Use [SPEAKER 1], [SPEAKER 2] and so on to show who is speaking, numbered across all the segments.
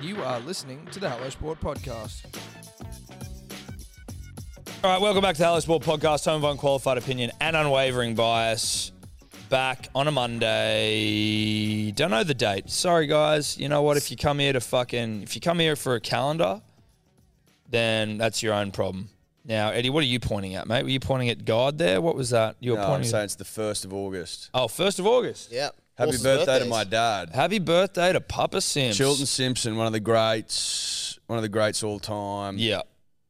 [SPEAKER 1] You are listening to the Hello Sport Podcast.
[SPEAKER 2] All right, welcome back to the Hello Sport Podcast, home of unqualified opinion and unwavering bias. Back on a Monday. Don't know the date. Sorry, guys. You know what? If you come here to fucking, if you come here for a calendar, then that's your own problem. Now, Eddie, what are you pointing at, mate? Were you pointing at God there? What was that? You were
[SPEAKER 3] No, I'm
[SPEAKER 2] pointing.
[SPEAKER 3] saying it's the 1st of August.
[SPEAKER 2] oh, first of August.
[SPEAKER 4] Yeah.
[SPEAKER 3] Happy
[SPEAKER 4] Horses'
[SPEAKER 3] birthday to
[SPEAKER 4] birthdays.
[SPEAKER 3] my dad.
[SPEAKER 2] Happy birthday to Papa Sims.
[SPEAKER 3] Chilton Simpson, one of the greats, one of the greats all time.
[SPEAKER 2] Yeah.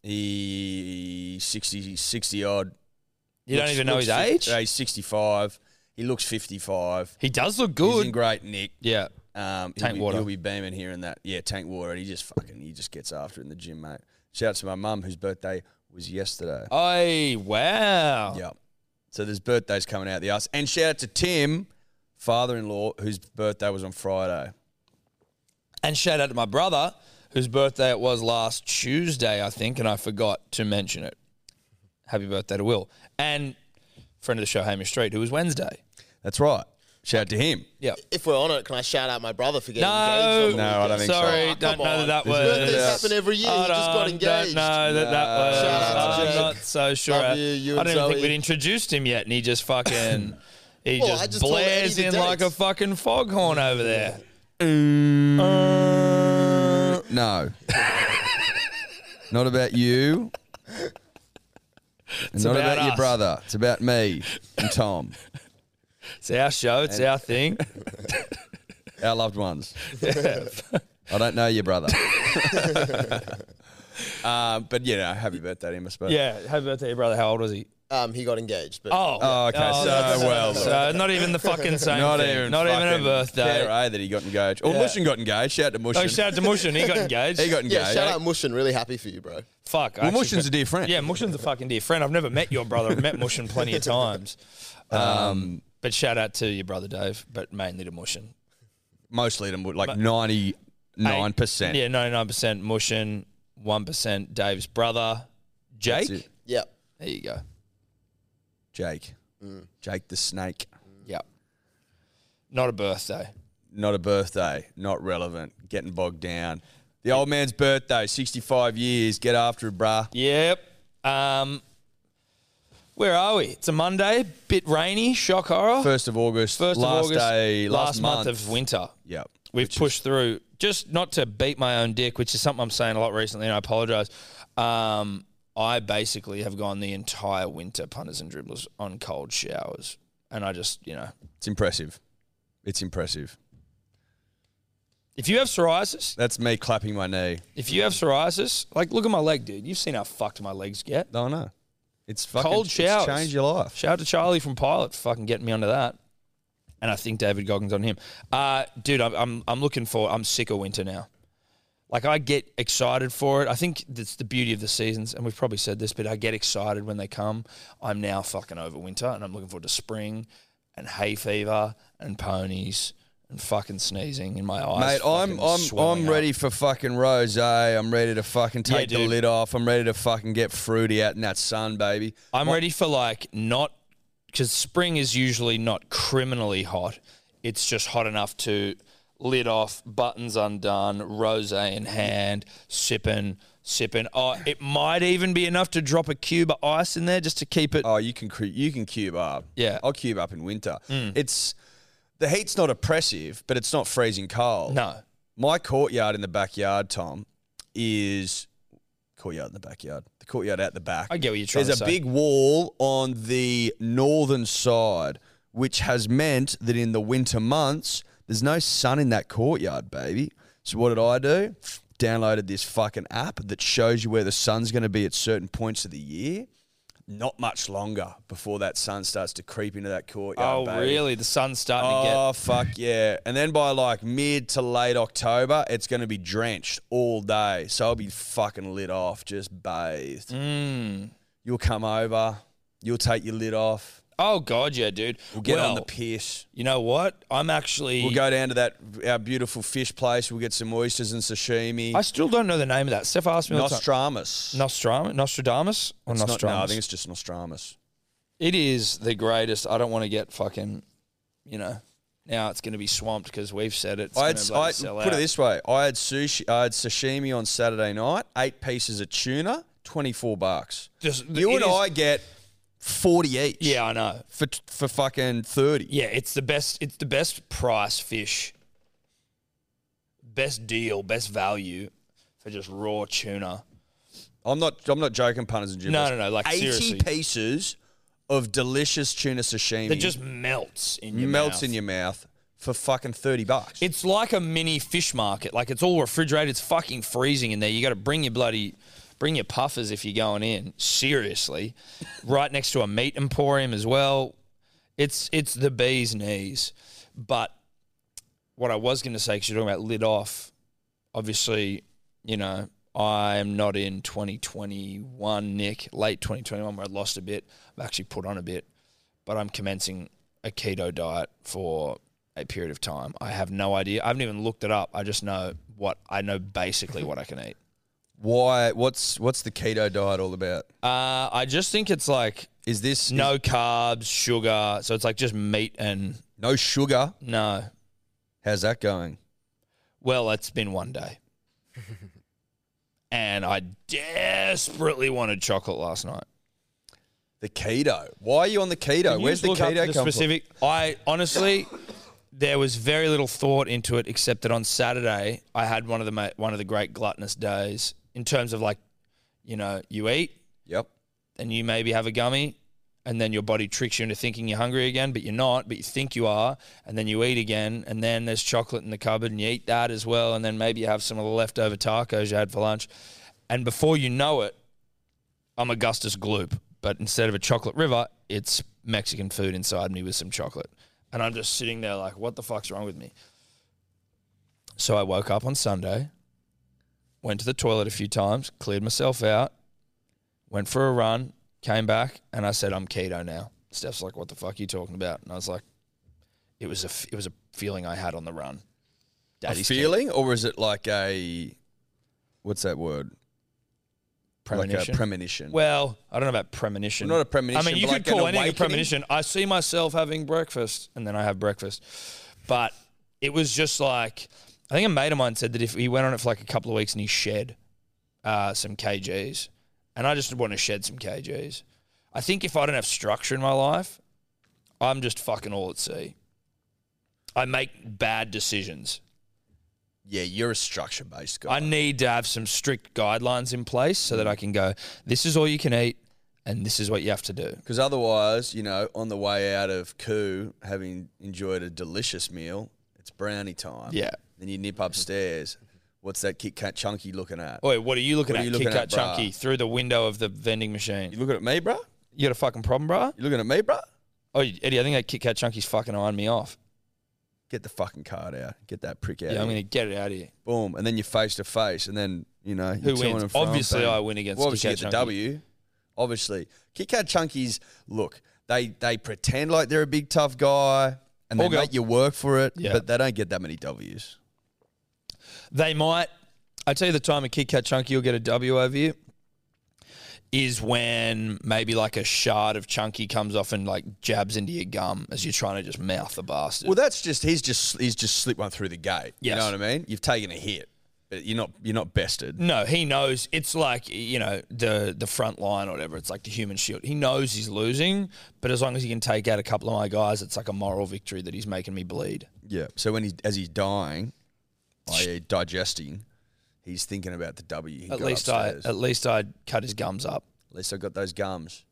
[SPEAKER 3] He 60, 60 odd.
[SPEAKER 2] You don't
[SPEAKER 3] Looks-
[SPEAKER 2] even know
[SPEAKER 3] looks
[SPEAKER 2] his
[SPEAKER 3] fif-
[SPEAKER 2] age.
[SPEAKER 3] yeah, he's 65. He looks 55.
[SPEAKER 2] He does look
[SPEAKER 3] He's in
[SPEAKER 2] good.
[SPEAKER 3] great nick.
[SPEAKER 2] Yeah.
[SPEAKER 3] Um, he'll
[SPEAKER 2] Tank
[SPEAKER 3] be,
[SPEAKER 2] water.
[SPEAKER 3] He'll be beaming here and that. Yeah, tank water. And he just fucking, he just gets after it in the gym, mate. Shout out to my mum whose birthday was yesterday.
[SPEAKER 2] Hey, wow.
[SPEAKER 3] Yeah. So there's birthdays coming out the ass. And shout out to Tim, father-in-law, whose birthday was on Friday.
[SPEAKER 2] And shout out to my brother, whose birthday it was last Tuesday, I think, and I forgot to mention it. Happy birthday to Will. And friend of the show, Hamish Street, who was Wednesday.
[SPEAKER 3] That's right. Shout out to him.
[SPEAKER 2] Yeah.
[SPEAKER 4] If we're on it, can I shout out my brother for getting
[SPEAKER 2] No,
[SPEAKER 4] engaged? on the
[SPEAKER 3] No, I don't
[SPEAKER 4] weekend?
[SPEAKER 3] think so.
[SPEAKER 2] Sorry,
[SPEAKER 4] Oh,
[SPEAKER 2] don't
[SPEAKER 4] come
[SPEAKER 2] know
[SPEAKER 4] on.
[SPEAKER 2] that that
[SPEAKER 3] His
[SPEAKER 2] was.
[SPEAKER 4] Birthdays happen every year.
[SPEAKER 2] I
[SPEAKER 4] he just got
[SPEAKER 2] don't- Don't
[SPEAKER 4] engaged.
[SPEAKER 2] know that that was.
[SPEAKER 4] Shout out to
[SPEAKER 2] I'm
[SPEAKER 4] Jake.
[SPEAKER 2] not so sure.
[SPEAKER 4] Love you, you
[SPEAKER 2] I
[SPEAKER 4] and
[SPEAKER 2] didn't even think
[SPEAKER 4] Zoe.
[SPEAKER 2] we'd introduced him yet, and he just fucking. He
[SPEAKER 4] Well, I
[SPEAKER 2] just,
[SPEAKER 4] just told Eddie
[SPEAKER 2] blares
[SPEAKER 4] the
[SPEAKER 2] in like a
[SPEAKER 4] dates.
[SPEAKER 2] fucking foghorn over there. Uh,
[SPEAKER 3] No. not about you. And not
[SPEAKER 2] about
[SPEAKER 3] about, your
[SPEAKER 2] us.
[SPEAKER 3] brother. It's about me and Tom,
[SPEAKER 2] It's our show. It's our thing.
[SPEAKER 3] our loved ones. I don't know your brother. um, but you know, happy birthday to him, I suppose.
[SPEAKER 2] Yeah. Happy birthday, your brother. How old was he?
[SPEAKER 4] Um, he got engaged, but
[SPEAKER 2] Oh,
[SPEAKER 3] Oh, okay. So,
[SPEAKER 2] that's-
[SPEAKER 3] well,
[SPEAKER 2] so not even the fucking same.
[SPEAKER 3] Not
[SPEAKER 2] thing.
[SPEAKER 3] even,
[SPEAKER 2] not even a
[SPEAKER 3] fucking
[SPEAKER 2] birthday.
[SPEAKER 3] fair, eh, that he got engaged. Or
[SPEAKER 2] Yeah.
[SPEAKER 3] Mushin got engaged. Shout out to Mushin.
[SPEAKER 2] Oh, shout out to Mushin. He got engaged.
[SPEAKER 3] he got engaged.
[SPEAKER 4] yeah, shout out Mushin. Really happy for you, bro.
[SPEAKER 2] Fuck. I
[SPEAKER 3] well,
[SPEAKER 2] actually
[SPEAKER 3] Mushin's a
[SPEAKER 2] fe-
[SPEAKER 3] dear friend.
[SPEAKER 2] Yeah, Mushin's a fucking dear friend. I've never met your brother. I've met Mushin plenty of times. Um, but shout out to your brother Dave, but mainly to Mushin.
[SPEAKER 3] Mostly to Mu- like ninety nine percent.
[SPEAKER 2] Yeah, ninety nine percent Mushin, one percent Dave's brother, Jake.
[SPEAKER 3] That's it.
[SPEAKER 4] Yeah.
[SPEAKER 2] There you go.
[SPEAKER 3] Jake.
[SPEAKER 4] Mm.
[SPEAKER 3] Jake the snake.
[SPEAKER 2] Yeah. Not a birthday.
[SPEAKER 3] Not a birthday. Not relevant. Getting bogged down. The old man's birthday, 65 years. Get after it, brah.
[SPEAKER 2] Yep. Um, where are we? It's a Monday, bit rainy, shock horror.
[SPEAKER 3] First of August.
[SPEAKER 2] First of
[SPEAKER 3] last
[SPEAKER 2] August,
[SPEAKER 3] day.
[SPEAKER 2] last
[SPEAKER 3] Last,
[SPEAKER 2] month. of winter.
[SPEAKER 3] Yep.
[SPEAKER 2] We've pushed through just not to beat my own dick, which is something I'm saying a lot recently, and I apologize. Um, I basically have gone the entire winter punters and dribblers on cold showers, and I just you know,
[SPEAKER 3] It's impressive. It's impressive.
[SPEAKER 2] if you have psoriasis,
[SPEAKER 3] That's me clapping my knee.
[SPEAKER 2] if you have psoriasis, like look at my leg, dude. You've seen how fucked my legs get.
[SPEAKER 3] Oh, no. It's fucking
[SPEAKER 2] Cold
[SPEAKER 3] it's
[SPEAKER 2] showers.
[SPEAKER 3] changed your life.
[SPEAKER 2] Shout out to Charlie from Pilot for fucking getting me onto that. And I think David Goggins on him. Uh, dude, I'm, I'm, I'm looking for, I'm sick of winter now. Like, I get excited for it. I think that's the beauty of the seasons. And we've probably said this, but I get excited when they come. I'm now fucking over winter and I'm looking forward to spring and hay fever and ponies and fucking sneezing in my eyes.
[SPEAKER 3] Mate, I'm
[SPEAKER 2] Oh, fucking
[SPEAKER 3] I'm
[SPEAKER 2] swelling
[SPEAKER 3] I'm
[SPEAKER 2] up.
[SPEAKER 3] ready for fucking rose. I'm ready to fucking
[SPEAKER 2] Yeah,
[SPEAKER 3] take the
[SPEAKER 2] dude.
[SPEAKER 3] lid off. I'm ready to fucking get fruity out in that sun, baby.
[SPEAKER 2] I'm ready for like not because spring is usually not criminally hot. It's just hot enough to lid off, buttons undone, rosé in hand, sipping, sipping. Oh, it might even be enough to drop a cube of ice in there just to keep it.
[SPEAKER 3] Oh, you can cre- you can cube up.
[SPEAKER 2] Yeah. Mm.
[SPEAKER 3] I'll cube up in winter. It's the heat's not oppressive, but it's not freezing cold.
[SPEAKER 2] No,
[SPEAKER 3] My courtyard in the backyard, Tom, is courtyard in the backyard. The courtyard out the back.
[SPEAKER 2] I get what you're trying
[SPEAKER 3] There's
[SPEAKER 2] to
[SPEAKER 3] a
[SPEAKER 2] say.
[SPEAKER 3] big wall on the northern side, which has meant that in the winter months, there's no sun in that courtyard, baby. So what did I do? Downloaded this fucking app that shows you where the sun's going to be at certain points of the year. Not much longer before that sun starts to creep into that courtyard.
[SPEAKER 2] Oh,
[SPEAKER 3] baby.
[SPEAKER 2] really? The sun's starting to
[SPEAKER 3] Oh fuck yeah! And then by like mid to late October, it's going to be drenched all day, so I'll be fucking lit off, just bathed.
[SPEAKER 2] get. Mm.
[SPEAKER 3] You'll come over, you'll take your lid off,
[SPEAKER 2] Oh god, yeah, dude.
[SPEAKER 3] we'll get on the
[SPEAKER 2] Well,
[SPEAKER 3] piss,
[SPEAKER 2] You know what? I'm actually.
[SPEAKER 3] we'll go down to that our beautiful fish place, we'll get some oysters and sashimi.
[SPEAKER 2] I still don't know the name of that. Steph asked me. all the time.
[SPEAKER 3] Nostramus.
[SPEAKER 2] Nostradamus, Nostradamus, or
[SPEAKER 3] It's not-
[SPEAKER 2] Nostradamus?
[SPEAKER 3] no, I think it's just Nostramus.
[SPEAKER 2] It is the greatest. I don't want to get fucking, you know, Now it's going to be swamped because we've said it. It's
[SPEAKER 3] I
[SPEAKER 2] gonna
[SPEAKER 3] had,
[SPEAKER 2] bloody
[SPEAKER 3] I,
[SPEAKER 2] sell
[SPEAKER 3] put
[SPEAKER 2] out.
[SPEAKER 3] it this way: I had sushi, I had sashimi on Saturday night, eight pieces of tuna, twenty four bucks.
[SPEAKER 2] Just-
[SPEAKER 3] you
[SPEAKER 2] it
[SPEAKER 3] and
[SPEAKER 2] is-
[SPEAKER 3] I get forty each.
[SPEAKER 2] Yeah, I know.
[SPEAKER 3] for for fucking thirty.
[SPEAKER 2] Yeah, it's the best. It's the best price fish, best deal, best value for just raw tuna.
[SPEAKER 3] I'm not I'm not joking, punters and gymmers.
[SPEAKER 2] No, no, no, like,
[SPEAKER 3] eighty
[SPEAKER 2] seriously.
[SPEAKER 3] pieces of delicious tuna sashimi
[SPEAKER 2] That just melts in your
[SPEAKER 3] melts
[SPEAKER 2] mouth.
[SPEAKER 3] in your mouth for fucking thirty bucks.
[SPEAKER 2] It's like a mini fish market. Like it's all refrigerated. It's fucking freezing in there. You got to bring your bloody, bring your puffers if you're going in. Seriously, right next to a meat emporium as well. It's it's the bee's knees. But what I was going to say, because you're talking about lit off, obviously, you know, I am not in 2021, Nick. Late 2021, where I lost a bit. I've actually put on a bit but I'm commencing a keto diet for a period of time. I have no idea. I haven't even looked it up. I just know what I know basically what I can eat.
[SPEAKER 3] Why? What's what's the keto diet all about?
[SPEAKER 2] Uh, I just think it's like
[SPEAKER 3] Is this is
[SPEAKER 2] no carbs, sugar. So it's like just meat and
[SPEAKER 3] no sugar?
[SPEAKER 2] no.
[SPEAKER 3] How's that going?
[SPEAKER 2] Well, it's been one day. and I desperately wanted chocolate last night.
[SPEAKER 3] The keto. Why are you on the keto?
[SPEAKER 2] Can you
[SPEAKER 3] Where's
[SPEAKER 2] just
[SPEAKER 3] the
[SPEAKER 2] look up
[SPEAKER 3] keto
[SPEAKER 2] the
[SPEAKER 3] come from?
[SPEAKER 2] specific? I honestly, there was very little thought into it, except that on Saturday I had one of the ma- one of the great gluttonous days in terms of like, you know, you eat,
[SPEAKER 3] Yep.
[SPEAKER 2] then you maybe have a gummy, and then your body tricks you into thinking you're hungry again, but you're not, but you think you are, and then you eat again, and then there's chocolate in the cupboard, and you eat that as well, and then maybe you have some of the leftover tacos you had for lunch, and before you know it, I'm Augustus Gloop, but instead of a chocolate river, it's Mexican food inside me with some chocolate, and I'm just sitting there like, what the fuck's wrong with me? So I woke up on Sunday, went to the toilet a few times, cleared myself out, went for a run, came back, and I said, "I'm keto now." Steph's like, "What the fuck are you talking about?" And I was like, "It was a f- it was a feeling I had on the run."
[SPEAKER 3] A
[SPEAKER 2] Daddy's
[SPEAKER 3] feeling, or is it like a what's that word? Like a
[SPEAKER 2] premonition.
[SPEAKER 3] premonition.
[SPEAKER 2] well, I don't know about premonition.
[SPEAKER 3] Not a premonition,
[SPEAKER 2] I mean, you could
[SPEAKER 3] but like an
[SPEAKER 2] call anything a
[SPEAKER 3] awakening?
[SPEAKER 2] premonition. I see myself having breakfast, and then I have breakfast. But it was just like I think a mate of mine said that if he went on it for like a couple of weeks and he shed uh, some kgs, and I just want to shed some kgs. I think if I don't have structure in my life, I'm just fucking all at sea. I make bad decisions.
[SPEAKER 3] yeah, you're a structure based guy.
[SPEAKER 2] I need to have some strict guidelines in place so that I can go, this is all you can eat and this is what you have to do.
[SPEAKER 3] Because otherwise, you know, on the way out of Koo, having enjoyed a delicious meal, it's brownie time.
[SPEAKER 2] Yeah.
[SPEAKER 3] Then you nip upstairs. What's that Kit Kat chunky looking at?
[SPEAKER 2] Oi, what are you looking
[SPEAKER 3] What are
[SPEAKER 2] at,
[SPEAKER 3] you
[SPEAKER 2] Kit
[SPEAKER 3] looking
[SPEAKER 2] Kat
[SPEAKER 3] at, bruh?
[SPEAKER 2] Chunky, through the window of the vending machine?
[SPEAKER 3] You looking at me, bruh?
[SPEAKER 2] You got a fucking problem, bro?
[SPEAKER 3] You looking at me, bruh?
[SPEAKER 2] Oh, Eddie, I think that Kit Kat Chunky's fucking eyeing me off.
[SPEAKER 3] Get the fucking card out. Get that prick out.
[SPEAKER 2] Yeah,
[SPEAKER 3] of
[SPEAKER 2] I'm
[SPEAKER 3] here.
[SPEAKER 2] going to get it out of here.
[SPEAKER 3] boom, and then you're face to face, and then you know
[SPEAKER 2] Who
[SPEAKER 3] you're to
[SPEAKER 2] wins?
[SPEAKER 3] and fro,
[SPEAKER 2] Obviously
[SPEAKER 3] bang.
[SPEAKER 2] I win against
[SPEAKER 3] Well, obviously
[SPEAKER 2] Kit
[SPEAKER 3] you
[SPEAKER 2] Kat
[SPEAKER 3] get the W. Obviously, Kit Kat Chunkies. Look, they they pretend like they're a big tough guy, and they
[SPEAKER 2] Or girl.
[SPEAKER 3] make you work for it,
[SPEAKER 2] Yeah.
[SPEAKER 3] but they don't get that many Ws.
[SPEAKER 2] They might. I tell you, the time a Kit Kat Chunky will get a W over you is when maybe like a shard of Chunky comes off and like jabs into your gum as you're trying to just mouth the bastard.
[SPEAKER 3] Well, that's just he's just he's just slipped one through the gate. You
[SPEAKER 2] Yes.
[SPEAKER 3] know what I mean? You've taken a hit, but you're not you're not bested.
[SPEAKER 2] No, he knows. It's like you know the the front line or whatever. It's like the human shield. He knows he's losing, but as long as he can take out a couple of my guys, it's like a moral victory that he's making me bleed.
[SPEAKER 3] Yeah. So when he as he's dying, i.e. digesting, he's thinking about the W. He
[SPEAKER 2] At
[SPEAKER 3] got
[SPEAKER 2] least
[SPEAKER 3] upstairs.
[SPEAKER 2] I at least I cut his gums up.
[SPEAKER 3] At least I got those gums.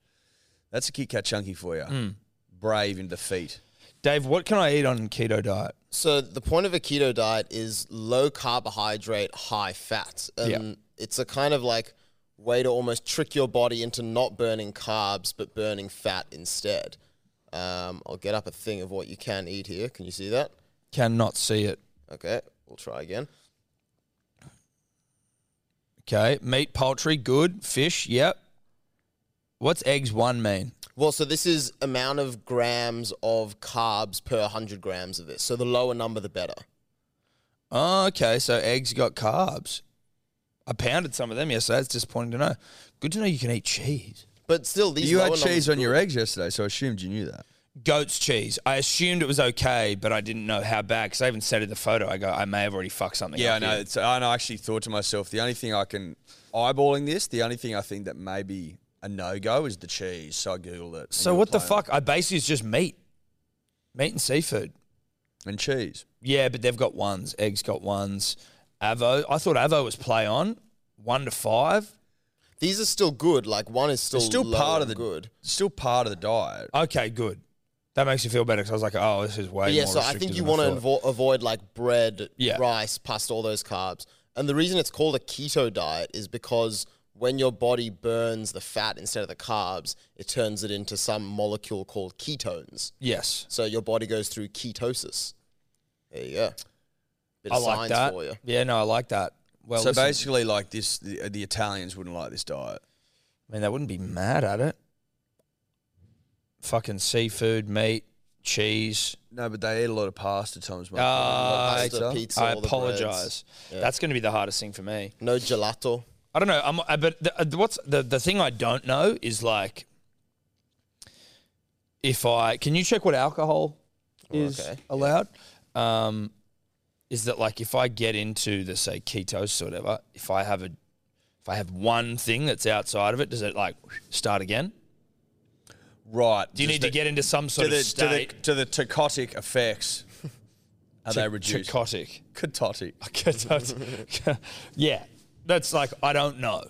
[SPEAKER 3] That's a Kit Kat chunky for you. Brave in defeat.
[SPEAKER 2] Hmm. Dave, what can I eat on keto diet?
[SPEAKER 4] So the point of a keto diet is low carbohydrate, high fat. And
[SPEAKER 2] Yeah.
[SPEAKER 4] it's a kind of like way to almost trick your body into not burning carbs but burning fat instead. Um, I'll get up a thing of what you can eat here. Can you see that?
[SPEAKER 2] Cannot see it.
[SPEAKER 4] Okay, we'll try again.
[SPEAKER 2] Okay, meat, poultry, good. Fish, yep. What's eggs one mean?
[SPEAKER 4] Well, so this is amount of grams of carbs per 100 grams of this. So the lower number, the better.
[SPEAKER 2] Oh, okay, so eggs got carbs. I pounded some of them yesterday. It's disappointing to know. Good to know you can eat cheese.
[SPEAKER 4] But still, these
[SPEAKER 3] you
[SPEAKER 4] lower
[SPEAKER 3] had
[SPEAKER 4] numbers-
[SPEAKER 3] cheese on your eggs yesterday, so I assumed you knew that.
[SPEAKER 2] goat's cheese. I assumed it was okay, but I didn't know how bad because I even said in the photo, I go, I may have already fucked something
[SPEAKER 3] Yeah, I
[SPEAKER 2] up.
[SPEAKER 3] know.
[SPEAKER 2] here."
[SPEAKER 3] It's, I know, I actually thought to myself, the only thing I can eyeballing this, the only thing I think that may be a no go is the cheese. So I googled it. and
[SPEAKER 2] So
[SPEAKER 3] you were
[SPEAKER 2] what the
[SPEAKER 3] playing
[SPEAKER 2] fuck? I basically it's just meat, meat and seafood.
[SPEAKER 3] it. And cheese.
[SPEAKER 2] Yeah, but they've got ones. Eggs got ones. Avo. I thought Avo was play on one to five.
[SPEAKER 4] These are still good. Like one is still
[SPEAKER 3] It's still
[SPEAKER 4] low
[SPEAKER 3] part of
[SPEAKER 4] and
[SPEAKER 3] the
[SPEAKER 4] good.
[SPEAKER 3] Still part of the diet.
[SPEAKER 2] Okay, good. That makes me feel better because I was like, oh, this is way
[SPEAKER 4] But yeah,
[SPEAKER 2] more.
[SPEAKER 4] so I think
[SPEAKER 2] restrictive
[SPEAKER 4] you
[SPEAKER 2] than
[SPEAKER 4] want to
[SPEAKER 2] thought.
[SPEAKER 4] invo- avoid like bread,
[SPEAKER 2] Yeah.
[SPEAKER 4] rice, pasta, all those carbs. And the reason it's called a keto diet is because when your body burns the fat instead of the carbs, it turns it into some molecule called ketones.
[SPEAKER 2] Yes,
[SPEAKER 4] So your body goes through ketosis. There you go. Bit
[SPEAKER 2] I
[SPEAKER 4] of
[SPEAKER 2] like
[SPEAKER 4] science
[SPEAKER 2] that.
[SPEAKER 4] for you.
[SPEAKER 2] Yeah, no, I like that. Well,
[SPEAKER 3] so
[SPEAKER 2] listen,
[SPEAKER 3] basically, like this, the, the Italians wouldn't like this diet.
[SPEAKER 2] I mean, they wouldn't be mad at it. Fucking seafood, meat, cheese.
[SPEAKER 3] No, but they eat a lot of pasta, Tom's mate.
[SPEAKER 2] Ah,
[SPEAKER 4] Pasta,
[SPEAKER 3] Pizza.
[SPEAKER 4] pizza,
[SPEAKER 2] I
[SPEAKER 4] all the breads.
[SPEAKER 2] apologize.
[SPEAKER 4] Yeah.
[SPEAKER 2] That's going to be the hardest thing for me.
[SPEAKER 4] No gelato.
[SPEAKER 2] I don't know. I'm, I, but the, uh, what's the the thing I don't know is like, if I can you check what alcohol is
[SPEAKER 4] Oh, okay.
[SPEAKER 2] allowed? Um, is that like if I get into the say ketosis or whatever? If I have a if I have one thing that's outside of it, does it like start again?
[SPEAKER 3] Right.
[SPEAKER 2] Do you
[SPEAKER 3] Just
[SPEAKER 2] need
[SPEAKER 3] the-
[SPEAKER 2] to get into some
[SPEAKER 3] to
[SPEAKER 2] sort
[SPEAKER 3] the,
[SPEAKER 2] of
[SPEAKER 3] to the
[SPEAKER 2] state?
[SPEAKER 3] to the tachotic effects? Are they reduced?
[SPEAKER 2] Psychotic.
[SPEAKER 3] Ketotic.
[SPEAKER 2] yeah, that's like I don't know,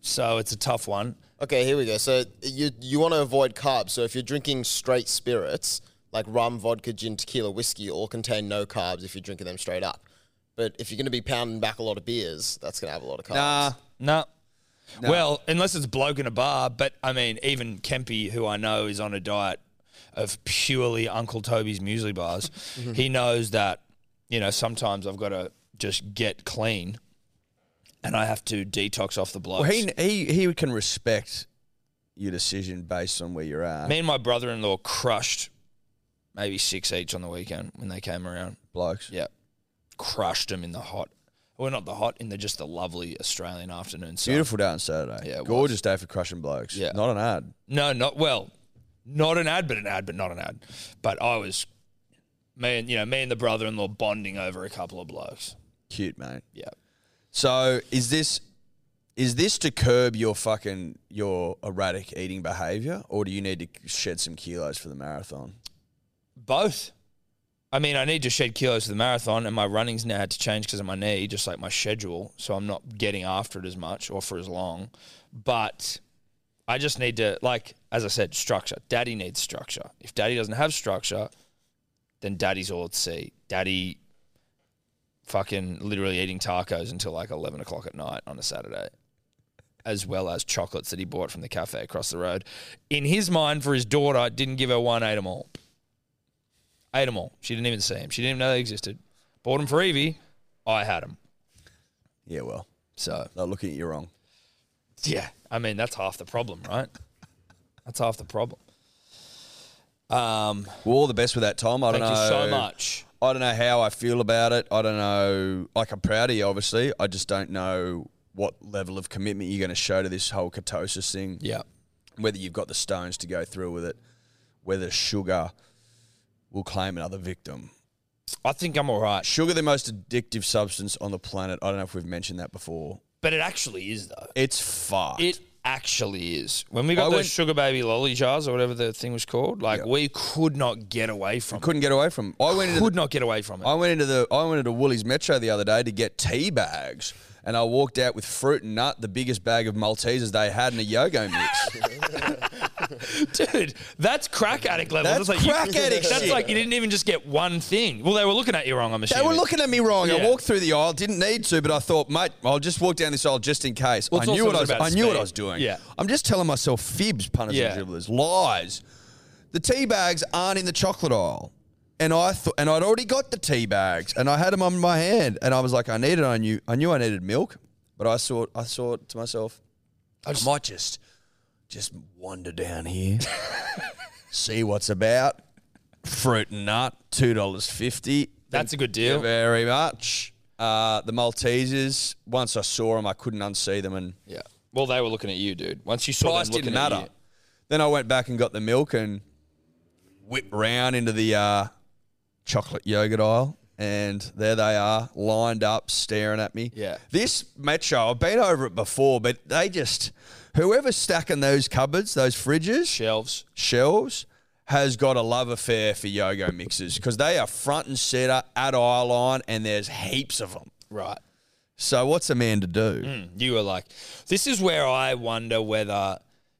[SPEAKER 2] so it's a tough one.
[SPEAKER 4] Okay, here we go. So you you want to avoid carbs. So if you're drinking straight spirits like rum, vodka, gin, tequila, whiskey, all contain no carbs if you're drinking them straight up. But if you're going to be pounding back a lot of beers, that's going to have a lot of carbs.
[SPEAKER 3] Nah.
[SPEAKER 2] No. Well, unless it's bloke in a bar, but I mean, even Kempy, who I know is on a diet of purely Uncle Toby's muesli bars,
[SPEAKER 3] Mm-hmm.
[SPEAKER 2] he knows that, you know, sometimes I've got to just get clean and I have to detox off the blokes.
[SPEAKER 3] Well, he, he he can respect your decision based on where you're at,
[SPEAKER 2] Me and my brother in law crushed maybe six each on the weekend when they came around.
[SPEAKER 3] blokes.
[SPEAKER 2] Yeah. Crushed them in the hot. Well, not the hot, in the just the lovely Australian afternoon sun.
[SPEAKER 3] Beautiful day on Saturday.
[SPEAKER 2] Yeah, it
[SPEAKER 3] gorgeous day for crushing blokes.
[SPEAKER 2] Yeah.
[SPEAKER 3] not an ad.
[SPEAKER 2] No, not well. Not an ad, but an ad, but not an ad. But I was, me and you know, me and the brother-in-law bonding over a couple of blokes.
[SPEAKER 3] Cute, mate.
[SPEAKER 2] Yeah.
[SPEAKER 3] So is this is this to curb your fucking your erratic eating behavior, or do you need to shed some kilos for the marathon?
[SPEAKER 2] Both. I mean, I need to shed kilos for the marathon, and my running's now had to change because of my knee, just like my schedule. So I'm not getting after it as much or for as long. But I just need to, like, as I said, structure. Daddy needs structure. If daddy doesn't have structure, then daddy's all at sea. Daddy fucking literally eating tacos until like 11 o'clock at night on a Saturday, as well as chocolates that he bought from the cafe across the road. In his mind, for his daughter, didn't give her one, ate them all ate them all. She didn't even see them. She didn't even know they existed. Bought them for Evie. I had them.
[SPEAKER 3] Yeah, well,
[SPEAKER 2] So
[SPEAKER 3] they're looking at you wrong.
[SPEAKER 2] yeah, I mean that's half the problem, right? That's half the problem. Um,
[SPEAKER 3] Well, all the best with that, Tom. I
[SPEAKER 2] thank
[SPEAKER 3] don't
[SPEAKER 2] you
[SPEAKER 3] know
[SPEAKER 2] so much.
[SPEAKER 3] I don't know how I feel about it. I don't know. Like I'm proud of you, obviously. I just don't know what level of commitment you're going to show to this whole ketosis thing.
[SPEAKER 2] Yeah,
[SPEAKER 3] Whether you've got the stones to go through with it, whether sugar will claim another victim.
[SPEAKER 2] I think I'm all right,
[SPEAKER 3] Sugar, the most addictive substance on the planet. I don't know if we've mentioned that before.
[SPEAKER 2] but it actually is though.
[SPEAKER 3] It's fucked.
[SPEAKER 2] It actually is. When we got
[SPEAKER 3] I
[SPEAKER 2] those
[SPEAKER 3] went-
[SPEAKER 2] sugar baby lolly jars or whatever the thing was called, like we could not get away from.
[SPEAKER 3] couldn't get away from. I went
[SPEAKER 2] it.
[SPEAKER 3] into
[SPEAKER 2] Could not get away from it.
[SPEAKER 3] I went into the I went into Woolies Metro the other day to get tea bags, and I walked out with fruit and nut, the biggest bag of Maltesers they had, and a yogo mix.
[SPEAKER 2] Dude, that's crack addict level.
[SPEAKER 3] That's crack
[SPEAKER 2] you,
[SPEAKER 3] addict
[SPEAKER 2] That's
[SPEAKER 3] shit.
[SPEAKER 2] like you didn't even just get one thing. Well, they were looking at you wrong. I'm
[SPEAKER 3] they
[SPEAKER 2] assuming.
[SPEAKER 3] were looking at me wrong. I
[SPEAKER 2] Yeah.
[SPEAKER 3] walked through the aisle, didn't need to, but I thought, mate, I'll just walk down this aisle just in case.
[SPEAKER 2] Well,
[SPEAKER 3] I
[SPEAKER 2] it's
[SPEAKER 3] knew
[SPEAKER 2] also
[SPEAKER 3] what I was.
[SPEAKER 2] was about
[SPEAKER 3] I knew what I
[SPEAKER 2] speed.
[SPEAKER 3] was doing.
[SPEAKER 2] Yeah.
[SPEAKER 3] I'm just telling myself fibs, punters
[SPEAKER 2] Yeah.
[SPEAKER 3] and dribblers, lies. The tea bags aren't in the chocolate aisle. And I thought, and I'd already got the tea bags, and I had them on my hand, and I was like, I needed, I knew, I knew I needed milk, but I saw, I saw to myself, I, might just just wander down here, see what's about. Fruit and nut, two dollars fifty.
[SPEAKER 2] That's a good deal.
[SPEAKER 3] Very much. Uh, the Maltesers. Once I saw them, I couldn't unsee them, and
[SPEAKER 2] Yeah. Well, they were looking at you, dude. Once you saw
[SPEAKER 3] price
[SPEAKER 2] them looking
[SPEAKER 3] didn't
[SPEAKER 2] at
[SPEAKER 3] matter. Then I went back and got the milk and whip round into the uh, chocolate yogurt aisle, and there they are, lined up, staring at me.
[SPEAKER 4] Yeah.
[SPEAKER 3] This metro, I've been over it before, but they just, whoever's stacking those cupboards, those fridges,
[SPEAKER 2] Shelves.
[SPEAKER 3] shelves has got a love affair for yo-yo mixers because they are front and center at aisle line and there's heaps of them.
[SPEAKER 2] Right.
[SPEAKER 3] So what's a man to do?
[SPEAKER 2] Hmm, You were like, this is where I wonder whether,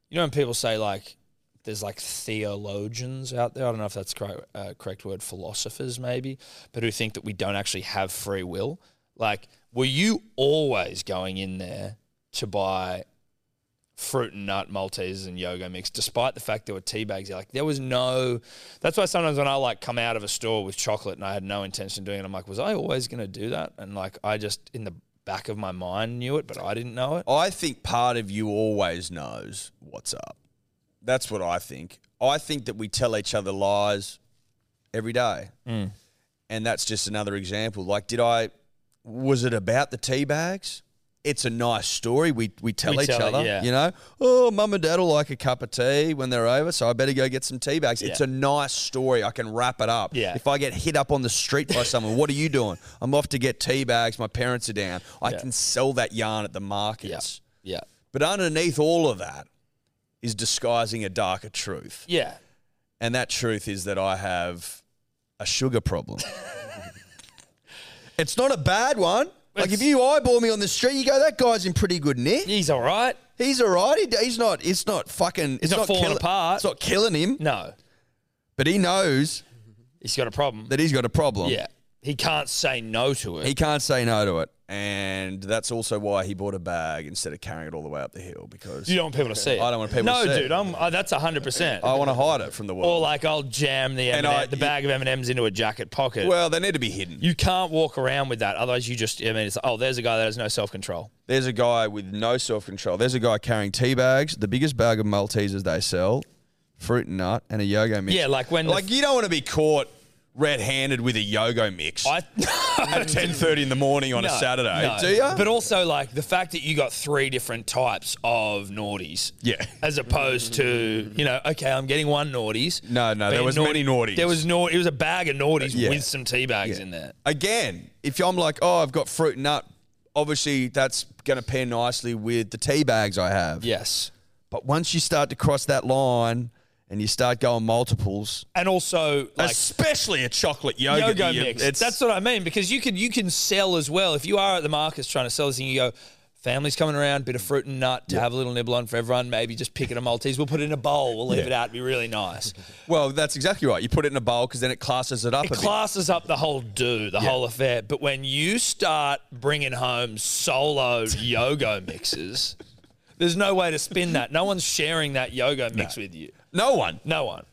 [SPEAKER 2] you know, when people say like, there's like theologians out there. I don't know if that's correct, uh, correct word, philosophers maybe, but who think that we don't actually have free will. Like, were you always going in there to buy fruit and nut Maltesers and yoga mix, despite the fact there were tea bags. there. Like there was no. That's why sometimes when I like come out of a store with chocolate and I had no intention of doing it, I'm like, was I always going to do that? And like I just in the back of my mind knew it, but I didn't know it.
[SPEAKER 3] I think part of you always knows what's up. That's what I think. I think that we tell each other lies every day.
[SPEAKER 2] Hmm.
[SPEAKER 3] And that's just another example. Like, did I, was it about the tea bags? It's a nice story. We, we tell
[SPEAKER 2] We
[SPEAKER 3] each
[SPEAKER 2] tell it,
[SPEAKER 3] other,
[SPEAKER 2] yeah.
[SPEAKER 3] you know, oh, mum and dad will like a cup of tea when they're over, so I better go get some tea bags. It's
[SPEAKER 2] Yeah.
[SPEAKER 3] a nice story. I can wrap it up.
[SPEAKER 2] Yeah.
[SPEAKER 3] If I get hit up on the street by someone, what are you doing? I'm off to get tea bags. My parents are down. I
[SPEAKER 2] Yeah.
[SPEAKER 3] can sell that yarn at the markets.
[SPEAKER 2] Yeah.
[SPEAKER 3] But underneath all of that is disguising a darker truth.
[SPEAKER 2] Yeah.
[SPEAKER 3] And that truth is that I have a sugar problem. it's not a bad one. Like if
[SPEAKER 2] It's-
[SPEAKER 3] you eyeball me on the street, you go, that guy's in pretty good nick.
[SPEAKER 2] He's all right.
[SPEAKER 3] He's all right. He- he's not. It's not fucking. It's
[SPEAKER 2] not falling apart.
[SPEAKER 3] It's not killing him.
[SPEAKER 2] No,
[SPEAKER 3] But he knows
[SPEAKER 2] he's got a problem.
[SPEAKER 3] that he's got a problem.
[SPEAKER 2] Yeah. He can't say no to it.
[SPEAKER 3] He can't say no to it, and that's also why he bought a bag instead of carrying it all the way up the hill because
[SPEAKER 2] you don't want people to see it.
[SPEAKER 3] I don't want people
[SPEAKER 2] no,
[SPEAKER 3] to see it.
[SPEAKER 2] dude, I'm, uh, that's 100%.
[SPEAKER 3] I want to hide it from the
[SPEAKER 2] or
[SPEAKER 3] world.
[SPEAKER 2] like I'll jam the,
[SPEAKER 3] And
[SPEAKER 2] M&M
[SPEAKER 3] I-
[SPEAKER 2] the bag of M&Ms into a jacket pocket.
[SPEAKER 3] well, they need to be hidden.
[SPEAKER 2] You can't walk around with that. Otherwise, you just, I mean, it's like, oh, there's a guy that has no self control.
[SPEAKER 3] There's a guy with no self control. There's a guy carrying tea bags, the biggest bag of Maltesers they sell, fruit and nut, and a yogo mix.
[SPEAKER 2] Yeah, like when the-
[SPEAKER 3] like you don't want to be caught red handed with a yogo mix
[SPEAKER 2] I.
[SPEAKER 3] at ten thirty in the morning on a
[SPEAKER 2] No,
[SPEAKER 3] Saturday,
[SPEAKER 2] no.
[SPEAKER 3] do you?
[SPEAKER 2] But also, like, the fact that you got three different types of naughties.
[SPEAKER 3] Yeah.
[SPEAKER 2] As opposed to, you know, okay, I'm getting one naughties.
[SPEAKER 3] No, no,
[SPEAKER 2] but
[SPEAKER 3] there was
[SPEAKER 2] naugh-
[SPEAKER 3] many naughties.
[SPEAKER 2] There was no, it was a bag of naughties
[SPEAKER 3] Yeah.
[SPEAKER 2] with some tea bags in there.
[SPEAKER 3] Again, if I'm like, oh, I've got fruit and nut, obviously that's going to pair nicely with the tea bags I have.
[SPEAKER 2] Yes.
[SPEAKER 3] But once you start to cross that line and you start going multiples,
[SPEAKER 2] And also, like,
[SPEAKER 3] especially a chocolate yogurt,
[SPEAKER 2] yoga
[SPEAKER 3] you-
[SPEAKER 2] mix.
[SPEAKER 3] it's-
[SPEAKER 2] That's what I mean because you can you can sell as well if you are at the markets trying to sell this thing. You go, family's coming around, bit of fruit and nut to have a little nibble on for everyone. Maybe just picking a Maltese. We'll put it in a bowl. We'll leave it out. It'd be really nice.
[SPEAKER 3] Well, that's exactly right. You put it in a bowl because then it classes it up
[SPEAKER 2] It
[SPEAKER 3] a
[SPEAKER 2] classes up the whole do the whole affair. But when you start bringing home solo yoga mixes, there's no way to spin that. No one's sharing that yoga mix with you.
[SPEAKER 3] bit. No one.
[SPEAKER 2] No one.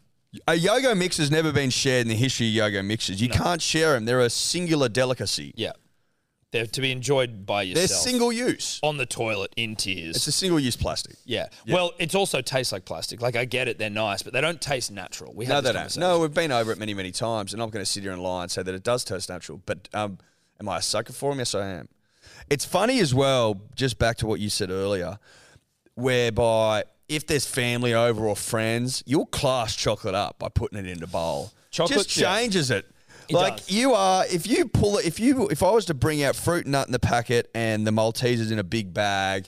[SPEAKER 3] A yoga mix has never been shared in the history of yoga mixes. You can't share them. They're a singular delicacy.
[SPEAKER 2] Yeah, they're to be enjoyed by
[SPEAKER 3] They're
[SPEAKER 2] yourself.
[SPEAKER 3] single use.
[SPEAKER 2] on the toilet in tears.
[SPEAKER 3] It's a single use plastic.
[SPEAKER 2] Yeah. Well, it also tastes like plastic. Like I get it, they're nice, but they don't taste natural. We
[SPEAKER 3] No,
[SPEAKER 2] have
[SPEAKER 3] they
[SPEAKER 2] this
[SPEAKER 3] don't.
[SPEAKER 2] conversation.
[SPEAKER 3] No, we've been over it many, many times, and I'm going to sit here and lie and say that it does taste natural. But um, am I a sucker for them? Yes, I am. It's funny as well, just back to what you said earlier, whereby if there's family over or friends, you'll class chocolate up by putting it in a bowl.
[SPEAKER 2] Chocolate,
[SPEAKER 3] just
[SPEAKER 2] yeah.
[SPEAKER 3] changes it.
[SPEAKER 2] It
[SPEAKER 3] like
[SPEAKER 2] does.
[SPEAKER 3] you are, if you pull it, if you, if I was to bring out fruit nut in the packet and the Maltesers in a big bag,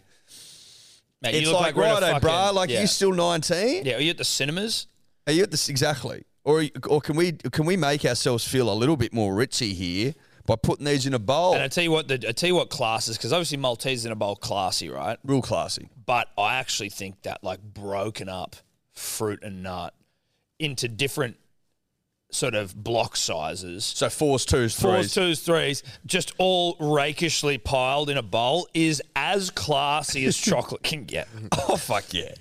[SPEAKER 2] Mate, you
[SPEAKER 3] it's
[SPEAKER 2] look
[SPEAKER 3] like,
[SPEAKER 2] we're in a
[SPEAKER 3] righto,
[SPEAKER 2] fucking-
[SPEAKER 3] bruh, like
[SPEAKER 2] yeah.
[SPEAKER 3] you still 19.
[SPEAKER 2] Yeah, are you at the cinemas?
[SPEAKER 3] Are you at this exactly? Or or can we can we make ourselves feel a little bit more ritzy here by putting these in a bowl?
[SPEAKER 2] And I tell you what, the, I tell you what classes, because obviously Maltese in a bowl classy, right?
[SPEAKER 3] Real classy.
[SPEAKER 2] But I actually think that like broken up fruit and nut into different sort of block sizes
[SPEAKER 3] So fours, twos, threes.
[SPEAKER 2] fours, twos, threes, just all rakishly piled in a bowl is as classy as chocolate can get.
[SPEAKER 3] Oh fuck yeah!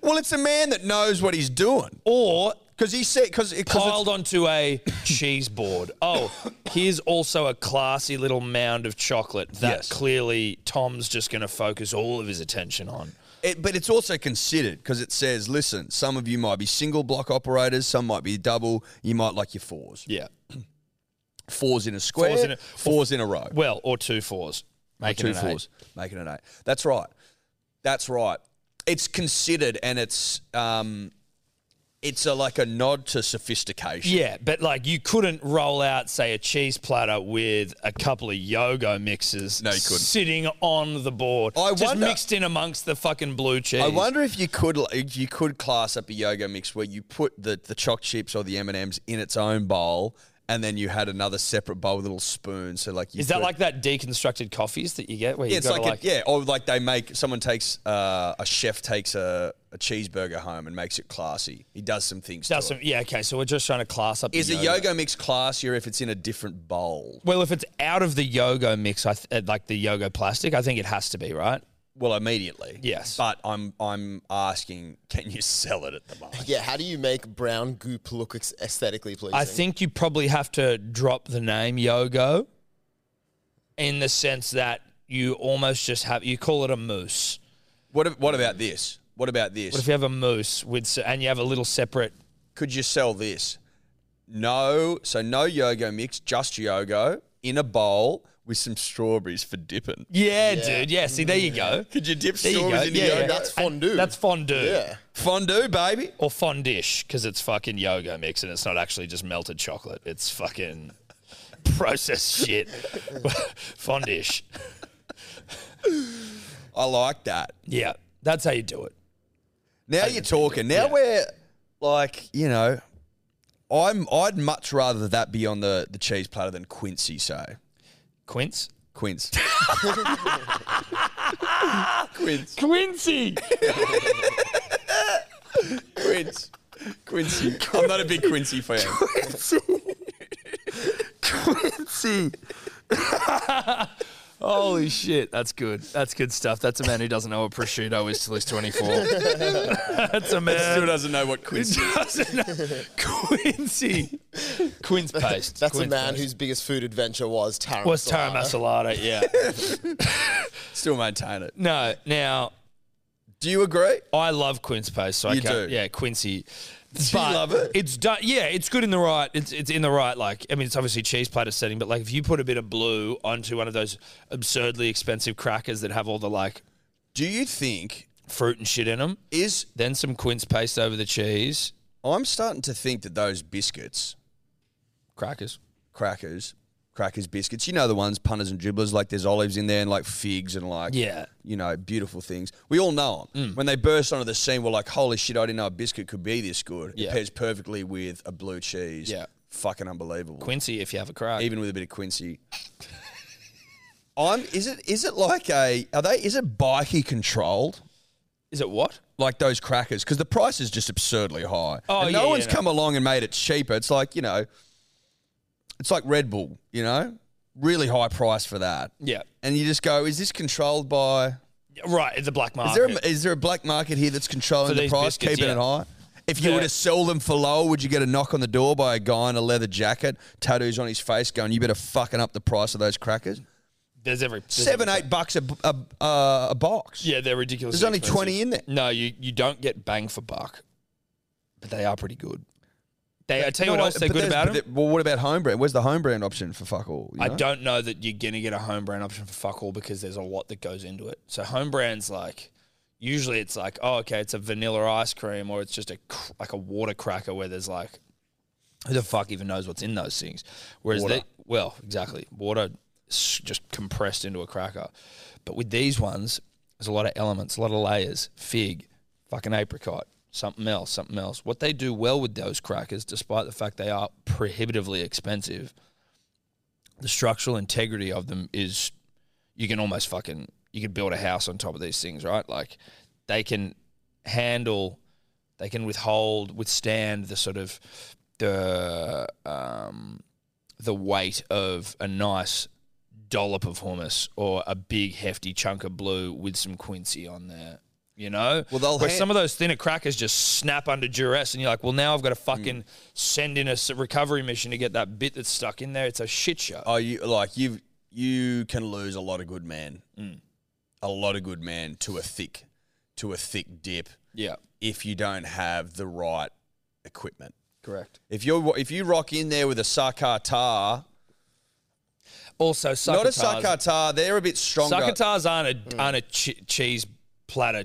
[SPEAKER 3] Well, it's a man that knows what he's doing
[SPEAKER 2] Or
[SPEAKER 3] because he said because
[SPEAKER 2] piled onto a cheese board. Oh, here's also a classy little mound of chocolate that
[SPEAKER 3] Yes.
[SPEAKER 2] clearly Tom's just going to focus all of his attention on.
[SPEAKER 3] It, but it's also considered because it says, listen, some of you might be single block operators, some might be double. You might like your fours,
[SPEAKER 2] Yeah.
[SPEAKER 3] fours in a square,
[SPEAKER 2] Fours in a-
[SPEAKER 3] fours in a row.
[SPEAKER 2] Well, or two fours. Making it
[SPEAKER 3] two
[SPEAKER 2] an eight.
[SPEAKER 3] fours, making an eight. That's right. That's right. It's considered and it's um, it's a, like a nod to sophistication.
[SPEAKER 2] Yeah, but like you couldn't roll out, say, a cheese platter with a couple of yogo mixes.
[SPEAKER 3] No, you couldn't.
[SPEAKER 2] Sitting on the board,
[SPEAKER 3] I
[SPEAKER 2] just
[SPEAKER 3] wonder-
[SPEAKER 2] mixed in amongst the fucking blue cheese.
[SPEAKER 3] I wonder if you could if you could class up a yoga mix where you put the the choc chips or the M and M's in its own bowl, and then you had another separate bowl with a little spoon. So like, you
[SPEAKER 2] Is that
[SPEAKER 3] put-
[SPEAKER 2] like that deconstructed coffees that you get where you
[SPEAKER 3] Yeah, it's
[SPEAKER 2] gotta
[SPEAKER 3] like, a, yeah, or like they make someone takes uh, a chef takes a, a cheeseburger home and makes it classy. He does some things.
[SPEAKER 2] does
[SPEAKER 3] to
[SPEAKER 2] some
[SPEAKER 3] it.
[SPEAKER 2] yeah okay so we're just trying to class up
[SPEAKER 3] Is
[SPEAKER 2] the
[SPEAKER 3] a yoga mix classier if it's in a different bowl?
[SPEAKER 2] well if it's out of the yoga mix I th- uh, like the yoga plastic I think it has to be right
[SPEAKER 3] Well, immediately,
[SPEAKER 2] Yes.
[SPEAKER 3] But I'm I'm asking, can you sell it at the market?
[SPEAKER 4] Yeah, how do you make brown goop look ex- aesthetically pleasing?
[SPEAKER 2] I think you probably have to drop the name yogo in the sense that you almost just have you call it a moose
[SPEAKER 3] What ab- What about this? What about this?
[SPEAKER 2] What if you have a moose with s- and you have a little separate?
[SPEAKER 3] could you sell this? No, so no yoga mix, just yoga in a bowl with some strawberries for dipping.
[SPEAKER 2] Yeah, dude. Yeah. See, there you go.
[SPEAKER 3] Could you dip
[SPEAKER 2] There you go.
[SPEAKER 3] strawberries in
[SPEAKER 2] Yeah,
[SPEAKER 3] yoga?
[SPEAKER 2] yeah.
[SPEAKER 4] That's fondue.
[SPEAKER 2] That's fondue.
[SPEAKER 4] Yeah.
[SPEAKER 3] Fondue, baby.
[SPEAKER 2] Or fondish because it's fucking yoga mix and it's not actually just melted chocolate. It's fucking processed shit. fondish.
[SPEAKER 3] I like that.
[SPEAKER 2] Yeah. That's how you do it.
[SPEAKER 3] Now you're talking. Now
[SPEAKER 2] Yeah.
[SPEAKER 3] we're like, you know, I'm I'd much rather that be on the, the cheese platter than Quincy, say.
[SPEAKER 2] Quince.
[SPEAKER 3] Quince.
[SPEAKER 2] Quincy.
[SPEAKER 3] Quince. Quincy. I'm not a big Quincy fan.
[SPEAKER 2] Holy shit. That's good. That's good stuff. That's a man who doesn't know what prosciutto is till he's 24. That's a
[SPEAKER 3] Still
[SPEAKER 2] man.
[SPEAKER 3] doesn't know what Quincy is.
[SPEAKER 2] doesn't know. Quincy. Quince paste.
[SPEAKER 4] that's a
[SPEAKER 2] Quince
[SPEAKER 4] man
[SPEAKER 2] paste.
[SPEAKER 4] whose biggest food adventure was Taram.
[SPEAKER 2] was Tara Masalata, yeah.
[SPEAKER 3] Still maintain it.
[SPEAKER 2] no, now
[SPEAKER 3] Do you agree?
[SPEAKER 2] I love Quince paste, so I
[SPEAKER 3] You
[SPEAKER 2] can't,
[SPEAKER 3] do?
[SPEAKER 2] yeah, Quincy.
[SPEAKER 3] you love it?
[SPEAKER 2] It's done. Yeah, it's good in the right. It's it's in the right. Like I mean, it's obviously cheese platter setting, but like if you put a bit of blue onto one of those absurdly expensive crackers that have all the like
[SPEAKER 3] Do you think
[SPEAKER 2] fruit and shit in them,
[SPEAKER 3] is
[SPEAKER 2] then some quince paste over the cheese
[SPEAKER 3] I'm starting to think that those biscuits,
[SPEAKER 2] crackers.
[SPEAKER 3] crackers, crackers biscuits, you know the ones punters and dribblers like there's olives in there and like figs and like
[SPEAKER 2] Yeah. Mm.
[SPEAKER 3] you know beautiful things. We all know them. When they burst onto the scene, we're like, holy shit! I didn't know a biscuit could be this good. It
[SPEAKER 2] Yeah.
[SPEAKER 3] pairs perfectly with a blue cheese.
[SPEAKER 2] Yeah.
[SPEAKER 3] fucking unbelievable.
[SPEAKER 2] Quincy, if you have a crack,
[SPEAKER 3] Even with a bit of Quincy. I'm. Is it? Is it like a? Are they? Is it bikey controlled?
[SPEAKER 2] is it what?
[SPEAKER 3] like those crackers because the price is just absurdly high.
[SPEAKER 2] Oh,
[SPEAKER 3] and
[SPEAKER 2] yeah,
[SPEAKER 3] no
[SPEAKER 2] yeah,
[SPEAKER 3] one's
[SPEAKER 2] no.
[SPEAKER 3] come along and made it cheaper. It's like you know, it's like Red Bull. You know, really high price for that.
[SPEAKER 2] Yeah,
[SPEAKER 3] And you just go, is this controlled by?
[SPEAKER 2] right. It's a black market.
[SPEAKER 3] Is there a, is there a black market here that's controlling
[SPEAKER 2] For
[SPEAKER 3] the
[SPEAKER 2] these
[SPEAKER 3] price,
[SPEAKER 2] biscuits,
[SPEAKER 3] keeping
[SPEAKER 2] yeah.
[SPEAKER 3] it high? If you were
[SPEAKER 2] Yeah.
[SPEAKER 3] to sell them for low, would you get a knock on the door by a guy in a leather jacket, tattoos on his face, going, "You better fucking up the price of those crackers"?
[SPEAKER 2] There's every there's
[SPEAKER 3] Seven,
[SPEAKER 2] every-
[SPEAKER 3] eight bucks a a, uh, a box.
[SPEAKER 2] Yeah, they're ridiculous.
[SPEAKER 3] There's only 20 in there.
[SPEAKER 2] No, you, you don't get bang for buck, but they are pretty good. They, I tell you
[SPEAKER 3] No,
[SPEAKER 2] what else
[SPEAKER 3] I-
[SPEAKER 2] they're
[SPEAKER 3] but
[SPEAKER 2] good
[SPEAKER 3] there's-
[SPEAKER 2] about
[SPEAKER 3] but
[SPEAKER 2] 'em?
[SPEAKER 3] there- well, what about home brand? Where's the home brand option for fuck all? you
[SPEAKER 2] I
[SPEAKER 3] know?
[SPEAKER 2] don't know that you're gonna get a home brand option for fuck all because there's a lot that goes into it. So home brands like usually it's like oh okay it's a vanilla ice cream or it's just a cr- like a water cracker where there's like who the fuck even knows what's in those things? Whereas
[SPEAKER 3] Water.
[SPEAKER 2] they well exactly water s- just compressed into a cracker, but with these ones there's a lot of elements, a lot of layers, fig, fucking apricot. Something else, something else. What they do well with those crackers, despite the fact they are prohibitively expensive, the structural integrity of them is you can almost fucking you can build a house on top of these things, right? Like they can handle, they can withhold, withstand the sort of the um, the weight of a nice dollop of hummus or a big hefty chunk of blue with some quincy on there. You know,
[SPEAKER 3] Well, they'll
[SPEAKER 2] where
[SPEAKER 3] ha-
[SPEAKER 2] some of those thinner crackers just snap under duress, and you're like, "Well, now I've got to
[SPEAKER 3] Hmm.
[SPEAKER 2] fucking send in a s- recovery mission to get that bit that's stuck in there." It's a shit show.
[SPEAKER 3] Oh, you like you you can lose a lot of good men, a lot of good men to a thick to a thick dip
[SPEAKER 2] Yeah,
[SPEAKER 3] if you don't have the right equipment.
[SPEAKER 2] correct.
[SPEAKER 3] If you if you rock in there with a Sakata,
[SPEAKER 2] Also,
[SPEAKER 3] not a
[SPEAKER 2] succotars.
[SPEAKER 3] Sakata, they're a bit stronger.
[SPEAKER 2] Succotars aren't a aren't a ch- cheese platter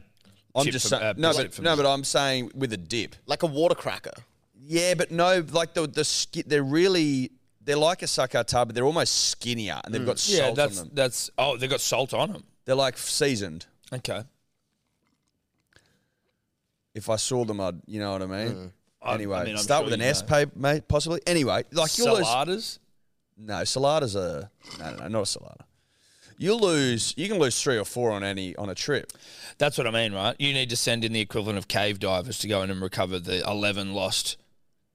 [SPEAKER 3] I'm
[SPEAKER 2] chip
[SPEAKER 3] just
[SPEAKER 2] for-
[SPEAKER 3] saying,
[SPEAKER 2] uh,
[SPEAKER 3] no,
[SPEAKER 2] biscuit
[SPEAKER 3] but
[SPEAKER 2] for
[SPEAKER 3] no,
[SPEAKER 2] biscuit.
[SPEAKER 3] but I'm saying with a dip.
[SPEAKER 4] Like a water cracker.
[SPEAKER 3] Yeah, but no, like the the skin, they're really they're like a sakata, but they're almost skinnier
[SPEAKER 4] Mm.
[SPEAKER 3] and they've got salt
[SPEAKER 2] yeah, that's
[SPEAKER 3] on them.
[SPEAKER 2] that's. Oh, they got salt on them.
[SPEAKER 3] They're like seasoned.
[SPEAKER 2] Okay.
[SPEAKER 3] If I saw them, I'd you know what I
[SPEAKER 4] Mm.
[SPEAKER 3] mean.
[SPEAKER 2] I- I
[SPEAKER 3] Anyway,
[SPEAKER 2] mean, I'm
[SPEAKER 3] start
[SPEAKER 2] sure
[SPEAKER 3] with an
[SPEAKER 2] you
[SPEAKER 3] S,
[SPEAKER 2] know.
[SPEAKER 3] pa- mate, possibly. Anyway, like you'll lose.
[SPEAKER 2] Saladas.
[SPEAKER 3] No, salada's a no, no, no, not a salada. You'll lose. You can lose three or four on any on a trip.
[SPEAKER 2] That's what I mean, right? You need to send in the equivalent of cave divers to go in and recover the eleven lost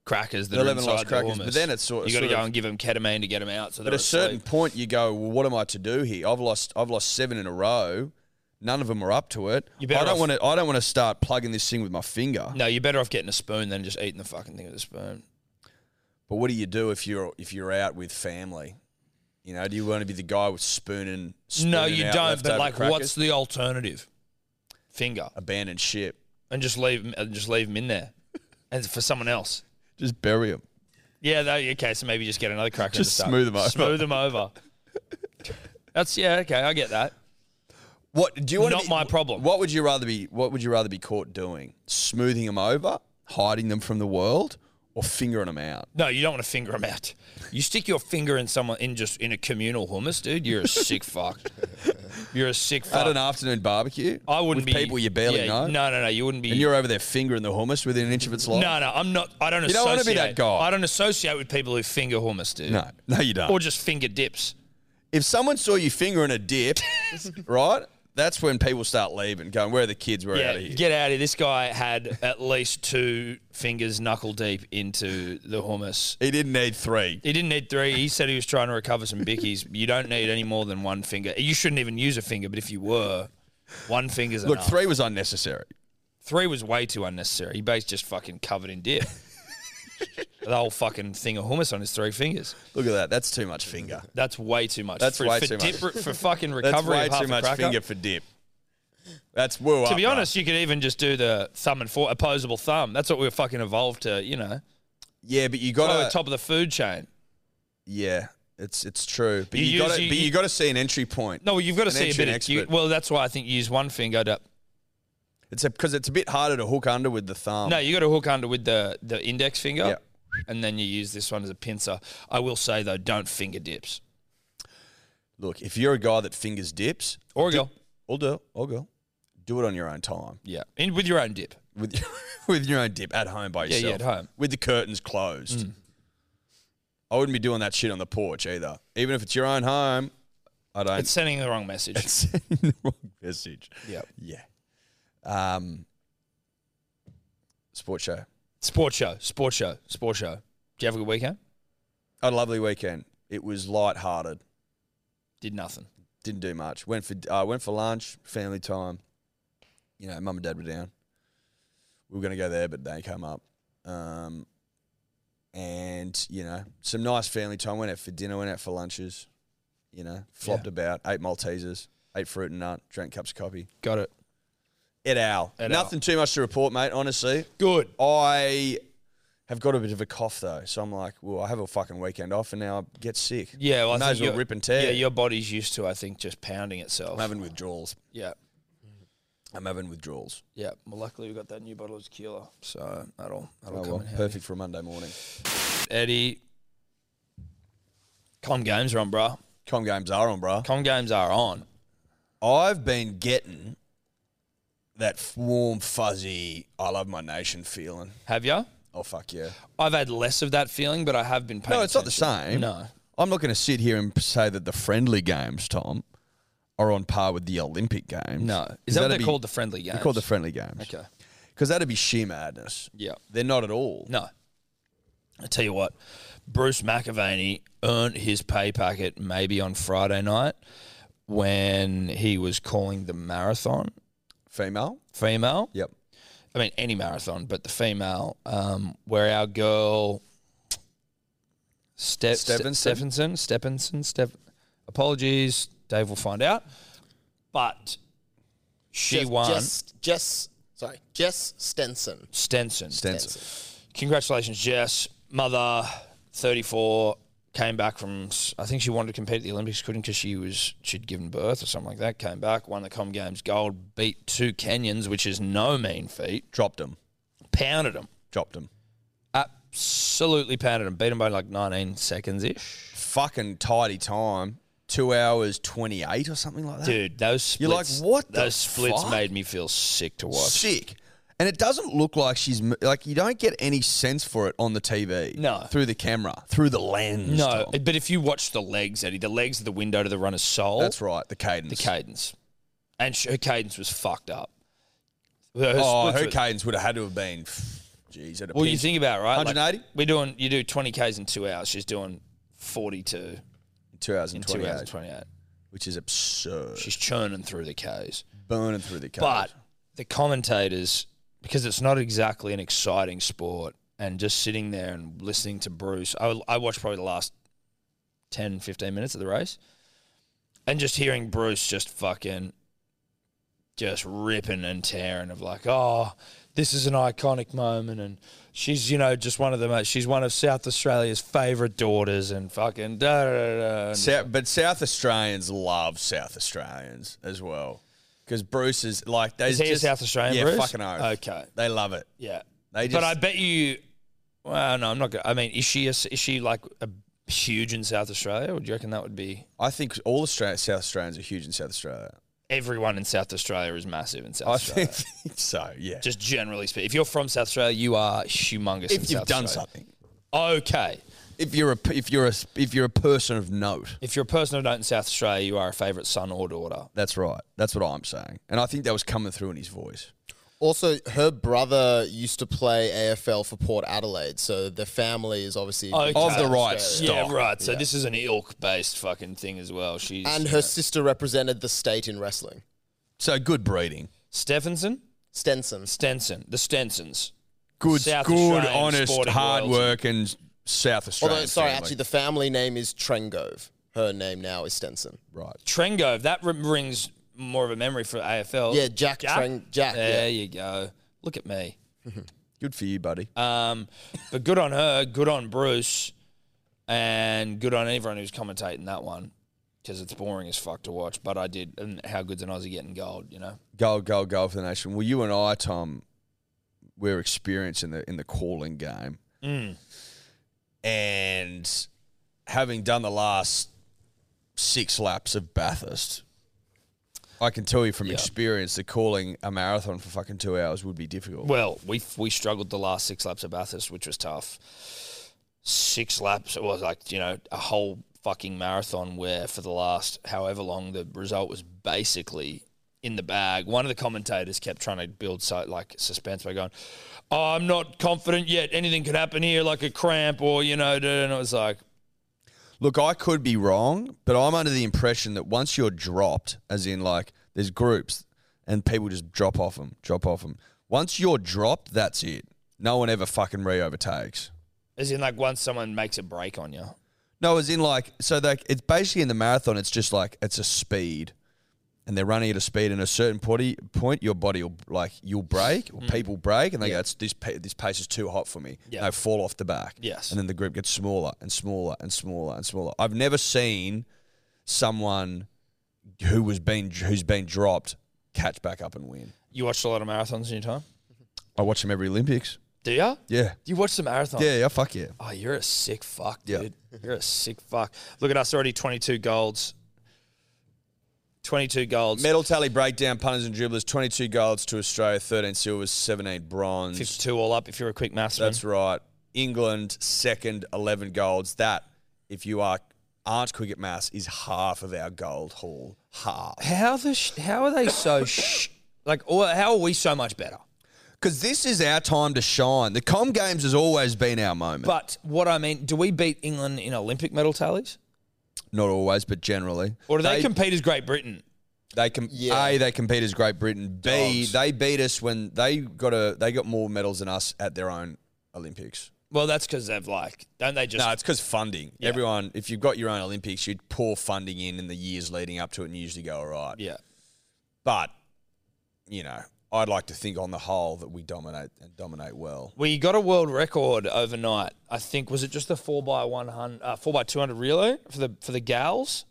[SPEAKER 2] crackers that
[SPEAKER 3] The
[SPEAKER 2] are
[SPEAKER 3] 11
[SPEAKER 2] inside
[SPEAKER 3] lost
[SPEAKER 2] the
[SPEAKER 3] crackers,
[SPEAKER 2] hummus.
[SPEAKER 3] but then it's sort-
[SPEAKER 2] you got to
[SPEAKER 3] sort
[SPEAKER 2] go
[SPEAKER 3] of-
[SPEAKER 2] and give them ketamine to get them out. So
[SPEAKER 3] But at a certain point, you go, well, what am I to do here? I've lost. I've lost seven in a row. None of them are up to it. I
[SPEAKER 2] better
[SPEAKER 3] don't
[SPEAKER 2] off-
[SPEAKER 3] want to. I don't want to start plugging this thing with my finger.
[SPEAKER 2] No, you're better off getting a spoon than just eating the fucking thing with a spoon.
[SPEAKER 3] But what do you do if you're if you're out with family? You know, do you want to be the guy with spoon and spooning
[SPEAKER 2] no, you
[SPEAKER 3] out
[SPEAKER 2] don't.
[SPEAKER 3] leftover
[SPEAKER 2] But like,
[SPEAKER 3] crackers?
[SPEAKER 2] what's the alternative? Finger
[SPEAKER 3] abandoned ship?
[SPEAKER 2] and just leave 'em- and just leave them in there, and for someone else.
[SPEAKER 3] Just bury him.
[SPEAKER 2] Yeah, though, okay. So maybe just get another cracker.
[SPEAKER 3] Just
[SPEAKER 2] and
[SPEAKER 3] smooth 'em over.
[SPEAKER 2] Smooth them over. That's yeah. Okay, I get that.
[SPEAKER 3] What do you want?
[SPEAKER 2] Not
[SPEAKER 3] to be,
[SPEAKER 2] my problem.
[SPEAKER 3] What would you rather be? What would you rather be caught doing? Smoothing them over, hiding them from the world, or fingering them out?
[SPEAKER 2] No, you don't want to finger them out. You stick your finger in someone in just in a communal hummus, dude. You're a sick fuck. You're a sick fuck.
[SPEAKER 3] At an afternoon barbecue,
[SPEAKER 2] I wouldn't
[SPEAKER 3] with
[SPEAKER 2] be
[SPEAKER 3] people you barely
[SPEAKER 2] yeah,
[SPEAKER 3] know,
[SPEAKER 2] No, no, no. You wouldn't be.
[SPEAKER 3] and you're over there fingering the hummus within an inch of its life.
[SPEAKER 2] no, no. I'm not. I don't.
[SPEAKER 3] You don't
[SPEAKER 2] associate,
[SPEAKER 3] wanna be that guy.
[SPEAKER 2] I don't associate with people who finger hummus, dude.
[SPEAKER 3] no, no, you don't.
[SPEAKER 2] Or just finger dips.
[SPEAKER 3] if someone saw you fingering a dip, right? That's when people start leaving, going, "Where are the kids? We're out
[SPEAKER 2] Yeah,
[SPEAKER 3] of here."
[SPEAKER 2] get out of here. This guy had at least two fingers knuckle deep into the hummus.
[SPEAKER 3] He didn't need three.
[SPEAKER 2] He didn't need three. He said he was trying to recover some bickies. You don't need any more than one finger. You shouldn't even use a finger, but if you were, one finger's
[SPEAKER 3] Look,
[SPEAKER 2] enough.
[SPEAKER 3] three was unnecessary.
[SPEAKER 2] Three was way too unnecessary. He basically just fucking covered in dip. the whole fucking thing of hummus on his three fingers.
[SPEAKER 3] Look at that. That's too much finger.
[SPEAKER 2] That's way too much.
[SPEAKER 3] That's
[SPEAKER 2] for,
[SPEAKER 3] way
[SPEAKER 2] for
[SPEAKER 3] too
[SPEAKER 2] dip,
[SPEAKER 3] much.
[SPEAKER 2] For fucking
[SPEAKER 3] That's
[SPEAKER 2] recovery
[SPEAKER 3] way
[SPEAKER 2] of half
[SPEAKER 3] too
[SPEAKER 2] a
[SPEAKER 3] much
[SPEAKER 2] cracker.
[SPEAKER 3] finger for dip. That's woo uh-uh.
[SPEAKER 2] To be honest, you could even just do the thumb and four opposable thumb. That's what we were fucking evolved to, you know.
[SPEAKER 3] yeah, but you
[SPEAKER 2] Go to the
[SPEAKER 3] got to.
[SPEAKER 2] top of the food chain.
[SPEAKER 3] Yeah, it's it's true. But
[SPEAKER 2] You
[SPEAKER 3] you,
[SPEAKER 2] use-
[SPEAKER 3] got to.
[SPEAKER 2] you-
[SPEAKER 3] But
[SPEAKER 2] you-
[SPEAKER 3] you got to see an entry point.
[SPEAKER 2] No, well, you've got to
[SPEAKER 3] An
[SPEAKER 2] see a
[SPEAKER 3] entry
[SPEAKER 2] bit of.
[SPEAKER 3] and
[SPEAKER 2] You,
[SPEAKER 3] expert.
[SPEAKER 2] well, that's why I think you use one finger to.
[SPEAKER 3] It's because it's a bit harder to hook under with the thumb.
[SPEAKER 2] No, you got to hook under with the the index finger,
[SPEAKER 3] Yeah.
[SPEAKER 2] and then you use this one as a pincer. I will say though, don't finger dips
[SPEAKER 3] Look, if you're a guy that fingers dips,
[SPEAKER 2] or a girl.
[SPEAKER 3] I'll do. it. I'll go. Do it on your own time
[SPEAKER 2] Yeah, in with your own dip.
[SPEAKER 3] with with your own dip at home by
[SPEAKER 2] Yeah,
[SPEAKER 3] yourself.
[SPEAKER 2] yeah, at home. Mm.
[SPEAKER 3] with the curtains closed. I wouldn't be doing that shit on the porch either. Even if it's your own home, I don't.
[SPEAKER 2] It's sending the wrong message.
[SPEAKER 3] sending the wrong message.
[SPEAKER 2] Yep.
[SPEAKER 3] Yeah. Um, sports show.
[SPEAKER 2] Sports show, sports show, sports show. Did you have a good weekend?
[SPEAKER 3] I had a lovely weekend. It was light-hearted.
[SPEAKER 2] Did nothing.
[SPEAKER 3] Didn't do much. Went for uh, went for lunch, family time. You know, mum and dad were down. We were going to go there, but they come up. Um, and you know, some nice family time. Went out for dinner. Went out for lunches. You know, flopped about. Ate Maltesers. Ate fruit and nut. Drank cups of coffee.
[SPEAKER 2] Got it.
[SPEAKER 3] Et al.
[SPEAKER 2] Et al.
[SPEAKER 3] Nothing too much to report, mate. Honestly,
[SPEAKER 2] Good.
[SPEAKER 3] I have got a bit of a cough though, so I'm like, well, I have a fucking weekend off, and now I get sick.
[SPEAKER 2] Yeah, well, I
[SPEAKER 3] May
[SPEAKER 2] think
[SPEAKER 3] as well
[SPEAKER 2] your-
[SPEAKER 3] rip and tear.
[SPEAKER 2] Yeah, your body's used to, I think, just pounding
[SPEAKER 3] I'm
[SPEAKER 2] itself.
[SPEAKER 3] having withdrawals.
[SPEAKER 2] Yeah,
[SPEAKER 3] I'm having withdrawals.
[SPEAKER 2] yeah. Well, luckily we got that new bottle of tequila, so that'll that'll
[SPEAKER 3] Oh
[SPEAKER 2] come
[SPEAKER 3] well,
[SPEAKER 2] in handy.
[SPEAKER 3] perfect for a Monday morning.
[SPEAKER 2] Eddie, com games are on, bruh.
[SPEAKER 3] Com games are on, bruh.
[SPEAKER 2] Com games are on.
[SPEAKER 3] I've been getting that f- warm, fuzzy, I love my nation feeling.
[SPEAKER 2] Have you?
[SPEAKER 3] Oh fuck yeah!
[SPEAKER 2] I've had less of that feeling, but I have been paying.
[SPEAKER 3] No, it's not the
[SPEAKER 2] attention.
[SPEAKER 3] same.
[SPEAKER 2] No,
[SPEAKER 3] I'm not going to sit here and say that the friendly games, Tom, are on par with the Olympic games.
[SPEAKER 2] no. Is that
[SPEAKER 3] 'Cause
[SPEAKER 2] what
[SPEAKER 3] that'd
[SPEAKER 2] they're
[SPEAKER 3] be-
[SPEAKER 2] called? The friendly games.
[SPEAKER 3] They're called the friendly games.
[SPEAKER 2] Okay.
[SPEAKER 3] Because that'd be sheer madness.
[SPEAKER 2] Yeah.
[SPEAKER 3] They're not at all.
[SPEAKER 2] No. I tell you what, Bruce McAvaney earned his pay packet maybe on Friday night when he was calling the marathon
[SPEAKER 3] Female.
[SPEAKER 2] female.
[SPEAKER 3] Yep.
[SPEAKER 2] I mean, any marathon, but the female, um, where our girl Ste- Ste-
[SPEAKER 3] Stephenson?
[SPEAKER 2] Stephenson, Stephenson, Step. Apologies, Dave will find out. But she
[SPEAKER 4] Jess-
[SPEAKER 2] won
[SPEAKER 4] Jess, Jess, sorry, Jess Stenson.
[SPEAKER 2] Stenson.
[SPEAKER 3] Stenson.
[SPEAKER 2] Congratulations, Jess, mother, thirty-four, Came back from, s- I think she wanted to compete at the Olympics, couldn't because she was she'd given birth or something like that. Came back, won the Com Games gold, beat two Kenyans, which is no mean feat.
[SPEAKER 3] Dropped him.
[SPEAKER 2] Pounded them,
[SPEAKER 3] Dropped him.
[SPEAKER 2] absolutely pounded them. Beat them by like 19 seconds ish.
[SPEAKER 3] Fucking tidy time. Two hours twenty eight or something like that.
[SPEAKER 2] Dude, those
[SPEAKER 3] You're like,
[SPEAKER 2] splits,
[SPEAKER 3] what the
[SPEAKER 2] Those splits
[SPEAKER 3] fuck?
[SPEAKER 2] made me feel sick to watch.
[SPEAKER 3] sick. And it doesn't look like she's m- like you don't get any sense for it on the TV.
[SPEAKER 2] No.
[SPEAKER 3] through the camera, through the lens.
[SPEAKER 2] No,
[SPEAKER 3] Tom.
[SPEAKER 2] but if you watch the legs, Eddie, the legs are the window to the runner's soul.
[SPEAKER 3] that's right. The cadence.
[SPEAKER 2] the cadence, and sh- her cadence was fucked up. Her
[SPEAKER 3] oh,
[SPEAKER 2] splits
[SPEAKER 3] her
[SPEAKER 2] were-
[SPEAKER 3] cadence would have had to have been. Jeez, at a
[SPEAKER 2] Well, you
[SPEAKER 3] pinch.
[SPEAKER 2] think about it, right? Like,
[SPEAKER 3] 180?
[SPEAKER 2] we're doing you do twenty k's in two hours. She's doing forty two
[SPEAKER 3] two hours
[SPEAKER 2] in
[SPEAKER 3] and
[SPEAKER 2] two
[SPEAKER 3] twenty
[SPEAKER 2] hours and
[SPEAKER 3] eight,
[SPEAKER 2] twenty eight.
[SPEAKER 3] which is absurd.
[SPEAKER 2] She's churning through the k's.
[SPEAKER 3] burning through the cadence.
[SPEAKER 2] But the commentators, because it's not exactly an exciting sport, and just sitting there and listening to Bruce, I, I watched probably the last 10, 15 minutes of the race, and just hearing Bruce just fucking just ripping and tearing of like, oh, this is an iconic moment, and she's you know just one of the most, she's one of South Australia's favourite daughters, and fucking da da da. da and-
[SPEAKER 3] Sou- but South Australians love South Australians as well. Because Bruce is like they
[SPEAKER 2] Is he a
[SPEAKER 3] just,
[SPEAKER 2] South Australian,
[SPEAKER 3] Yeah,
[SPEAKER 2] Bruce?
[SPEAKER 3] fucking oath.
[SPEAKER 2] Okay.
[SPEAKER 3] they love it.
[SPEAKER 2] Yeah.
[SPEAKER 3] They
[SPEAKER 2] but
[SPEAKER 3] just-
[SPEAKER 2] I bet you. Well, no, I'm not. Gonna, I mean, is she a, is she like a huge in South Australia? Or do you reckon that would be
[SPEAKER 3] I think all Australia, South Australians are huge in South Australia.
[SPEAKER 2] everyone in South Australia is massive in South
[SPEAKER 3] I
[SPEAKER 2] Australia?
[SPEAKER 3] think so. Yeah,
[SPEAKER 2] Just generally speaking, if you're from South Australia, you are humongous. in
[SPEAKER 3] if you've
[SPEAKER 2] South
[SPEAKER 3] done
[SPEAKER 2] Australia.
[SPEAKER 3] something.
[SPEAKER 2] okay.
[SPEAKER 3] If you're a if you're a if you're a person of note.
[SPEAKER 2] If you're a person of note in South Australia, you are a favourite son or daughter.
[SPEAKER 3] That's right. That's what I'm saying. And I think that was coming through in his voice.
[SPEAKER 4] Also, her brother used to play AFL for Port Adelaide, so the family is obviously a big
[SPEAKER 2] Okay.
[SPEAKER 3] Of the
[SPEAKER 4] South
[SPEAKER 3] right
[SPEAKER 4] Australia.
[SPEAKER 3] stock.
[SPEAKER 2] Yeah, right. So this is an ilk-based fucking thing as well. She's
[SPEAKER 4] And her sister represented the state in wrestling.
[SPEAKER 3] So good breeding.
[SPEAKER 2] Stephenson,
[SPEAKER 4] Stenson.
[SPEAKER 2] Stenson, the Stensons.
[SPEAKER 3] Good
[SPEAKER 2] South
[SPEAKER 3] good
[SPEAKER 2] Australian
[SPEAKER 3] honest
[SPEAKER 2] sporting
[SPEAKER 3] hard
[SPEAKER 2] royalty.
[SPEAKER 3] work and South Australian.
[SPEAKER 4] Although, sorry,
[SPEAKER 3] family.
[SPEAKER 4] actually, the family name is Trengove. Her name now is Stenson.
[SPEAKER 3] right.
[SPEAKER 2] Trengove, that re- rings more of a memory for AFL.
[SPEAKER 4] Yeah, Jack, Treng. Jack.
[SPEAKER 2] There
[SPEAKER 4] Yeah.
[SPEAKER 2] you go. Look at me.
[SPEAKER 3] Good for you, buddy.
[SPEAKER 2] Um, but good on her, good on Bruce, and good on everyone who's commentating that one because it's boring as fuck to watch. But I did. And how good's an Aussie getting gold, you know?
[SPEAKER 3] Goal, goal, goal for the nation. Well, you and I, Tom, we're experienced in the in the calling game,
[SPEAKER 2] Mm.
[SPEAKER 3] and having done the last six laps of Bathurst, I can tell you from
[SPEAKER 2] Yeah.
[SPEAKER 3] experience that calling a marathon for fucking two hours would be difficult.
[SPEAKER 2] Well, we we struggled the last six laps of Bathurst, which was tough. Six laps, it was like you know a whole fucking marathon where for the last however long the result was basically in the bag. One of the commentators kept trying to build so, like suspense by going, oh, "I'm not confident yet. Anything could happen here, like a cramp or you know." da- da- And it was like,
[SPEAKER 3] Look, I could be wrong, but I'm under the impression that once you're dropped, as in like there's groups and people just drop off them, drop off them. Once you're dropped, that's it. No one ever fucking re overtakes.
[SPEAKER 2] as in like once someone makes a break on you,
[SPEAKER 3] No, as in like so like it's basically in the marathon. It's just like it's a speed, and they're running at a speed. And at a certain potty, point, your body will like you'll break, or people break, and they go, "It's this pa- this pace is too hot for me."
[SPEAKER 2] Mm. Yeah.
[SPEAKER 3] And they fall off the back.
[SPEAKER 2] Yes.
[SPEAKER 3] and then the group gets smaller and smaller and smaller and smaller. I've never seen someone who was been who's been dropped catch back up and win.
[SPEAKER 2] you watched a lot of marathons in your time.
[SPEAKER 3] I watch them every Olympics.
[SPEAKER 2] Do you?
[SPEAKER 3] Yeah,
[SPEAKER 2] Do you watch the marathon?
[SPEAKER 3] yeah, yeah. Fuck yeah.
[SPEAKER 2] Oh, you're a sick fuck,
[SPEAKER 3] Yeah.
[SPEAKER 2] dude. You're a sick fuck. Look at us already 22 golds. 22 golds,
[SPEAKER 3] Medal tally breakdown, punters and dribblers, 22 golds to Australia, 13 silvers, 17 bronze.
[SPEAKER 2] 52 all up if you're a quick mathsman.
[SPEAKER 3] That's right. England, second, 11 golds. That, if you are, aren't quick at maths, is half of our gold haul. Half.
[SPEAKER 2] How the sh- how are they so sh- like or how are we so much better?
[SPEAKER 3] Because this is our time to shine. The Com Games has always been our moment.
[SPEAKER 2] But what I mean, do we beat England in Olympic medal tallies?
[SPEAKER 3] Not always, but generally.
[SPEAKER 2] Or do they,
[SPEAKER 3] They-
[SPEAKER 2] compete as Great Britain?
[SPEAKER 3] They com-
[SPEAKER 4] Yeah.
[SPEAKER 3] A, they compete as Great Britain. B,
[SPEAKER 2] Dogs.
[SPEAKER 3] they beat us when they got a they got more medals than us at their own Olympics.
[SPEAKER 2] Well, that's because they've like don't they just
[SPEAKER 3] No, it's because funding. Everyone, if you've got your own Olympics, you'd pour funding in in the years leading up to it and usually go all right.
[SPEAKER 2] Yeah.
[SPEAKER 3] But, you know, I'd like to think on the whole that we dominate and dominate well.
[SPEAKER 2] We got a world record overnight. I think was it just the four by one hundred, uh, four by two hundred relay for the for the gals?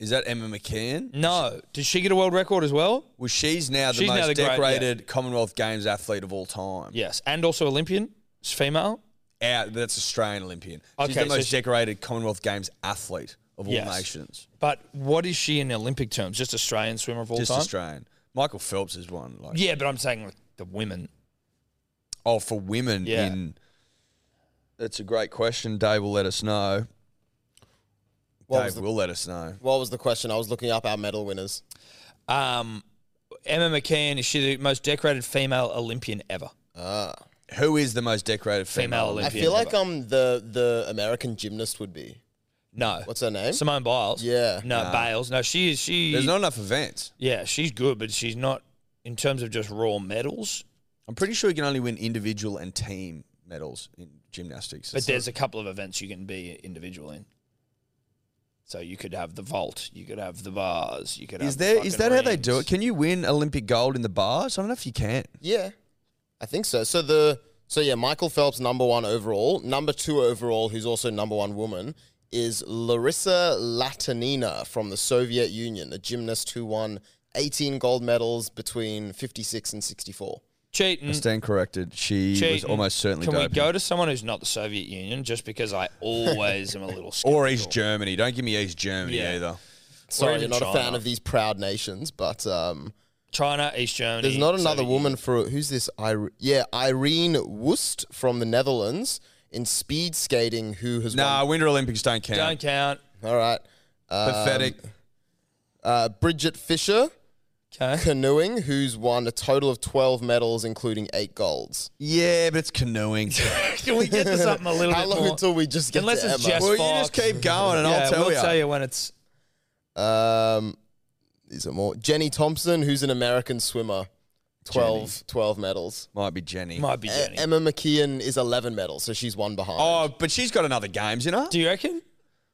[SPEAKER 3] Is that Emma McCann?
[SPEAKER 2] No, did she get a world record as well?
[SPEAKER 3] Well, she's now the
[SPEAKER 2] She's
[SPEAKER 3] most
[SPEAKER 2] now the great- yeah.
[SPEAKER 3] decorated Commonwealth Games athlete of all time.
[SPEAKER 2] Yes, and also Olympian, It's female.
[SPEAKER 3] Out, that's Australian Olympian. She's
[SPEAKER 2] Okay,
[SPEAKER 3] the
[SPEAKER 2] so
[SPEAKER 3] most
[SPEAKER 2] she-
[SPEAKER 3] decorated Commonwealth Games athlete of all
[SPEAKER 2] Yes.
[SPEAKER 3] nations.
[SPEAKER 2] But what is she in Olympic terms? Just Australian swimmer of all
[SPEAKER 3] Just
[SPEAKER 2] time.
[SPEAKER 3] Australian. Michael Phelps is one. Like,
[SPEAKER 2] Yeah, but I'm saying like the women.
[SPEAKER 3] Oh, for women
[SPEAKER 2] Yeah.
[SPEAKER 3] in. That's a great question. Dave will let us know.
[SPEAKER 4] What was
[SPEAKER 3] Dave
[SPEAKER 4] the-
[SPEAKER 3] will let us know.
[SPEAKER 4] What was the question? I was looking up our medal winners.
[SPEAKER 2] Um, Emma McCann is she the most decorated female Olympian ever?
[SPEAKER 3] Ah. Who is the most decorated
[SPEAKER 2] Female
[SPEAKER 3] female?
[SPEAKER 2] Olympian.
[SPEAKER 4] I feel like um the the American gymnast would be.
[SPEAKER 2] No.
[SPEAKER 4] What's her name?
[SPEAKER 2] Simone Biles.
[SPEAKER 4] Yeah.
[SPEAKER 2] No, Bales. No, she is she.
[SPEAKER 3] There's not enough events.
[SPEAKER 2] yeah, she's good, but she's not in terms of just raw medals.
[SPEAKER 3] I'm pretty sure you can only win individual and team medals in gymnastics.
[SPEAKER 2] But
[SPEAKER 3] It's not-
[SPEAKER 2] there's a couple of events you can be individual in. So you could have the vault, you could have the bars, you could.
[SPEAKER 3] Is
[SPEAKER 2] have
[SPEAKER 3] there
[SPEAKER 2] the
[SPEAKER 3] is
[SPEAKER 2] fucking
[SPEAKER 3] that how they do
[SPEAKER 2] rings.
[SPEAKER 3] it? Can you win Olympic gold in the bars? I don't know if you can.
[SPEAKER 4] Yeah, I think so. So the so yeah, Michael Phelps number one overall, number two overall, who's also number one woman, is Larissa Latinina from the Soviet Union, a gymnast who won 18 gold medals between 56 and 64.
[SPEAKER 2] Cheating.
[SPEAKER 3] Stand corrected. She was
[SPEAKER 2] Cheating.
[SPEAKER 3] almost certainly
[SPEAKER 2] Can
[SPEAKER 3] doping.
[SPEAKER 2] we go to someone who's not the Soviet Union? Just because I always am a little. Skeptical.
[SPEAKER 3] or East Germany. Don't give me East Germany
[SPEAKER 2] Yeah.
[SPEAKER 3] either.
[SPEAKER 4] Sorry, you're
[SPEAKER 2] even
[SPEAKER 4] not a fan
[SPEAKER 2] China.
[SPEAKER 4] of these proud nations, but um,
[SPEAKER 2] China, East Germany.
[SPEAKER 4] there's not another
[SPEAKER 2] Soviet
[SPEAKER 4] woman for who's this? Ire- yeah, Irene Wust from the Netherlands in speed skating who has
[SPEAKER 3] Nah, Winter Olympics don't count.
[SPEAKER 2] Union. Don't count.
[SPEAKER 4] won. All right, Um,
[SPEAKER 3] Pathetic.
[SPEAKER 4] uh, Bridget Fisher.
[SPEAKER 2] Okay.
[SPEAKER 4] canoeing, who's won a total of 12 medals, including eight golds.
[SPEAKER 3] yeah, but it's canoeing.
[SPEAKER 2] Can we get to something a little
[SPEAKER 4] How
[SPEAKER 2] bit
[SPEAKER 4] long
[SPEAKER 2] more?
[SPEAKER 4] until we just get
[SPEAKER 2] Unless
[SPEAKER 4] to
[SPEAKER 2] it's
[SPEAKER 4] Emma?
[SPEAKER 2] Jess
[SPEAKER 3] well, you just
[SPEAKER 2] Fox.
[SPEAKER 3] keep going, and
[SPEAKER 2] yeah,
[SPEAKER 3] I'll tell
[SPEAKER 2] we'll
[SPEAKER 3] you.
[SPEAKER 2] tell you when it's.
[SPEAKER 4] Um, these are more. Jenny Thompson, who's an American swimmer, 12, 12 medals.
[SPEAKER 3] Might be Jenny.
[SPEAKER 2] Might be Jenny.
[SPEAKER 4] E- Emma McKeon is 11 medals, so she's one behind.
[SPEAKER 3] Oh, but she's got another games in her.
[SPEAKER 2] Do you reckon?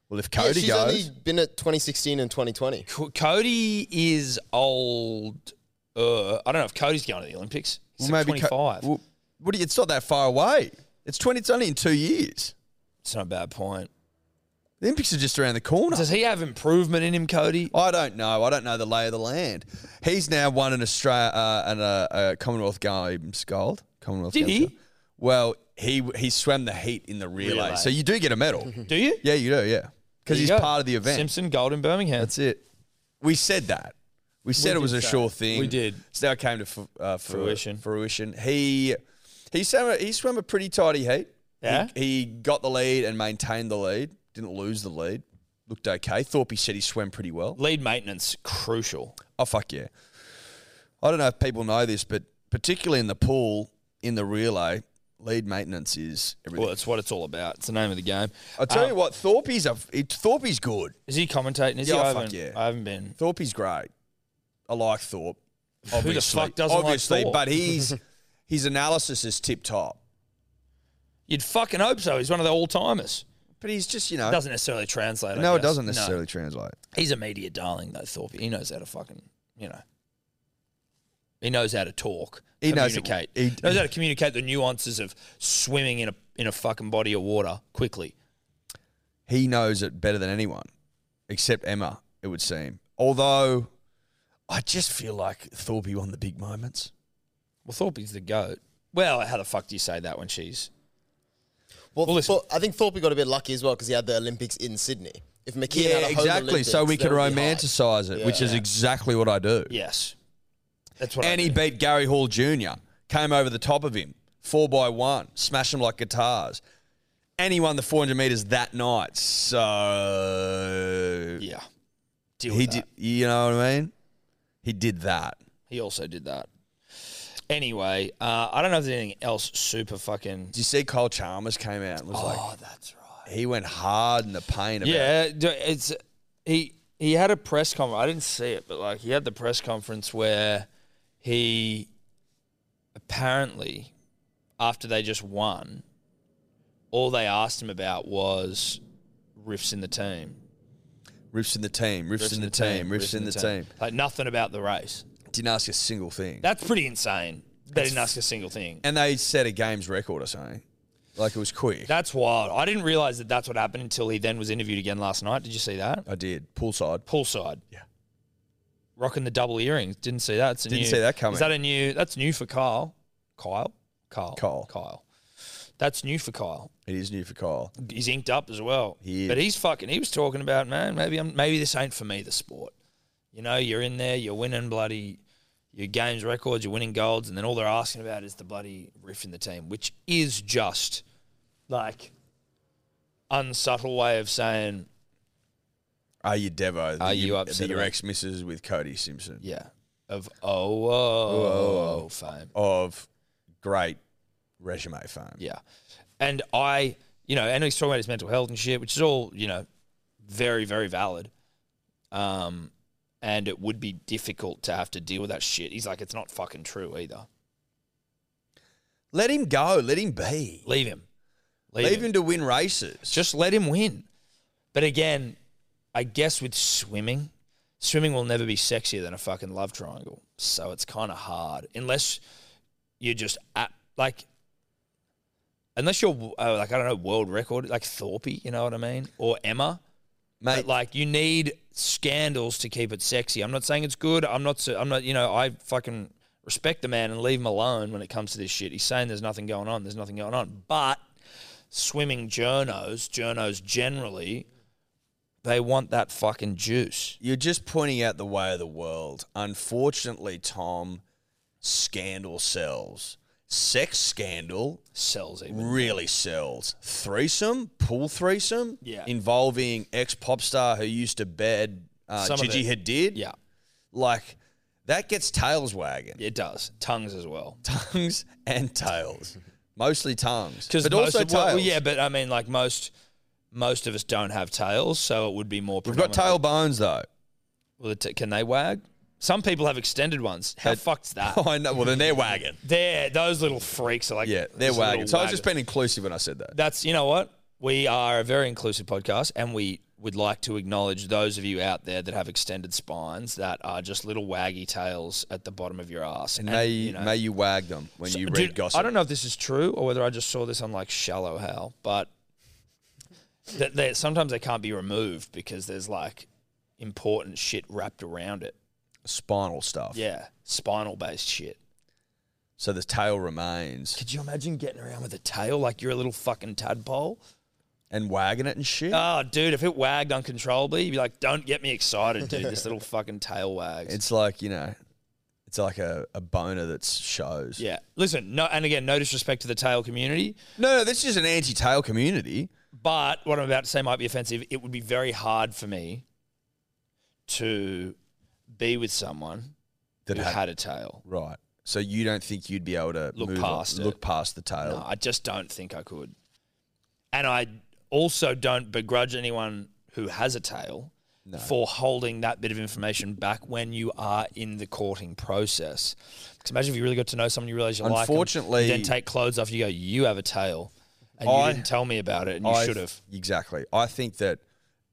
[SPEAKER 3] Well, if
[SPEAKER 4] Yeah,
[SPEAKER 3] Cody
[SPEAKER 4] she's
[SPEAKER 3] goes,
[SPEAKER 4] only been at 2016 and 2020.
[SPEAKER 2] Co- Cody is old. Uh, I don't know if Cody's going to the Olympics. He's
[SPEAKER 3] well,
[SPEAKER 2] like
[SPEAKER 3] maybe Co-
[SPEAKER 2] 25.
[SPEAKER 3] well, what do you, it's not that far away. It's twenty. It's only in two years.
[SPEAKER 2] it's not a bad point.
[SPEAKER 3] The Olympics are just around the corner.
[SPEAKER 2] Does he have improvement in him, Cody?
[SPEAKER 3] I don't know. I don't know the lay of the land. He's now won an Australia uh, and a, a Commonwealth Games gold. Commonwealth.
[SPEAKER 2] Did
[SPEAKER 3] Games
[SPEAKER 2] he?
[SPEAKER 3] gold. Well, he he swam the heat in the relay,
[SPEAKER 2] Relay.
[SPEAKER 3] so you do get a medal.
[SPEAKER 2] Do you?
[SPEAKER 3] yeah, you do. Yeah,
[SPEAKER 2] There
[SPEAKER 3] because
[SPEAKER 2] you
[SPEAKER 3] he's
[SPEAKER 2] go.
[SPEAKER 3] part of the event.
[SPEAKER 2] Simpson Gold in Birmingham.
[SPEAKER 3] That's it. We said that. We said it
[SPEAKER 2] did
[SPEAKER 3] was a
[SPEAKER 2] say
[SPEAKER 3] sure
[SPEAKER 2] it.
[SPEAKER 3] thing.
[SPEAKER 2] We did.
[SPEAKER 3] So now it came to fu- uh, fu-
[SPEAKER 2] Fruition.
[SPEAKER 3] Fruition. He he swam a, he swam a pretty tidy heat.
[SPEAKER 2] Yeah?
[SPEAKER 3] He, he got the lead and maintained the lead. Didn't lose the lead. Looked okay. Thorpe said he swam pretty well.
[SPEAKER 2] Lead maintenance crucial.
[SPEAKER 3] Oh fuck yeah! I don't know if people know this, but particularly in the pool in the relay, lead maintenance is everything.
[SPEAKER 2] Well, that's what it's all about. It's the name of the game.
[SPEAKER 3] I tell
[SPEAKER 2] Uh,
[SPEAKER 3] you what, Thorpe's a he, Thorpe's good.
[SPEAKER 2] is he commentating? Is
[SPEAKER 3] Yeah,
[SPEAKER 2] he?
[SPEAKER 3] oh,
[SPEAKER 2] I
[SPEAKER 3] fuck
[SPEAKER 2] haven't,
[SPEAKER 3] yeah.
[SPEAKER 2] I haven't been.
[SPEAKER 3] Thorpe's great. I like Thorpe.
[SPEAKER 2] the
[SPEAKER 3] Obviously,
[SPEAKER 2] fuck doesn't like
[SPEAKER 3] obviously,
[SPEAKER 2] Thorpe?
[SPEAKER 3] but he's his analysis is tip top.
[SPEAKER 2] You'd fucking hope so. He's one of the all timers.
[SPEAKER 3] But he's just you know
[SPEAKER 2] Doesn't necessarily translate. I
[SPEAKER 3] no, it
[SPEAKER 2] guess.
[SPEAKER 3] doesn't
[SPEAKER 2] No.
[SPEAKER 3] necessarily translate.
[SPEAKER 2] He's a media darling though, Thorpe. He knows how to fucking you know. He knows how to talk.
[SPEAKER 3] He knows-
[SPEAKER 2] communicate.
[SPEAKER 3] he-
[SPEAKER 2] knows how to communicate the nuances of swimming in a in a fucking body of water quickly.
[SPEAKER 3] He knows it better than anyone, except Emma. It would seem. Although, I just feel like Thorpe won the big moments.
[SPEAKER 2] Well, Thorpe's the goat. Well, how the fuck do you say that when she's
[SPEAKER 4] Well,
[SPEAKER 2] Well, listen.
[SPEAKER 4] Thor- I think Thorpe got a bit lucky as well because he had the Olympics in Sydney. If McKeon had a
[SPEAKER 3] Yeah,
[SPEAKER 4] home
[SPEAKER 3] exactly. So
[SPEAKER 4] Olympics,
[SPEAKER 3] we can
[SPEAKER 4] there would be hype.
[SPEAKER 3] romanticize it, which
[SPEAKER 4] Yeah.
[SPEAKER 3] is exactly what I do.
[SPEAKER 2] yes? That's what.
[SPEAKER 3] And
[SPEAKER 2] I
[SPEAKER 3] he
[SPEAKER 2] do.
[SPEAKER 3] beat Gary Hall Jr. Came over the top of him, four by one, smashed him like guitars. And he won the 400 meters that night. So
[SPEAKER 2] yeah. Deal
[SPEAKER 3] he
[SPEAKER 2] with that.
[SPEAKER 3] did. You know what I mean? He did that.
[SPEAKER 2] He also did that. Anyway, uh, I don't know if there's anything else super fucking.
[SPEAKER 3] Did you see Cole Chalmers came out and was
[SPEAKER 2] oh, that's right.
[SPEAKER 3] like, he went hard in the paint. About
[SPEAKER 2] Yeah, d- it's he he had a press conference. I didn't see it, but like he had the press conference where he apparently after they just won, all they asked him about was riffs in the team,
[SPEAKER 3] rips in the team, rips, in the, team, riffs in the team.
[SPEAKER 2] like nothing about the race.
[SPEAKER 3] Didn't ask a single thing.
[SPEAKER 2] That's pretty insane. They didn't ask a single thing.
[SPEAKER 3] and they set a games record or something. Like it was quick.
[SPEAKER 2] That's wild. I didn't realize that that's what happened until he then was interviewed again last night. Did you see that?
[SPEAKER 3] I did. Poolside.
[SPEAKER 2] Poolside.
[SPEAKER 3] Yeah.
[SPEAKER 2] Rocking the double earrings. Didn't see that. It's a
[SPEAKER 3] Didn't
[SPEAKER 2] new-
[SPEAKER 3] see that coming.
[SPEAKER 2] Is that a new? That's new for Kyle. Kyle. Kyle.
[SPEAKER 3] Kyle.
[SPEAKER 2] Kyle. That's new for Kyle.
[SPEAKER 3] It is new for Kyle.
[SPEAKER 2] He's inked up as well.
[SPEAKER 3] He is.
[SPEAKER 2] But he's fucking. He was talking about man. Maybe I'm. Maybe this ain't for me. The sport. You know, you're in there. You're winning bloody. Your games records. You're winning golds, and then all they're asking about is the bloody riff in the team, which is just like unsubtle way of saying
[SPEAKER 3] Are you Devo? that
[SPEAKER 2] Are you
[SPEAKER 3] your-
[SPEAKER 2] upset
[SPEAKER 3] that your
[SPEAKER 2] about-
[SPEAKER 3] ex missus with Cody Simpson
[SPEAKER 2] yeah of oh oh, oh fame
[SPEAKER 3] of great resume fame?
[SPEAKER 2] Yeah. And I, you know, and he's talking about his mental health and shit, which is all, you know, very, very valid. Um, and it would be difficult to have to deal with that shit. He's like, it's not fucking true either.
[SPEAKER 3] Let him go. Let him be.
[SPEAKER 2] Leave him. Leave,
[SPEAKER 3] Leave
[SPEAKER 2] him.
[SPEAKER 3] him to win races.
[SPEAKER 2] Just let him win. But again, I guess with swimming, swimming will never be sexier than a fucking love triangle. So it's kind of hard unless you're just at, like, unless you're uh, like I don't know world record like Thorpe, you know what I mean, or Emma.
[SPEAKER 3] mate.
[SPEAKER 2] But like you need scandals to keep it sexy. I'm not saying it's good. I'm not. so- I'm not. You know, I fucking respect the man and leave him alone when it comes to this shit. He's saying there's nothing going on. There's nothing going on. But swimming journos, journos generally, they want that fucking juice.
[SPEAKER 3] You're just pointing out the way of the world. Unfortunately, Tom, scandal sells. Sex scandal
[SPEAKER 2] Sells even.
[SPEAKER 3] really sells. Threesome, pool threesome,
[SPEAKER 2] Yeah.
[SPEAKER 3] involving ex pop star who used to bed uh,
[SPEAKER 2] Some of
[SPEAKER 3] Gigi Hadid.
[SPEAKER 2] Yeah,
[SPEAKER 3] like that gets tails wagging,
[SPEAKER 2] it does. Tongues as well.
[SPEAKER 3] tongues and tails, mostly tongues,
[SPEAKER 2] Because
[SPEAKER 3] but also tails.
[SPEAKER 2] well, well, yeah, but I mean, like most, most of us don't have tails, so it would be more.
[SPEAKER 3] we've got tail bones though.
[SPEAKER 2] Well, the t- can they wag? Some people have extended ones. How fucked's that?
[SPEAKER 3] I know. Well, then they're wagging.
[SPEAKER 2] They're those little freaks are like
[SPEAKER 3] Yeah, they're
[SPEAKER 2] just
[SPEAKER 3] wagging.
[SPEAKER 2] little
[SPEAKER 3] So I was
[SPEAKER 2] waggers.
[SPEAKER 3] just being inclusive when I said that.
[SPEAKER 2] That's you know what we are a very inclusive podcast, and we would like to acknowledge those of you out there that have extended spines that are just little waggy tails at the bottom of your ass.
[SPEAKER 3] And may
[SPEAKER 2] you know-
[SPEAKER 3] may you wag them when you read
[SPEAKER 2] Dude,
[SPEAKER 3] gossip.
[SPEAKER 2] I don't know if this is true or whether I just saw this on like shallow hell, but that they, sometimes they can't be removed because there's like important shit wrapped around it.
[SPEAKER 3] Spinal stuff.
[SPEAKER 2] Yeah, spinal based shit.
[SPEAKER 3] So the tail remains
[SPEAKER 2] Could you imagine getting around with a tail like you're a little fucking tadpole?
[SPEAKER 3] and wagging it and shit.
[SPEAKER 2] Oh, dude, if it wagged uncontrollably, you'd be like, don't get me excited, dude. This little fucking tail wags.
[SPEAKER 3] it's like you know, it's like a, a boner that shows.
[SPEAKER 2] yeah. Listen, no, and again, no disrespect to the tail community,
[SPEAKER 3] No, no, this is an anti-tail community.
[SPEAKER 2] but what I'm about to say might be offensive. It would be very hard for me to be with someone
[SPEAKER 3] That
[SPEAKER 2] who
[SPEAKER 3] had-
[SPEAKER 2] had a tail.
[SPEAKER 3] Right. So you don't think you'd be able to
[SPEAKER 2] Look
[SPEAKER 3] move
[SPEAKER 2] past it.
[SPEAKER 3] look past the tail?
[SPEAKER 2] No, I just don't think I could. And I also don't begrudge anyone who has a tail for holding that bit of information back when you are in the courting process. Because imagine if you really got to know someone, you realize you like 'em,
[SPEAKER 3] Unfortunately-
[SPEAKER 2] you then take clothes off, you go, you have a tail. And you
[SPEAKER 3] I-
[SPEAKER 2] didn't tell me about it, and you
[SPEAKER 3] I-
[SPEAKER 2] should have.
[SPEAKER 3] Exactly. I think that,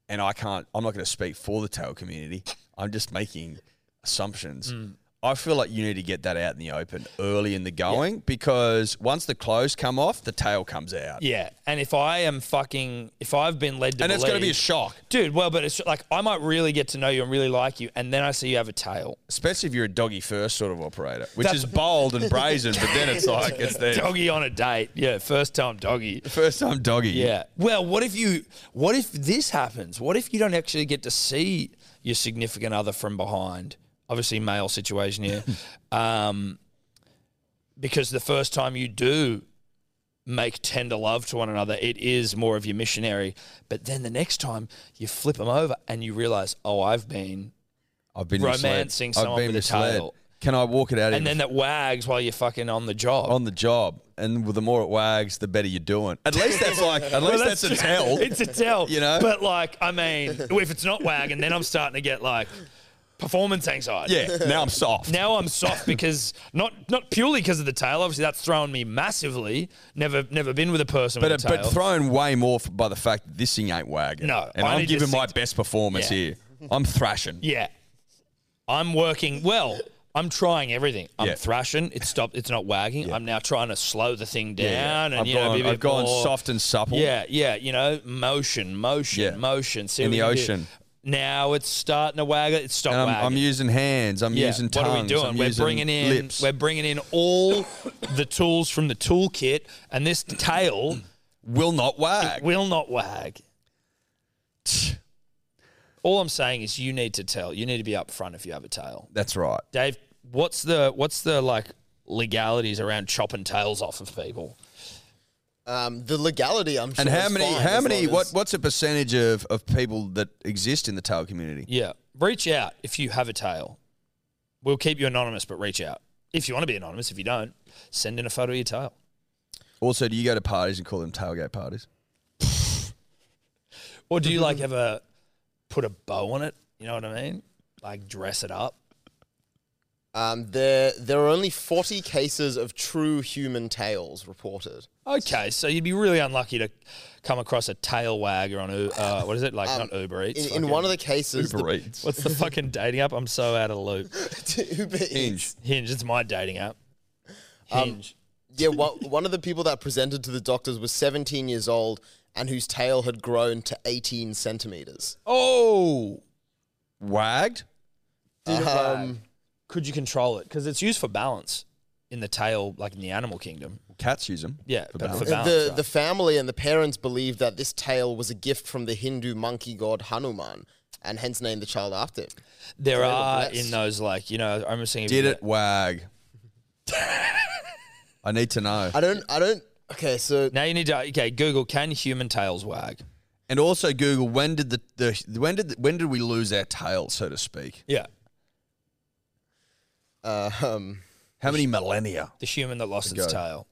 [SPEAKER 3] and I can't, I'm not going to speak for the tail community. I'm just making assumptions.
[SPEAKER 2] Hmm.
[SPEAKER 3] I feel like you need to get that out in the open early in the going because once the clothes come off, the tail comes out.
[SPEAKER 2] Yeah, and if I am fucking, if I've been led to
[SPEAKER 3] And it's going to be a
[SPEAKER 2] believe-
[SPEAKER 3] shock,
[SPEAKER 2] dude. Well, but it's like I might really get to know you and really like you, and then I see you have a tail.
[SPEAKER 3] especially if you're a doggy first sort of operator, which
[SPEAKER 2] That's-
[SPEAKER 3] is bold and brazen, but then it's like, it's there.
[SPEAKER 2] Doggy on a date, yeah, first time doggy.
[SPEAKER 3] First time doggy.
[SPEAKER 2] Yeah. Well, what if you? What if this happens? What if you don't actually get to see your significant other from behind? Obviously, male situation here, um, because the first time you do make tender love to one another, it is more of your missionary. But then the next time you flip them over and you realize, oh, I've been,
[SPEAKER 3] I've been
[SPEAKER 2] Romancing
[SPEAKER 3] misled.
[SPEAKER 2] someone
[SPEAKER 3] I've been
[SPEAKER 2] with a
[SPEAKER 3] misled.
[SPEAKER 2] tail.
[SPEAKER 3] Can I walk it out
[SPEAKER 2] and
[SPEAKER 3] even
[SPEAKER 2] then that wags while you're fucking on the job.
[SPEAKER 3] on the job, and the more it wags, the better you're doing. At least that's like, at least that's, a tell.
[SPEAKER 2] It's a tell.
[SPEAKER 3] You know?
[SPEAKER 2] But like, I mean, if it's not wagging, then I'm starting to get like performance anxiety.
[SPEAKER 3] Yeah, now I'm soft.
[SPEAKER 2] Now I'm soft because not not purely because of the tail. Obviously, that's thrown me massively. Never never been with a person
[SPEAKER 3] but
[SPEAKER 2] with a tail.
[SPEAKER 3] but thrown way more f- by the fact that this thing ain't wagging.
[SPEAKER 2] No,
[SPEAKER 3] and
[SPEAKER 2] I
[SPEAKER 3] I'm
[SPEAKER 2] need to
[SPEAKER 3] giving my
[SPEAKER 2] sit-
[SPEAKER 3] best performance
[SPEAKER 2] Yeah.
[SPEAKER 3] here. I'm thrashing.
[SPEAKER 2] yeah, I'm working well. I'm trying everything. I'm
[SPEAKER 3] Yeah.
[SPEAKER 2] thrashing. It's stopped. It's not wagging. I'm now trying to slow the thing down and
[SPEAKER 3] I've
[SPEAKER 2] you know,
[SPEAKER 3] gone,
[SPEAKER 2] be a bit
[SPEAKER 3] I've gone
[SPEAKER 2] more-
[SPEAKER 3] soft and supple.
[SPEAKER 2] Yeah, yeah. You know, motion, motion,
[SPEAKER 3] Yeah.
[SPEAKER 2] motion. See
[SPEAKER 3] In
[SPEAKER 2] what
[SPEAKER 3] the
[SPEAKER 2] we can do.
[SPEAKER 3] ocean.
[SPEAKER 2] Now it's starting to waggle. It's stopped
[SPEAKER 3] And I'm,
[SPEAKER 2] wagging.
[SPEAKER 3] I'm using hands. I'm
[SPEAKER 2] Yeah,
[SPEAKER 3] using
[SPEAKER 2] what
[SPEAKER 3] tongues.
[SPEAKER 2] are we doing?
[SPEAKER 3] I'm
[SPEAKER 2] we're
[SPEAKER 3] using
[SPEAKER 2] bringing in
[SPEAKER 3] lips.
[SPEAKER 2] we're bringing in all the tools from the toolkit, and this tail
[SPEAKER 3] Will not wag.
[SPEAKER 2] will not wag. All I'm saying is, you need to tell. You need to be upfront if you have a tail,
[SPEAKER 3] That's right.
[SPEAKER 2] Dave. What's the what's the like legalities around chopping tails off of people?
[SPEAKER 4] Um, the legality, I'm sure.
[SPEAKER 3] And how
[SPEAKER 4] is
[SPEAKER 3] many?
[SPEAKER 4] fine
[SPEAKER 3] How
[SPEAKER 4] as
[SPEAKER 3] many?
[SPEAKER 4] long
[SPEAKER 3] What?
[SPEAKER 4] as-
[SPEAKER 3] What's a percentage of, of people that exist in the tail community?
[SPEAKER 2] Yeah, reach out if you have a tail. We'll keep you anonymous, but reach out if you want to be anonymous. If you don't, send in a photo of your tail.
[SPEAKER 3] Also, do you go to parties and call them tailgate parties?
[SPEAKER 2] Or do you
[SPEAKER 4] Mm-hmm.
[SPEAKER 2] like ever put a bow on it? You know what I mean? Like dress it up.
[SPEAKER 4] Um, there, there are only 40 cases of true human tails reported.
[SPEAKER 2] Okay, so you'd be really unlucky to come across a tail wagger on U- uh, what is it like? not Uber Eats.
[SPEAKER 4] Um, In, in one of the cases, the-
[SPEAKER 3] Eats.
[SPEAKER 2] what's the fucking dating app? I'm so out of the loop.
[SPEAKER 4] Uber Eats-
[SPEAKER 3] Hinge.
[SPEAKER 2] Hinge. It's my dating app. Hinge.
[SPEAKER 4] Um, Yeah, one, one of the people that presented to the doctors was 17 years old and whose tail had grown to 18 centimeters.
[SPEAKER 2] oh,
[SPEAKER 3] Wagged.
[SPEAKER 4] Um,
[SPEAKER 2] could you control it? Because it's used for balance in the tail, like in the animal kingdom.
[SPEAKER 3] Cats use them.
[SPEAKER 2] Yeah, but
[SPEAKER 3] balance.
[SPEAKER 2] for balance.
[SPEAKER 4] Uh, the,
[SPEAKER 2] right?
[SPEAKER 4] the family and the parents believed that this tail was a gift from the Hindu monkey god Hanuman and hence named the child after him.
[SPEAKER 2] there
[SPEAKER 4] they were
[SPEAKER 2] are
[SPEAKER 4] blessed.
[SPEAKER 2] in those like you know. I remember seeing. a
[SPEAKER 3] Did
[SPEAKER 2] video-
[SPEAKER 3] it wag? I need to know.
[SPEAKER 4] I don't, I don't, okay, so
[SPEAKER 2] Now you need to okay. Google can human tails wag?
[SPEAKER 3] And also Google when did the, the when did the, when did we lose our tail, so to speak?
[SPEAKER 2] Yeah,
[SPEAKER 4] uh, um,
[SPEAKER 3] How many millennia?
[SPEAKER 2] the human that lost its
[SPEAKER 3] Go.
[SPEAKER 2] tail.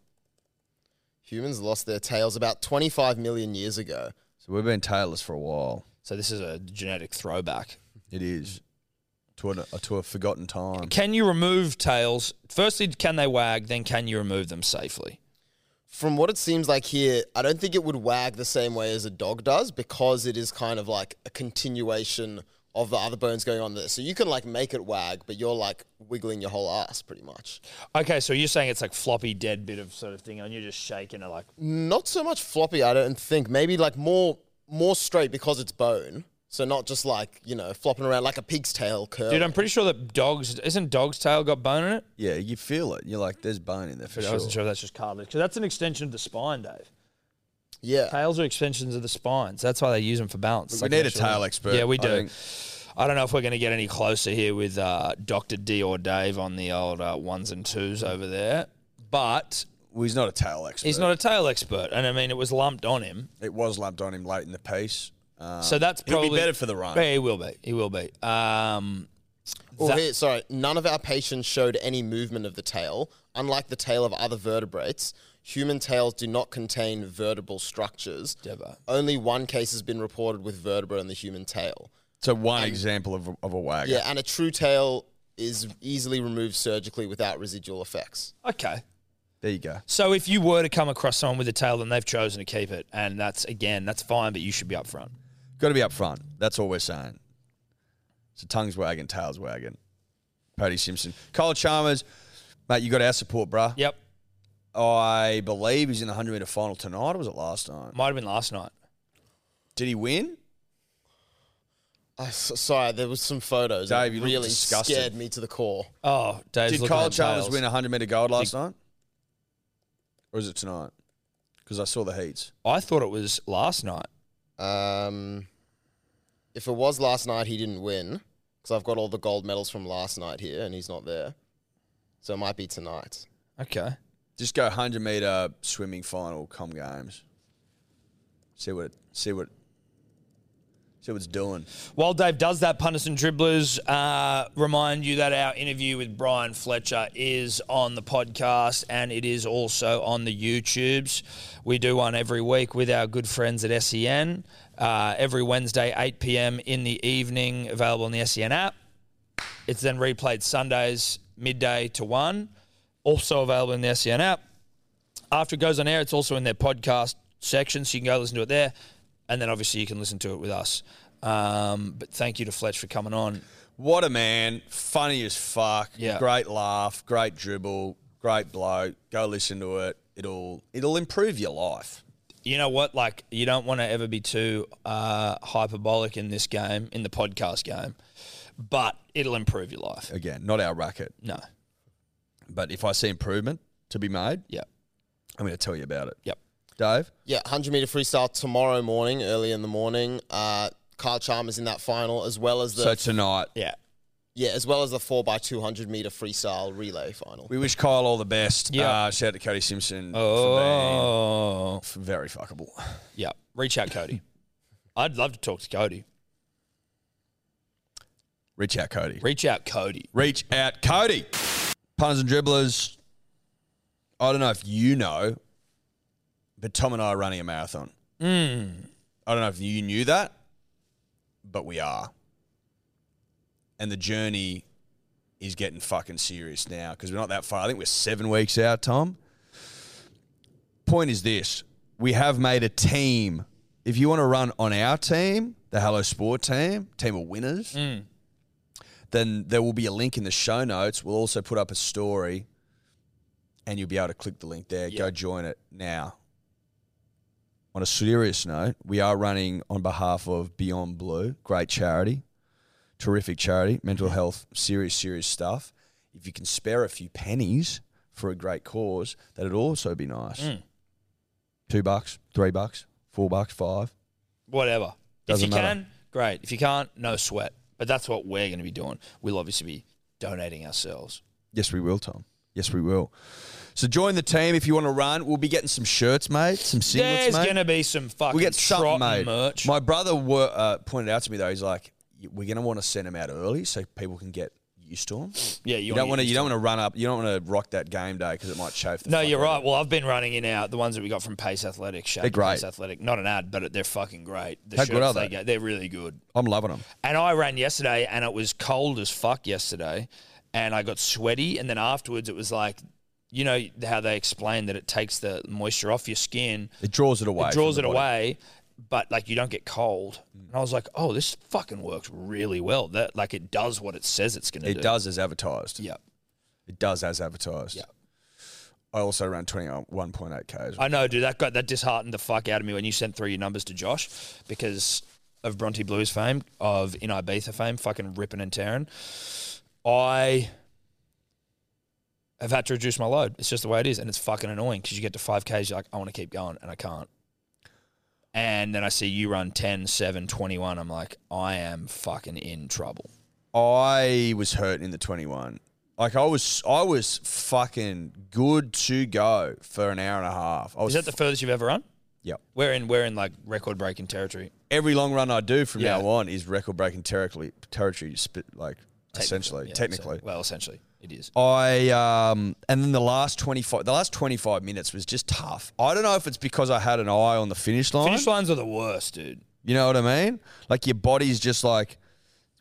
[SPEAKER 4] humans lost their tails about 25 million years ago.
[SPEAKER 3] So we've been tailless for a while.
[SPEAKER 2] So this is a genetic throwback.
[SPEAKER 3] It is to an, to a forgotten time.
[SPEAKER 2] Can you remove tails? Firstly, can they wag? Then can you remove them safely?
[SPEAKER 4] From what it seems like here, I don't think it would wag the same way as a dog does because it is kind of like a continuation of the other bones going on there. So you can like make it wag, but you're like wiggling your whole ass pretty much.
[SPEAKER 2] Okay, so you're saying it's like floppy dead bit of sort of thing, and you're just shaking it like
[SPEAKER 4] Not so much floppy, I don't think. Maybe like more more straight because it's bone. So not just like, you know, flopping around like a pig's tail curl.
[SPEAKER 2] Dude, I'm pretty sure that dogs isn't dog's tail got bone in it.
[SPEAKER 3] Yeah, you feel it. You're like, there's bone in there for
[SPEAKER 2] I
[SPEAKER 3] sure.
[SPEAKER 2] wasn't sure if that's just cartilage because that's an extension of the spine, Dave.
[SPEAKER 4] yeah.
[SPEAKER 2] Tails are extensions of the spines. That's why they use them for balance. It's
[SPEAKER 3] We
[SPEAKER 2] like
[SPEAKER 3] need
[SPEAKER 2] an
[SPEAKER 3] a
[SPEAKER 2] actual-
[SPEAKER 3] tail expert.
[SPEAKER 2] Yeah, we
[SPEAKER 3] I
[SPEAKER 2] do.
[SPEAKER 3] think.
[SPEAKER 2] I don't know if we're going to get any closer here with uh, Doctor D or Dave on the old uh, ones and twos over there, but
[SPEAKER 3] Well, he's not a tail expert.
[SPEAKER 2] he's not a tail expert, and I mean it was lumped on him.
[SPEAKER 3] It was lumped on him late in the piece. Um,
[SPEAKER 2] So that's
[SPEAKER 3] he'll
[SPEAKER 2] probably
[SPEAKER 3] be better for the run.
[SPEAKER 2] Yeah, he will be. He will be. Um,
[SPEAKER 4] Oh,
[SPEAKER 2] that-
[SPEAKER 4] here, sorry. None of our patients showed any movement of the tail. Unlike the tail of other vertebrates, human tails do not contain vertebral structures.
[SPEAKER 2] Devo.
[SPEAKER 4] Only one case has been reported with vertebra in the human tail.
[SPEAKER 3] So one example of a, of a wagger.
[SPEAKER 4] Yeah, and a true tail is easily removed surgically without residual effects.
[SPEAKER 2] Okay.
[SPEAKER 3] There you go.
[SPEAKER 2] So if you were to come across someone with a tail, then they've chosen to keep it, and that's again, that's fine. But you should be upfront.
[SPEAKER 3] Got to be up front. That's all we're saying. So tongues wagging, tails wagging. Paddy Simpson, Cole Chalmers, mate, you got our support, bruh.
[SPEAKER 2] Yep.
[SPEAKER 3] I believe he's in the hundred meter final tonight. Or was it last night?
[SPEAKER 2] Might have been last night.
[SPEAKER 3] Did he win?
[SPEAKER 4] I s sorry, there was some photos. that
[SPEAKER 3] Dave, you look
[SPEAKER 4] really
[SPEAKER 3] disgusted.
[SPEAKER 4] scared me to the core.
[SPEAKER 2] Oh, Dave's
[SPEAKER 3] Did
[SPEAKER 2] looking
[SPEAKER 3] Cole
[SPEAKER 2] at
[SPEAKER 3] Chalmers
[SPEAKER 2] tails.
[SPEAKER 3] win a hundred meter gold last night? Or is it tonight? Because I saw the heats.
[SPEAKER 2] I thought it was last night.
[SPEAKER 4] Um, if it was last night, he didn't win because I've got all the gold medals from last night here, and he's not there. So it might be tonight.
[SPEAKER 2] Okay.
[SPEAKER 3] Just go hundred meter swimming final com games. See what it, see what see what it's doing.
[SPEAKER 2] While Dave does that, punters and dribblers, uh, remind you that our interview with Brian Fletcher is on the podcast and it is also on the YouTubes. We do one every week with our good friends at SEN uh, every Wednesday, 8 p.m. in the evening, available on the SEN app. It's then replayed Sundays, midday to 1, also available in the SEN app. After it goes on air, it's also in their podcast section, so you can go listen to it there. And then obviously you can listen to it with us. Um, but thank you to Fletch for coming on.
[SPEAKER 3] What a man. Funny as fuck.
[SPEAKER 2] Yeah.
[SPEAKER 3] Great laugh, great dribble, great bloke. Go listen to it. It'll it'll improve your life.
[SPEAKER 2] you know what? Like, you don't want to ever be too uh, hyperbolic in this game, in the podcast game, but it'll improve your life.
[SPEAKER 3] Again, not our racket.
[SPEAKER 2] No.
[SPEAKER 3] But if I see improvement to be made,
[SPEAKER 2] Yep.
[SPEAKER 3] I'm going to tell you about it.
[SPEAKER 2] Yep.
[SPEAKER 3] Dave?
[SPEAKER 4] Yeah, 100 meter freestyle tomorrow morning, early in the morning. Uh, Kyle Chalmers in that final, as well as the
[SPEAKER 3] so tonight,
[SPEAKER 2] Yeah.
[SPEAKER 4] yeah, as well as the four x 200 meter freestyle relay final.
[SPEAKER 3] we wish Kyle all the best.
[SPEAKER 2] Yeah.
[SPEAKER 3] Uh, shout out to Cody Simpson for
[SPEAKER 2] Oh.
[SPEAKER 3] being f- very fuckable.
[SPEAKER 2] Yeah. Reach out, Cody. I'd love to talk to Cody.
[SPEAKER 3] Reach out, Cody.
[SPEAKER 2] Reach out, Cody.
[SPEAKER 3] Reach out, Cody. Punters and dribblers. I don't know if you know, but Tom and I are running a marathon. Mm. I don't know if you knew that, but we are. And the journey is getting fucking serious now because we're not that far. I think we're seven weeks out, Tom. Point is this we have made a team. If you want to run on our team, the Hello Sport team, team of winners, then there will be a link in the show notes. We'll also put up a story and you'll be able to click the link there. Go join it now. On a serious note, we are running on behalf of Beyond Blue, great charity, terrific charity, mental health, serious, serious stuff. If you can spare a few pennies for a great cause, that'd also be nice. Two bucks, three bucks, four bucks, five.
[SPEAKER 2] Whatever.
[SPEAKER 3] Doesn't
[SPEAKER 2] if you
[SPEAKER 3] matter.
[SPEAKER 2] can, great. If you can't, no sweat. But that's what we're going to be doing. We'll obviously be donating ourselves.
[SPEAKER 3] Yes, we will, Tom. Yes, we will. So join the team if you want to run. We'll be getting some shirts made, some singlets
[SPEAKER 2] There's
[SPEAKER 3] made.
[SPEAKER 2] going to be some fucking
[SPEAKER 3] we get something
[SPEAKER 2] trot
[SPEAKER 3] made.
[SPEAKER 2] merch.
[SPEAKER 3] My brother were, uh, pointed out to me though. He's like, "Y- we're going to want to send them out early so people can get used to them.
[SPEAKER 2] yeah, you,
[SPEAKER 3] You, don't want to. You
[SPEAKER 2] use
[SPEAKER 3] don't want to run up. You don't want to rock that game day because it might chafe. The
[SPEAKER 2] No,
[SPEAKER 3] fuck
[SPEAKER 2] you're
[SPEAKER 3] out of
[SPEAKER 2] right. Well, I've been running in out the ones that we got from Pace Athletic. Shout
[SPEAKER 3] They're
[SPEAKER 2] out to Pace
[SPEAKER 3] great.
[SPEAKER 2] Athletic, not an ad, but they're fucking great. The
[SPEAKER 3] How good
[SPEAKER 2] shirts
[SPEAKER 3] are they?
[SPEAKER 2] get- they're really good.
[SPEAKER 3] it. I'm loving them.
[SPEAKER 2] And I ran yesterday, and it was cold as fuck yesterday, and I got sweaty. And then afterwards, it was like, you know how they explain that it takes the moisture off your skin,
[SPEAKER 3] It draws it away.
[SPEAKER 2] it
[SPEAKER 3] from
[SPEAKER 2] draws
[SPEAKER 3] the
[SPEAKER 2] it
[SPEAKER 3] body.
[SPEAKER 2] away, but like you don't get cold. And I was like, oh, this fucking works really well. That like it does what it says it's gonna
[SPEAKER 3] It
[SPEAKER 2] do.
[SPEAKER 3] does as advertised.
[SPEAKER 2] Yeah,
[SPEAKER 3] It does as advertised.
[SPEAKER 2] Yeah.
[SPEAKER 3] I also ran 21.8 k's.
[SPEAKER 2] I know, dude. That got that disheartened the fuck out of me when you sent through your numbers to Josh because of Bronte Blues fame, of in Ibiza fame, fucking ripping and tearing. I have had to reduce my load. It's just the way it is, and it's fucking annoying because you get to five k's, you're like, I want to keep going, and I can't. And then I see you run 10, 7, 21. I'm like, I am fucking in trouble.
[SPEAKER 3] I was hurt in the 21. Like I was, I was fucking good to go for an hour and a half. I was,
[SPEAKER 2] Is that the furthest you've ever run?
[SPEAKER 3] yep.
[SPEAKER 2] We're in, we're in like record breaking territory.
[SPEAKER 3] Every long run I do from
[SPEAKER 2] Yeah.
[SPEAKER 3] now on is record breaking territory. Territory, sp- like essentially,
[SPEAKER 2] Yeah, so-
[SPEAKER 3] technically.
[SPEAKER 2] well, essentially, it is.
[SPEAKER 3] I um, and then the last 25, the last 25 minutes was just tough. I don't know if it's because I had an eye on the finish line.
[SPEAKER 2] Finish lines are the worst, dude.
[SPEAKER 3] You know what I mean? Like your body's just like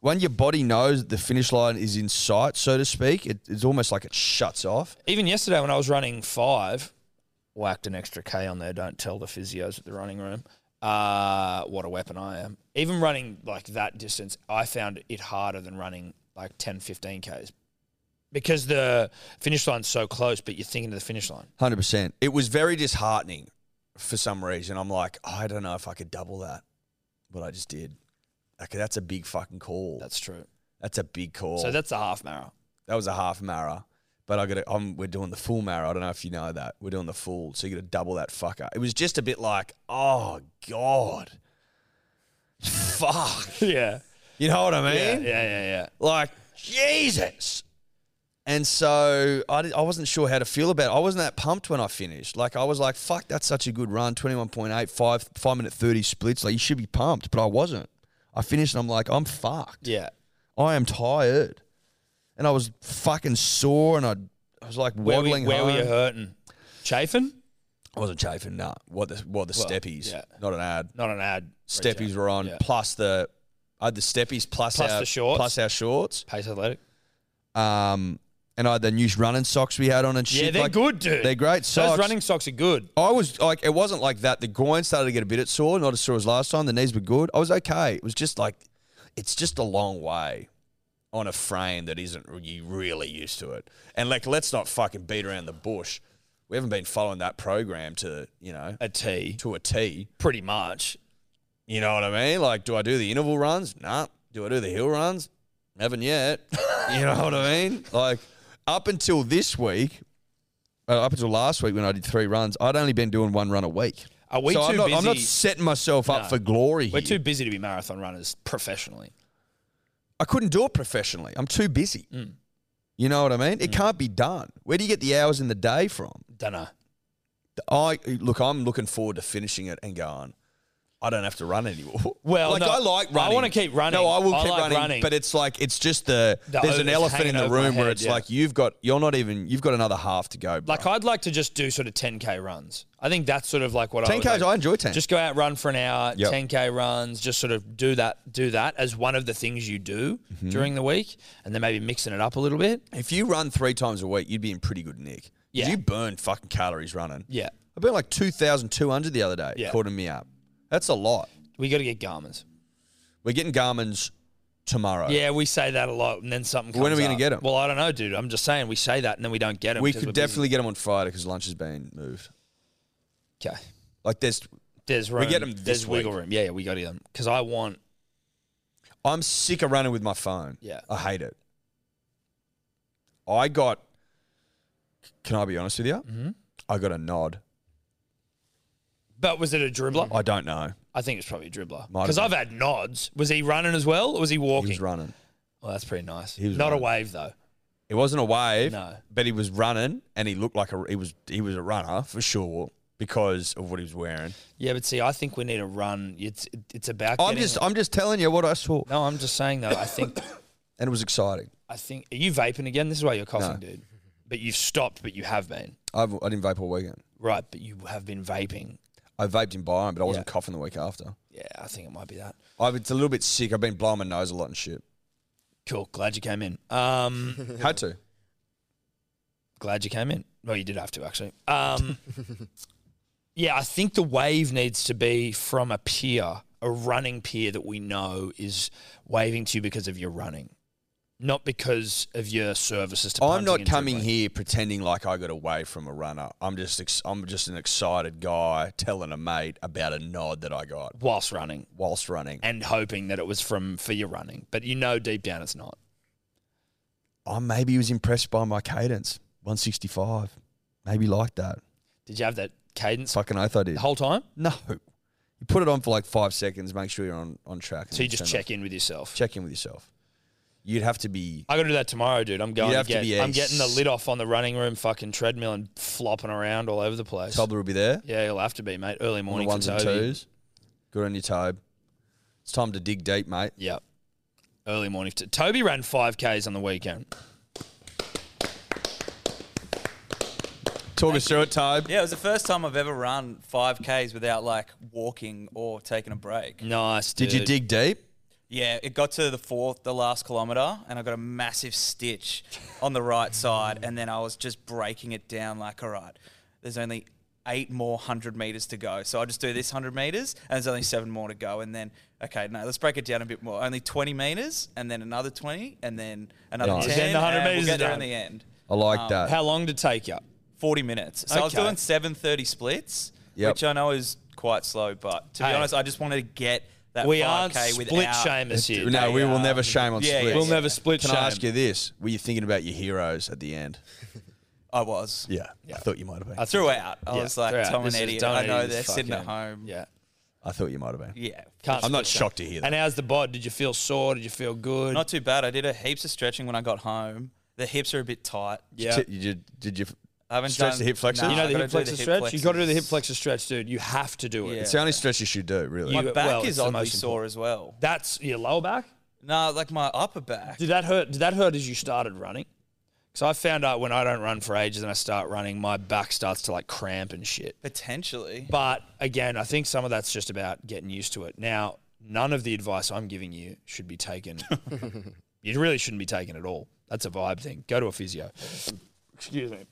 [SPEAKER 3] when your body knows that the finish line is in sight, so to speak. It, it's almost like it shuts off.
[SPEAKER 2] Even yesterday when I was running five, whacked an extra K on there. Don't tell the physios at the running room. Uh, what a weapon I am. Even running like that distance, I found it harder than running like 10, 15 Ks because the finish line's so close, but you're thinking of the finish line.
[SPEAKER 3] Hundred percent. It was very disheartening for some reason. I'm like, I don't know if I could double that, but I just did. Okay, that's a big fucking call. That's,
[SPEAKER 2] That's true.
[SPEAKER 3] a big call.
[SPEAKER 2] So that's the half marathon.
[SPEAKER 3] that was a half mara, but I got. to I'm we're doing the full mara. I don't know if you know that we're doing the full, so you got to double that fucker. It was just a bit like, oh god, fuck.
[SPEAKER 2] Yeah.
[SPEAKER 3] You know what I mean?
[SPEAKER 2] Yeah, yeah, yeah, yeah.
[SPEAKER 3] Like, Jesus. And so I, did, I wasn't sure how to feel about it. I wasn't that pumped when I finished. Like, I was like, fuck, that's such a good run 21.8, five, 5 minute 30 splits. Like, you should be pumped, but I wasn't. I finished and I'm like, I'm fucked.
[SPEAKER 2] Yeah.
[SPEAKER 3] I am tired. And I was fucking sore and I, I was like
[SPEAKER 2] Where,
[SPEAKER 3] waddling
[SPEAKER 2] we, where were
[SPEAKER 3] home.
[SPEAKER 2] you hurting? Chafing?
[SPEAKER 3] I wasn't chafing, nah. What the, what the
[SPEAKER 2] Well,
[SPEAKER 3] steppies,
[SPEAKER 2] yeah.
[SPEAKER 3] not an ad.
[SPEAKER 2] Not an ad.
[SPEAKER 3] Steppies were on,
[SPEAKER 2] Yeah.
[SPEAKER 3] plus the, I had the steppies plus,
[SPEAKER 2] Plus
[SPEAKER 3] our,
[SPEAKER 2] the shorts.
[SPEAKER 3] Plus our shorts.
[SPEAKER 2] Pace Athletic.
[SPEAKER 3] Um, and I had the new running socks we had on and shit.
[SPEAKER 2] Yeah, they're
[SPEAKER 3] like,
[SPEAKER 2] good, dude.
[SPEAKER 3] They're great socks.
[SPEAKER 2] Those running socks are good.
[SPEAKER 3] I was like, it wasn't like that. The groin started to get a bit sore, not as sore as last time. The knees were good. I was okay. It was just like, it's just a long way. on a frame that isn't re- you really used to it. And like, let's not fucking beat around the bush. We haven't been following that program to you know
[SPEAKER 2] A T,
[SPEAKER 3] to a T.
[SPEAKER 2] pretty much.
[SPEAKER 3] You know what I mean? Like, do I do the interval runs? Nah. Do I do the hill runs? Haven't yet. you know what I mean? Like, up until this week, uh, up until last week when I did three runs, I'd only been doing one run a week.
[SPEAKER 2] Are we too
[SPEAKER 3] so I'm not, I'm not
[SPEAKER 2] busy-
[SPEAKER 3] setting myself up
[SPEAKER 2] No.
[SPEAKER 3] for glory
[SPEAKER 2] We're
[SPEAKER 3] here.
[SPEAKER 2] too busy to be marathon runners professionally.
[SPEAKER 3] I couldn't do it professionally. I'm too busy.
[SPEAKER 2] Mm.
[SPEAKER 3] You know what I mean? It can't be done. Where do you get the hours in the day from?
[SPEAKER 2] Dunno.
[SPEAKER 3] I look. I'm looking forward to finishing it and going. I don't have to run anymore.
[SPEAKER 2] Well,
[SPEAKER 3] like
[SPEAKER 2] no,
[SPEAKER 3] I like
[SPEAKER 2] I
[SPEAKER 3] running.
[SPEAKER 2] wanna keep running.
[SPEAKER 3] No, I will
[SPEAKER 2] I
[SPEAKER 3] keep
[SPEAKER 2] like
[SPEAKER 3] running,
[SPEAKER 2] running.
[SPEAKER 3] But it's like it's just the,
[SPEAKER 2] The
[SPEAKER 3] there's
[SPEAKER 2] over-
[SPEAKER 3] an
[SPEAKER 2] it's
[SPEAKER 3] elephant in
[SPEAKER 2] hanging
[SPEAKER 3] the
[SPEAKER 2] over my
[SPEAKER 3] room where
[SPEAKER 2] head,
[SPEAKER 3] it's
[SPEAKER 2] yeah.
[SPEAKER 3] like you've got you're not even you've got another half to go.
[SPEAKER 2] Like I'd like to just do sort of 10k runs. I think that's sort of like what I
[SPEAKER 3] ten
[SPEAKER 2] would
[SPEAKER 3] k's.
[SPEAKER 2] like-
[SPEAKER 3] I enjoy ten.
[SPEAKER 2] Just go out, run for an hour,
[SPEAKER 3] Yep.
[SPEAKER 2] 10k runs. Just sort of do that, do that as one of the things you do
[SPEAKER 3] Mm-hmm.
[SPEAKER 2] during the week, and then maybe mixing it up a little bit.
[SPEAKER 3] if you run three times a week, you'd be in pretty good nick. 'Cause
[SPEAKER 2] Yeah.
[SPEAKER 3] You burn fucking calories running.
[SPEAKER 2] Yeah,
[SPEAKER 3] I burned like two thousand two hundred the other day.
[SPEAKER 2] Yeah.
[SPEAKER 3] According me up. That's a lot.
[SPEAKER 2] we got to get Garmin's.
[SPEAKER 3] We're getting Garmin's tomorrow.
[SPEAKER 2] Yeah, we say that a lot, and then something.
[SPEAKER 3] When are
[SPEAKER 2] comes
[SPEAKER 3] we gonna
[SPEAKER 2] up.
[SPEAKER 3] get 'em?
[SPEAKER 2] Well, I don't know, dude. I'm just saying we say that, and then we don't get them.
[SPEAKER 3] we could definitely get 'em get them on Friday because lunch has been moved.
[SPEAKER 2] Okay,
[SPEAKER 3] Like there's,
[SPEAKER 2] there's room.
[SPEAKER 3] get 'em this
[SPEAKER 2] There's wiggle
[SPEAKER 3] week.
[SPEAKER 2] room. Yeah, yeah, we got to get them because I want.
[SPEAKER 3] I'm sick of running with my phone.
[SPEAKER 2] Yeah.
[SPEAKER 3] I hate it. I got. Can I be honest with you? Mm-hmm. I got a nod.
[SPEAKER 2] But was it a dribbler?
[SPEAKER 3] I don't know.
[SPEAKER 2] I think it's probably a dribbler
[SPEAKER 3] Might have
[SPEAKER 2] because
[SPEAKER 3] been.
[SPEAKER 2] I've had nods. Was he running as well, or was he walking?
[SPEAKER 3] He was running.
[SPEAKER 2] Well, that's pretty nice.
[SPEAKER 3] He was
[SPEAKER 2] Not
[SPEAKER 3] running.
[SPEAKER 2] a wave though.
[SPEAKER 3] It wasn't a wave.
[SPEAKER 2] No.
[SPEAKER 3] But he was running, and he looked like a. He was. He was a runner for sure because of what he was wearing.
[SPEAKER 2] Yeah, but see, I think we need a run. It's it's about.
[SPEAKER 3] I'm
[SPEAKER 2] getting-
[SPEAKER 3] just. I'm just telling you what I saw,
[SPEAKER 2] no, I'm just saying though. I think
[SPEAKER 3] and it was exciting.
[SPEAKER 2] I think are you vaping again? This is why you're coughing, dude. But you've stopped, but you have been
[SPEAKER 3] I've, I didn't vape all weekend.
[SPEAKER 2] right. But you have been vaping.
[SPEAKER 3] I vaped in Byron, but I wasn't
[SPEAKER 2] Yeah.
[SPEAKER 3] coughing the week after.
[SPEAKER 2] Yeah, I think it might be that.
[SPEAKER 3] I, it's a little bit sick. I've been blowing my nose a lot and shit.
[SPEAKER 2] Cool. Glad you came in. Um,
[SPEAKER 3] Had to.
[SPEAKER 2] glad you came in. Well, you did have to actually. Um, yeah, I think the wave needs to be from a peer, a running peer that we know is waving to you because of your running, not because of your services to.
[SPEAKER 3] I'm
[SPEAKER 2] punting
[SPEAKER 3] not
[SPEAKER 2] and
[SPEAKER 3] coming
[SPEAKER 2] dribbling.
[SPEAKER 3] here pretending like I got away from a runner. I'm just ex- I'm just an excited guy telling a mate about a nod that I got
[SPEAKER 2] whilst running.
[SPEAKER 3] whilst running.
[SPEAKER 2] and hoping that it was from for your running, but you know deep down it's not.
[SPEAKER 3] I maybe he was impressed by my cadence, 165, maybe like that.
[SPEAKER 2] Did you have that cadence
[SPEAKER 3] Fucking oath I did.
[SPEAKER 2] the whole time?
[SPEAKER 3] No, you put it on for like five seconds. Make sure you're on on track. and
[SPEAKER 2] So you
[SPEAKER 3] then
[SPEAKER 2] just
[SPEAKER 3] turn it
[SPEAKER 2] check in with yourself.
[SPEAKER 3] off. check in with yourself. You'd have to be.
[SPEAKER 2] I got to do that tomorrow, dude. I'm going.
[SPEAKER 3] You'd
[SPEAKER 2] To
[SPEAKER 3] have to
[SPEAKER 2] get,
[SPEAKER 3] be a
[SPEAKER 2] I'm getting the
[SPEAKER 3] s-
[SPEAKER 2] lid off on the running room fucking treadmill and flopping around all over the place.
[SPEAKER 3] Tobler will be there.
[SPEAKER 2] Yeah, you'll have to be, mate. Early
[SPEAKER 3] On the
[SPEAKER 2] morning
[SPEAKER 3] ones
[SPEAKER 2] for
[SPEAKER 3] and
[SPEAKER 2] Toby.
[SPEAKER 3] twos. Good on your Tobe. It's time to dig deep, mate.
[SPEAKER 2] Yep. Early morning. To- Toby ran five k's on the weekend.
[SPEAKER 3] Talk us through it, Tobe.
[SPEAKER 5] Yeah, it was the first time I've ever run 5Ks without like walking or taking a break.
[SPEAKER 2] Nice.
[SPEAKER 3] Did you
[SPEAKER 2] dude.
[SPEAKER 3] dig deep?
[SPEAKER 5] Yeah, it got to the fourth, the last kilometer, and I got a massive stitch on the right side. And then I was just breaking it down like, all right, there's only eight more 100 meters to go. So I'll just do this 100 meters, and there's only seven more to go. And then, okay, no, let's break it down a bit more. Only 20 meters, and then another 20, and then another
[SPEAKER 3] Nice.
[SPEAKER 5] 10.
[SPEAKER 2] Then the 100
[SPEAKER 5] and
[SPEAKER 2] meters
[SPEAKER 5] We'll
[SPEAKER 2] are
[SPEAKER 5] get there
[SPEAKER 2] done.
[SPEAKER 5] in the end. Um,
[SPEAKER 3] I like that.
[SPEAKER 2] How long did it take you?
[SPEAKER 5] 40 minutes. So I was
[SPEAKER 2] Okay.
[SPEAKER 5] doing 730 splits,
[SPEAKER 3] Yep.
[SPEAKER 5] which I know is quite slow, but to be
[SPEAKER 2] Hey.
[SPEAKER 5] honest, I just wanted to get that
[SPEAKER 2] We
[SPEAKER 5] 5K
[SPEAKER 2] aren't split
[SPEAKER 5] without
[SPEAKER 2] shamers here.
[SPEAKER 3] no, we will
[SPEAKER 5] um,
[SPEAKER 3] never shame on
[SPEAKER 5] yeah, yeah,
[SPEAKER 3] splits.
[SPEAKER 2] We'll never split
[SPEAKER 3] Can
[SPEAKER 2] shame.
[SPEAKER 3] I ask you this? Were you thinking about your heroes at the end?
[SPEAKER 5] I was.
[SPEAKER 3] Yeah, I thought you might have been. I,
[SPEAKER 2] I-
[SPEAKER 5] Throughout, I
[SPEAKER 2] Yeah,
[SPEAKER 5] was like,
[SPEAKER 2] throughout.
[SPEAKER 5] Tom
[SPEAKER 2] This
[SPEAKER 5] and
[SPEAKER 2] is
[SPEAKER 5] Eddie.
[SPEAKER 2] Tom
[SPEAKER 5] I
[SPEAKER 2] and
[SPEAKER 5] know
[SPEAKER 2] Eddie's
[SPEAKER 5] they're sitting at
[SPEAKER 2] fucking-
[SPEAKER 5] home.
[SPEAKER 2] Yeah.
[SPEAKER 3] thought you might have been.
[SPEAKER 5] Yeah.
[SPEAKER 2] Can't
[SPEAKER 3] I'm not
[SPEAKER 2] split shame.
[SPEAKER 3] shocked to hear that.
[SPEAKER 2] And how's the bod? Did you feel sore? Did you feel good?
[SPEAKER 5] Not too bad. I did a heaps of stretching when I got home. The hips are a bit tight.
[SPEAKER 2] yeah.
[SPEAKER 3] Did, you, did- did you?
[SPEAKER 5] I haven't
[SPEAKER 3] Stretch
[SPEAKER 5] done,
[SPEAKER 3] the hip flexors?
[SPEAKER 5] Nah,
[SPEAKER 2] You know
[SPEAKER 5] I
[SPEAKER 2] the
[SPEAKER 5] gotta
[SPEAKER 2] hip
[SPEAKER 5] do
[SPEAKER 2] flexor stretch? you got to do the hip
[SPEAKER 5] flexors.
[SPEAKER 2] flexor stretch, dude. You have to do it.
[SPEAKER 5] Yeah.
[SPEAKER 3] It's the only stretch you should do, really.
[SPEAKER 2] You-
[SPEAKER 5] My
[SPEAKER 2] well,
[SPEAKER 5] back
[SPEAKER 2] it's
[SPEAKER 5] is
[SPEAKER 2] the
[SPEAKER 5] oddly
[SPEAKER 2] most
[SPEAKER 5] sore as well.
[SPEAKER 2] That's your lower back?
[SPEAKER 5] No, like my upper back.
[SPEAKER 2] Did that hurt? Did that hurt as you started running? Because I found out when I don't run for ages and I start running, my back starts to like cramp and shit.
[SPEAKER 5] Potentially.
[SPEAKER 2] But again, I think some of that's just about getting used to it. Now, none of the advice I'm giving you should be taken. you really shouldn't be taken at all. That's a vibe thing. Go to a physio. Excuse me.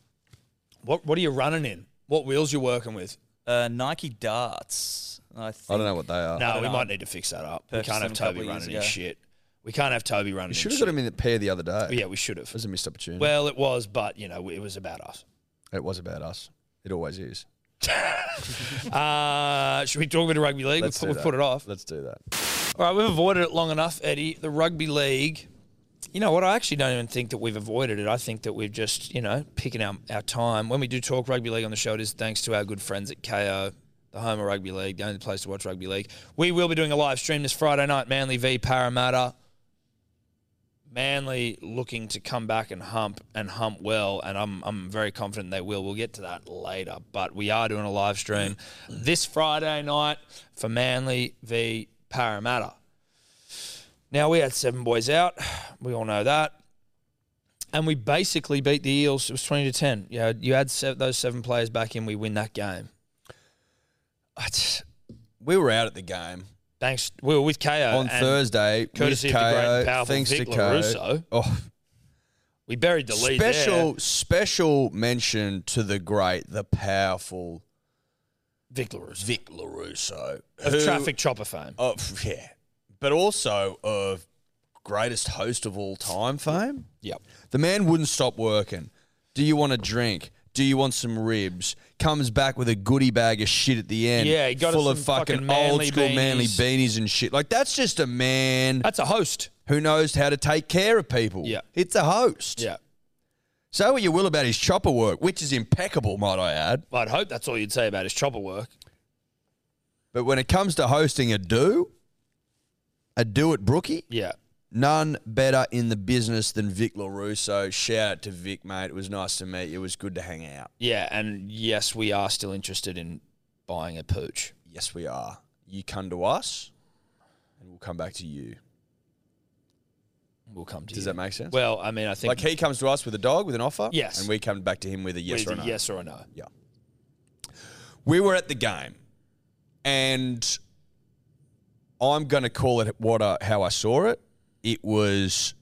[SPEAKER 2] What What are you running in? What wheels you working with?
[SPEAKER 5] Uh, Nike darts. I,
[SPEAKER 3] I
[SPEAKER 5] think.
[SPEAKER 3] don't know what they are.
[SPEAKER 2] No,
[SPEAKER 5] Uh, don't
[SPEAKER 2] we
[SPEAKER 5] know.
[SPEAKER 2] might need to fix that up. We
[SPEAKER 5] Purchased
[SPEAKER 2] can't have
[SPEAKER 5] them a couple
[SPEAKER 2] Toby
[SPEAKER 5] years
[SPEAKER 2] running
[SPEAKER 5] ago.
[SPEAKER 2] his shit. We can't have Toby running.
[SPEAKER 3] We
[SPEAKER 2] and
[SPEAKER 3] should have got
[SPEAKER 2] shit.
[SPEAKER 3] him in the pair the other day.
[SPEAKER 2] Yeah, we should
[SPEAKER 3] It
[SPEAKER 2] have.
[SPEAKER 3] was a missed opportunity.
[SPEAKER 2] Well, it was, but you know, it was about us.
[SPEAKER 3] it was about us. It always is.
[SPEAKER 2] Uh, should we talk about the rugby league?
[SPEAKER 3] Let's
[SPEAKER 2] We've, put,
[SPEAKER 3] do
[SPEAKER 2] we've
[SPEAKER 3] that.
[SPEAKER 2] put it off.
[SPEAKER 3] Let's do that.
[SPEAKER 2] All right, we've avoided it long enough, Eddie. The rugby league. You know what? I actually don't even think that we've avoided it. I think that we've just, you know, picking our, our time. When we do talk rugby league on the show, it is thanks to our good friends at KO, the home of rugby league, the only place to watch rugby league. We will be doing a live stream this Friday night, Manly v Parramatta. Manly looking to come back and hump and hump well, and I'm I'm very confident they will. We'll get to that later, but we are doing a live stream this Friday night for Manly v Parramatta. Now we had seven boys out, we all know that, and we basically beat the Eels. It was twenty to ten. You know, you add se- those seven players back in, we win that game.
[SPEAKER 3] I just- we were out at the game
[SPEAKER 2] Thanks. We were with KO
[SPEAKER 3] on
[SPEAKER 2] and
[SPEAKER 3] Thursday.
[SPEAKER 2] courtesy
[SPEAKER 3] with
[SPEAKER 2] of the great
[SPEAKER 3] KO,
[SPEAKER 2] and powerful
[SPEAKER 3] thanks
[SPEAKER 2] Vic
[SPEAKER 3] to KO.
[SPEAKER 2] LaRusso.
[SPEAKER 3] Oh,
[SPEAKER 2] We buried the lead. there.
[SPEAKER 3] special special mention to the great, the powerful
[SPEAKER 2] Vic LaRusso
[SPEAKER 3] Vic Larusso
[SPEAKER 2] of traffic chopper fame.
[SPEAKER 3] Oh f- yeah, but also of greatest host of all time fame.
[SPEAKER 2] Yep.
[SPEAKER 3] The man wouldn't stop working. Do you want a drink? Do you want some ribs? Comes back with a goodie bag of shit at the end.
[SPEAKER 2] Yeah, he got us
[SPEAKER 3] full of
[SPEAKER 2] some fucking
[SPEAKER 3] fucking, old
[SPEAKER 2] manly
[SPEAKER 3] school manly
[SPEAKER 2] beanies.
[SPEAKER 3] beanies and shit. Like that's just a man
[SPEAKER 2] That's a host.
[SPEAKER 3] who knows how to take care of people.
[SPEAKER 2] Yeah.
[SPEAKER 3] it's a host. Say what you will about his chopper work, which is impeccable, might I add.
[SPEAKER 2] I'd hope that's all you'd say about his chopper work.
[SPEAKER 3] But when it comes to hosting a do, a do at Brookie,
[SPEAKER 2] Yeah.
[SPEAKER 3] None better in the business than Vic LaRusso. Shout out to Vic, mate. It was nice to meet you. It was good to hang out.
[SPEAKER 2] Yeah, and yes, we are still interested in buying a pooch.
[SPEAKER 3] Yes, we are. You come to us, and we'll come back to you.
[SPEAKER 2] We'll come to
[SPEAKER 3] Does
[SPEAKER 2] you.
[SPEAKER 3] that make sense?
[SPEAKER 2] Well, I mean, I think
[SPEAKER 3] like he comes to us with a dog, with an offer.
[SPEAKER 2] Yes.
[SPEAKER 3] And we come back to him with a yes
[SPEAKER 2] either
[SPEAKER 3] or a no.
[SPEAKER 2] yes or a no.
[SPEAKER 3] Yeah. We were at the game, and I'm going to call it what I, how I saw it. It was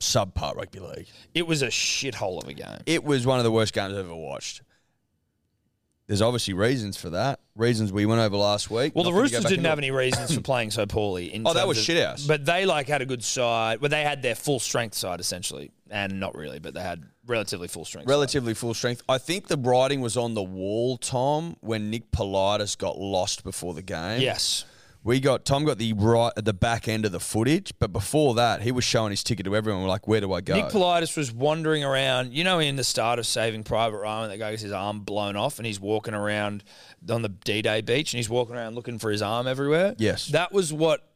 [SPEAKER 3] subpar rugby league.
[SPEAKER 2] It was a shithole of a game.
[SPEAKER 3] It was one of the worst games I've ever watched. There's obviously reasons for that. Reasons we went over last week.
[SPEAKER 2] Well, the
[SPEAKER 3] Nothing to go
[SPEAKER 2] Roosters
[SPEAKER 3] back
[SPEAKER 2] didn't
[SPEAKER 3] into
[SPEAKER 2] have
[SPEAKER 3] it.
[SPEAKER 2] any reasons for playing so poorly. In
[SPEAKER 3] Oh, that
[SPEAKER 2] terms
[SPEAKER 3] was
[SPEAKER 2] of-
[SPEAKER 3] shithouse.
[SPEAKER 2] But they like had a good side. Well, they had their full strength side essentially, and not really, but they had relatively full strength. side.
[SPEAKER 3] Relatively full strength. I think the writing was on the wall, Tom, when Nick Politis got lost before the game.
[SPEAKER 2] Yes.
[SPEAKER 3] We got Tom got the right at the back end of the footage, but before that, he was showing his ticket to everyone. We're like, where do I go?
[SPEAKER 2] Nick Politis was wandering around, you know, in the start of Saving Private Ryan, that guy gets his arm blown off and he's walking around on the D Day beach and he's walking around looking for his arm everywhere.
[SPEAKER 3] Yes.
[SPEAKER 2] That was what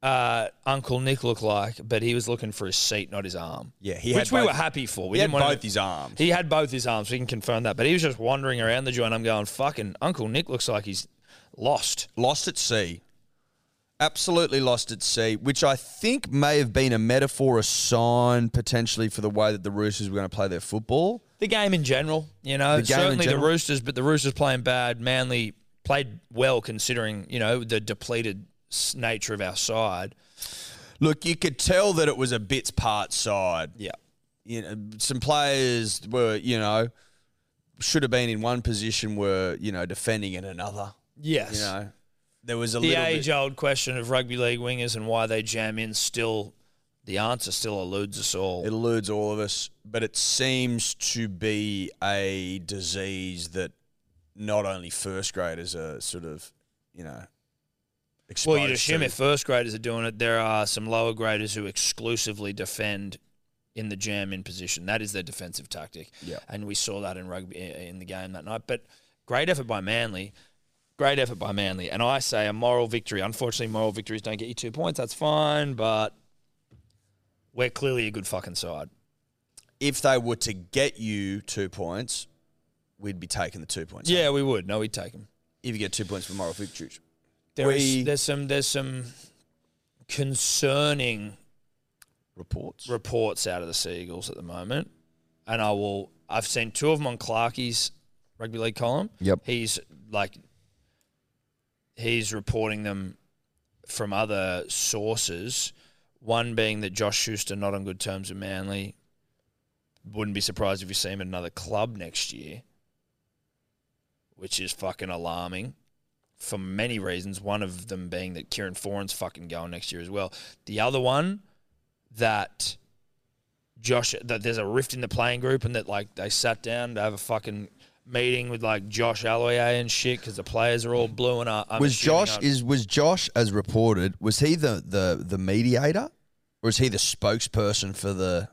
[SPEAKER 2] uh, Uncle Nick looked like, but he was looking for his seat, not his arm.
[SPEAKER 3] Yeah, he had
[SPEAKER 2] Which we
[SPEAKER 3] both-
[SPEAKER 2] were happy for. We
[SPEAKER 3] he had
[SPEAKER 2] didn't want
[SPEAKER 3] both his arms.
[SPEAKER 2] He had both his arms. We can confirm that. But he was just wandering around the joint. I'm going, fucking Uncle Nick looks like he's lost.
[SPEAKER 3] lost at sea. Absolutely lost at sea, which I think may have been a metaphor, a sign potentially for the way that the Roosters were going to play their football.
[SPEAKER 2] The game in general, you know,
[SPEAKER 3] The game in
[SPEAKER 2] certainly the
[SPEAKER 3] general.
[SPEAKER 2] Roosters, but the Roosters playing bad. Manly played well considering, you know, the depleted s- nature of our side.
[SPEAKER 3] Look, you could tell that it was a bits part side.
[SPEAKER 2] Yeah.
[SPEAKER 3] You know, some players were, you know, should have been in one position, were, you know, defending in another.
[SPEAKER 2] Yes.
[SPEAKER 3] You know, there was a
[SPEAKER 2] the
[SPEAKER 3] little bit.
[SPEAKER 2] age old question of rugby league wingers and why they jam in still, the answer still eludes us all.
[SPEAKER 3] It eludes all of us, but it seems to be a disease that not only first graders are sort of, you know, exposed
[SPEAKER 2] well, you'd assume
[SPEAKER 3] to.
[SPEAKER 2] if first graders are doing it, there are some lower graders who exclusively defend in the jam in position. That is their defensive tactic.
[SPEAKER 3] Yeah.
[SPEAKER 2] And we saw that in rugby in the game that night. But great effort by Manly. Great effort by Manly. And I say a moral victory. Unfortunately, moral victories don't get you two points. That's fine, but we're clearly a good fucking side.
[SPEAKER 3] if they were to get you two points, we'd be taking the two points.
[SPEAKER 2] Yeah, we would. No, we'd take them.
[SPEAKER 3] If you get two points for moral victories.
[SPEAKER 2] There is-
[SPEAKER 3] We-
[SPEAKER 2] there's some there's some concerning
[SPEAKER 3] Reports.
[SPEAKER 2] reports out of the Seagulls at the moment, and I will. I've seen two of them on Clarkie's rugby league column.
[SPEAKER 3] Yep.
[SPEAKER 2] he's like he's reporting them from other sources. One being that Josh Schuster not on good terms with Manly. Wouldn't be surprised if you see him at another club next year, which is fucking alarming. for many reasons. One of them being that Kieran Foran's fucking going next year as well. The other one that Josh that there's a rift in the playing group and that like they sat down to have a fucking meeting with like Josh Alloyer and shit because the players are all blue and up. I'm
[SPEAKER 3] was
[SPEAKER 2] assuming
[SPEAKER 3] Josh
[SPEAKER 2] I'm-
[SPEAKER 3] is was Josh as reported? Was he the the the mediator, or is he the spokesperson for the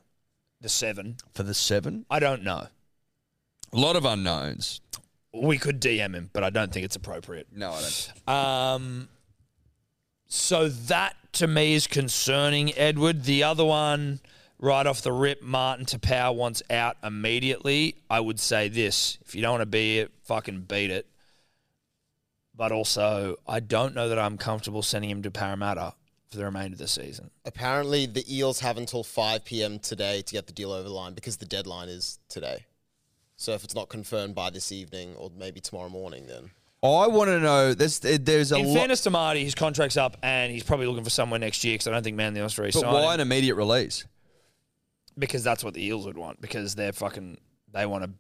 [SPEAKER 2] the seven?
[SPEAKER 3] for the seven?
[SPEAKER 2] I don't know.
[SPEAKER 3] A lot of unknowns.
[SPEAKER 2] We could DM him, but I don't think it's appropriate.
[SPEAKER 3] No, I don't.
[SPEAKER 2] Um, so that to me is concerning, Edward. The other one, right off the rip, Martin Tapau wants out immediately. I would say this: if you don't want to be it, fucking beat it. But also, I don't know that I'm comfortable sending him to Parramatta for the remainder of the season.
[SPEAKER 4] Apparently, the Eels have until 5 p.m. today to get the deal over the line because the deadline is today. So if it's not confirmed by this evening or maybe tomorrow morning, then
[SPEAKER 3] I want to know. There's there's a
[SPEAKER 2] In
[SPEAKER 3] lot.
[SPEAKER 2] fairness to Marty, his contract's up, and he's probably looking for somewhere next year because I don't think Manly wants to
[SPEAKER 3] But
[SPEAKER 2] re-sign
[SPEAKER 3] why
[SPEAKER 2] him.
[SPEAKER 3] an immediate release?
[SPEAKER 2] Because that's what the Eels would want. Because they're fucking, they want to.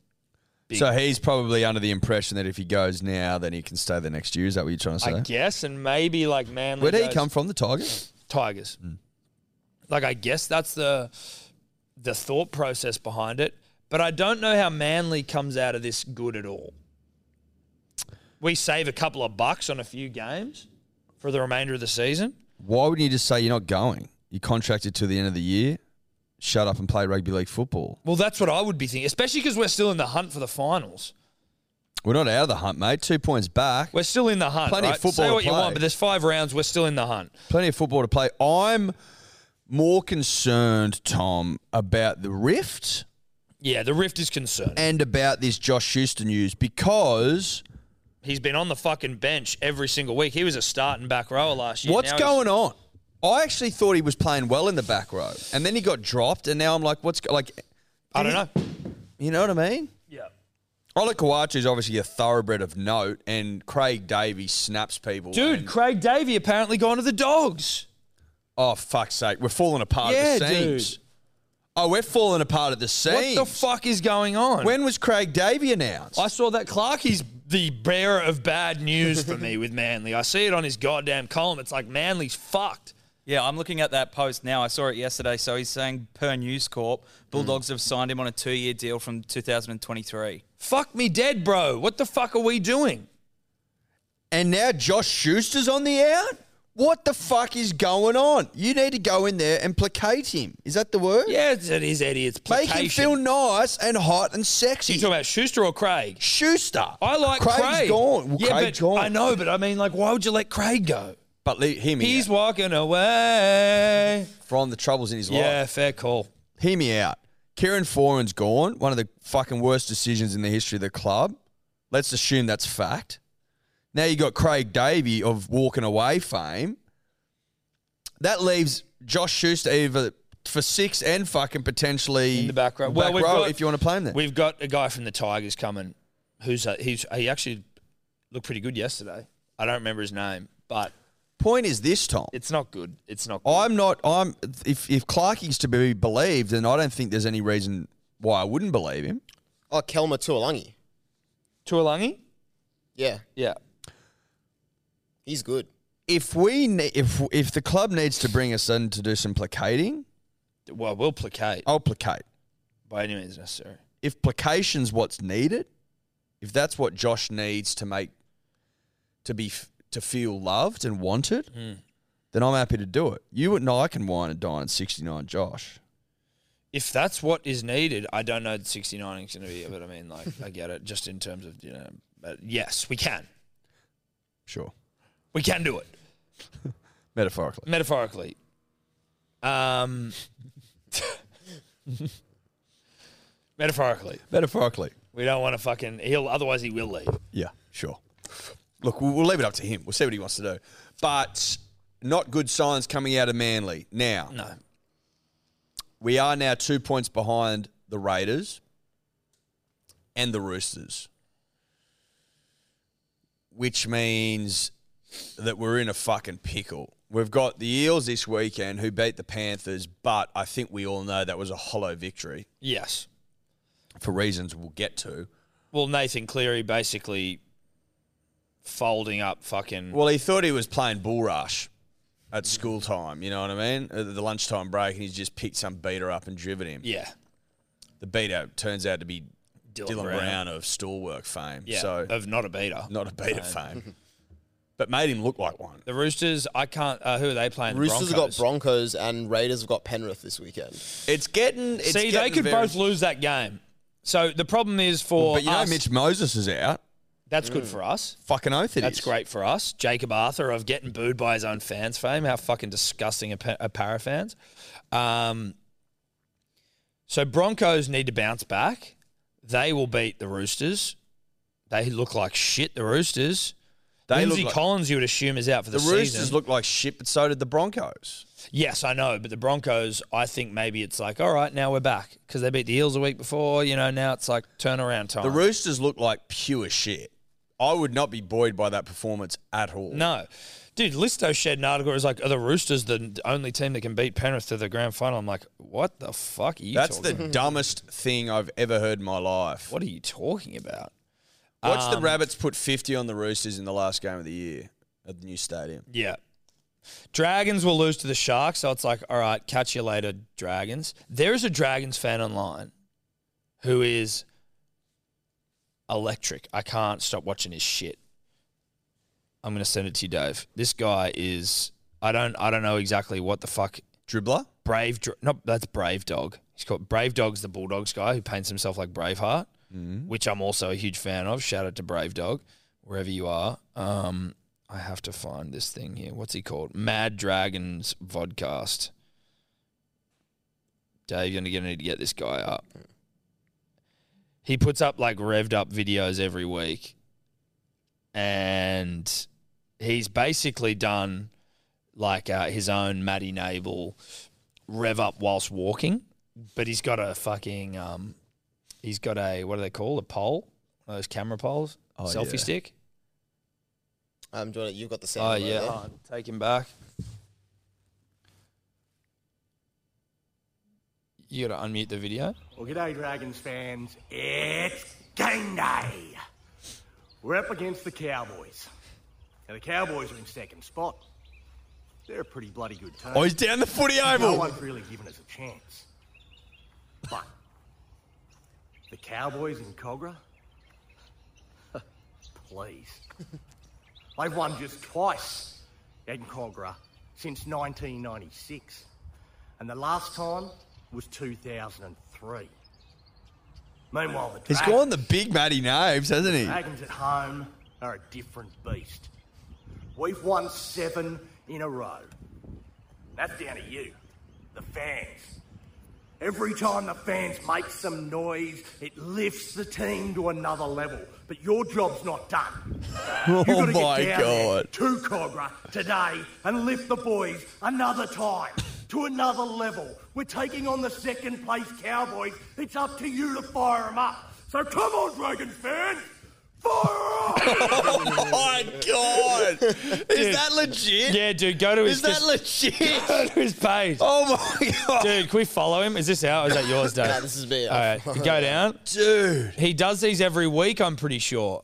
[SPEAKER 2] Big-
[SPEAKER 3] So he's probably under the impression that if he goes now, then he can stay the next year. Is that what you're trying to
[SPEAKER 2] I
[SPEAKER 3] say?
[SPEAKER 2] guess, and maybe like Manly.
[SPEAKER 3] Where did he
[SPEAKER 2] goes-
[SPEAKER 3] come from? The Tigers. Hmm.
[SPEAKER 2] Tigers. Like I guess that's the the thought process behind it, but I don't know how Manly comes out of this good at all. We save a couple of bucks on a few games for the remainder of the season.
[SPEAKER 3] Why wouldn't you just say you're not going? You're contracted to the end of the year. Shut up and play rugby league football.
[SPEAKER 2] Well, that's what I would be thinking, especially because we're still in the hunt for the finals.
[SPEAKER 3] We're not out of the hunt, mate. Two points back.
[SPEAKER 2] We're still in the hunt.
[SPEAKER 3] Plenty of
[SPEAKER 2] right?
[SPEAKER 3] football
[SPEAKER 2] Say
[SPEAKER 3] to
[SPEAKER 2] what you
[SPEAKER 3] play.
[SPEAKER 2] want, but there's five rounds. We're still in the hunt.
[SPEAKER 3] Plenty of football to play. I'm more concerned, Tom, about the rift
[SPEAKER 2] Yeah, the rift is concerning.
[SPEAKER 3] and about this Josh Schuster news because
[SPEAKER 2] He's been on the fucking bench every single week. He was a starting back rower last year.
[SPEAKER 3] what's
[SPEAKER 2] Now he's-
[SPEAKER 3] going on? I actually thought he was playing well in the back row, and then he got dropped, and now I'm like, what's go- like?
[SPEAKER 2] I don't know.
[SPEAKER 3] You know what I mean?
[SPEAKER 2] Yeah.
[SPEAKER 3] Ola Kawachi is obviously a thoroughbred of note, and Craig Davies snaps people.
[SPEAKER 2] Dude,
[SPEAKER 3] and-
[SPEAKER 2] Craig Davey apparently gone to the dogs.
[SPEAKER 3] oh fuck's sake, we're falling apart at the
[SPEAKER 2] Yeah, dude.
[SPEAKER 3] seams. Oh, we're falling apart at the
[SPEAKER 2] What
[SPEAKER 3] seams.
[SPEAKER 2] the fuck is going on?
[SPEAKER 3] When was Craig Davey announced?
[SPEAKER 2] I saw that Clarkie's the bearer of bad news for me with Manly. I see it on his goddamn column. It's like Manly's fucked.
[SPEAKER 5] Yeah, I'm looking at that post now. I saw it yesterday. So he's saying, per News Corp, Bulldogs
[SPEAKER 2] Mm.
[SPEAKER 5] have signed him on a two year deal from 2023.
[SPEAKER 2] Fuck me dead, bro. What the fuck are we doing?
[SPEAKER 3] and now Josh Schuster's on the out? What the fuck is going on? You need to go in there and placate him. Is that the word?
[SPEAKER 2] Yeah, it's, it is Eddie. It's
[SPEAKER 3] Make him
[SPEAKER 2] placation.
[SPEAKER 3] feel nice and hot and
[SPEAKER 2] you
[SPEAKER 3] sexy.
[SPEAKER 2] talking about Schuster or Craig?
[SPEAKER 3] Schuster.
[SPEAKER 2] I like
[SPEAKER 3] Craig's
[SPEAKER 2] Craig.
[SPEAKER 3] gone. Well,
[SPEAKER 2] yeah,
[SPEAKER 3] Craig's
[SPEAKER 2] but
[SPEAKER 3] gone.
[SPEAKER 2] I know, but I mean, like, why would you let Craig go?
[SPEAKER 3] But leave hear me
[SPEAKER 2] He's
[SPEAKER 3] out.
[SPEAKER 2] walking away.
[SPEAKER 3] from the troubles in his
[SPEAKER 2] Yeah,
[SPEAKER 3] life.
[SPEAKER 2] fair call.
[SPEAKER 3] Hear me out. Kieran Foran's gone. One of the fucking worst decisions in the history of the club. Let's assume that's fact. Now you got Craig Davey of walking away fame. That leaves Josh Schuster either for six and fucking potentially
[SPEAKER 2] in the background.
[SPEAKER 3] Back
[SPEAKER 2] we've
[SPEAKER 3] row
[SPEAKER 2] got-
[SPEAKER 3] if you want to play him there.
[SPEAKER 2] We've got a guy from the Tigers coming, who's a, he's he actually looked pretty good yesterday. I don't remember his name, but
[SPEAKER 3] Point is this, Tom.
[SPEAKER 2] it's not good. It's not. Good.
[SPEAKER 3] I'm not. I'm if if Clarkie's to be believed, then I don't think there's any reason why I wouldn't believe him.
[SPEAKER 4] oh, Kelma Tuolangi.
[SPEAKER 2] Tuolangi.
[SPEAKER 4] Yeah,
[SPEAKER 2] Yeah,
[SPEAKER 4] he's good.
[SPEAKER 3] If we ne- if if the club needs to bring us in to do some placating,
[SPEAKER 2] well, we'll placate
[SPEAKER 3] I'll placate.
[SPEAKER 2] by any means necessary.
[SPEAKER 3] If placation's what's needed, if that's what Josh needs to make to be f- to feel loved and wanted,
[SPEAKER 2] hmm,
[SPEAKER 3] then I'm happy to do it. You and I can wine and dine 69, Josh.
[SPEAKER 2] If that's what is needed, I don't know. that 69 is going to be, but I mean, like, I get it. Just in terms of you know, but yes, we can,
[SPEAKER 3] Sure,
[SPEAKER 2] we can do it
[SPEAKER 3] metaphorically.
[SPEAKER 2] metaphorically. Um, metaphorically.
[SPEAKER 3] Metaphorically.
[SPEAKER 2] We don't want to fucking. He'll otherwise he will leave.
[SPEAKER 3] Yeah, sure. Look, we'll, we'll leave it up to him. We'll see what he wants to do. But not good signs coming out of Manly. Now,
[SPEAKER 2] No,
[SPEAKER 3] we are now two points behind the Raiders and the Roosters, which means that we're in a fucking pickle. We've got the Eels this weekend who beat the Panthers, but I think we all know that was a hollow victory
[SPEAKER 2] Yes.
[SPEAKER 3] for reasons we'll get to.
[SPEAKER 2] Well, Nathan Cleary basically folding up fucking.
[SPEAKER 3] Well, he thought he was playing bull rush
[SPEAKER 2] Mm.
[SPEAKER 3] at school time. You know what I mean? At the lunchtime break, and he's just picked some beater up and driven him.
[SPEAKER 2] yeah.
[SPEAKER 3] The beater turns out to be
[SPEAKER 2] Dylan
[SPEAKER 3] Dylan,
[SPEAKER 2] Brown.
[SPEAKER 3] Brown. of Stallwork fame.
[SPEAKER 2] Yeah.
[SPEAKER 3] So
[SPEAKER 2] of not a beater.
[SPEAKER 3] not a beater fame, but made him look like one.
[SPEAKER 2] The Roosters, I can't. Uh, who are they playing? The
[SPEAKER 4] Roosters have got
[SPEAKER 2] Broncos.
[SPEAKER 4] Broncos and Raiders have got Penrith this weekend.
[SPEAKER 3] It's getting. It's
[SPEAKER 2] See, they
[SPEAKER 3] getting
[SPEAKER 2] could
[SPEAKER 3] very-
[SPEAKER 2] both lose that game. So the problem is for
[SPEAKER 3] But you
[SPEAKER 2] us.
[SPEAKER 3] know, Mitch Moses is out.
[SPEAKER 2] that's good for us.
[SPEAKER 3] Mm. Fucking oath, it is.
[SPEAKER 2] That's great for us. Jacob Arthur of getting booed by his own fans fame. How fucking disgusting are, pa- are para fans. Um, so Broncos need to bounce back. They will beat the Roosters. They look like shit. The Roosters.
[SPEAKER 3] They look
[SPEAKER 2] Lindsay
[SPEAKER 3] like-
[SPEAKER 2] Collins, you would assume, is out for the,
[SPEAKER 3] The Roosters
[SPEAKER 2] season.
[SPEAKER 3] look like shit, but so did the Broncos.
[SPEAKER 2] yes, I know, but the Broncos. I think maybe it's like, all right, now we're back because they beat the Eels a week before. You know, now it's like turnaround time.
[SPEAKER 3] The Roosters look like pure shit. I would not be buoyed by that performance at all.
[SPEAKER 2] No. Dude, Listo shared an article. It was like, are the Roosters the only team that can beat Penrith to the grand final? I'm like, what the fuck are you
[SPEAKER 3] That's the
[SPEAKER 2] talking about?
[SPEAKER 3] dumbest thing I've ever heard in my life.
[SPEAKER 2] What are you talking about? Um,
[SPEAKER 3] Watch the Rabbits put 50 on the Roosters in the last game of the year at the new stadium.
[SPEAKER 2] Yeah. Dragons will lose to the Sharks. So it's like, all right, catch you later, Dragons. There is a Dragons fan online who is electric. I can't stop watching his shit. I'm going to send it to you, Dave. This guy is. I don't. I don't know exactly what the fuck
[SPEAKER 3] Dribbler?
[SPEAKER 2] Brave, Dr- no, that's Brave Dog. He's called Brave Dog's the Bulldogs guy who paints himself like Braveheart, which I'm also a huge fan of. Shout out to Brave Dog, wherever you are. Um, I have to find this thing here. What's he called? Mad Dragons Vodcast. Dave, you're gonna need to get this guy up. He puts up like revved up videos every week, and he's basically done like uh, his own Matty Nable rev up whilst walking, but he's got a fucking um, he's got a what do they call a pole? One of Those camera poles,
[SPEAKER 3] Oh,
[SPEAKER 2] selfie
[SPEAKER 3] yeah.
[SPEAKER 2] stick.
[SPEAKER 4] Um, Jordan, you've got the sound.
[SPEAKER 2] Oh
[SPEAKER 4] over
[SPEAKER 2] yeah,
[SPEAKER 4] there.
[SPEAKER 2] Oh, take him back. You gotta unmute the video.
[SPEAKER 6] Well, g'day, Dragons fans. It's game day. We're up against the Cowboys. Now, the Cowboys are in second spot. They're a pretty bloody good team.
[SPEAKER 3] Oh, he's down the footy
[SPEAKER 6] no
[SPEAKER 3] oval.
[SPEAKER 6] one's really given us a chance. But the Cowboys in Cogra? Please. They've won just twice in Cogra since 1996. And the last time was 2003. Meanwhile, the
[SPEAKER 3] He's
[SPEAKER 6] Dragons-
[SPEAKER 3] gone the big Matty Naves, hasn't he?
[SPEAKER 6] Dragons at home are a different beast. We've won seven in a row. That's down to you, the fans. Every time the fans make some noise, it lifts the team to another level. But your job's not done.
[SPEAKER 3] Oh
[SPEAKER 6] You've got to
[SPEAKER 3] my
[SPEAKER 6] get down there
[SPEAKER 3] god.
[SPEAKER 6] to Cogra today and lift the boys another time to another level. We're taking on the second place Cowboys. It's up to you to fire them up. So come on, Dragons fans, fire up!
[SPEAKER 3] Oh my god. Is that legit?
[SPEAKER 2] Yeah, dude, go to his
[SPEAKER 3] Is that legit?
[SPEAKER 2] go to his page.
[SPEAKER 3] Oh my god.
[SPEAKER 2] Dude, can we follow him? Is this out? Or is that yours, Dave?
[SPEAKER 4] Nah, this is me.
[SPEAKER 2] All right, go down.
[SPEAKER 3] Dude.
[SPEAKER 2] He does these every week, I'm pretty sure.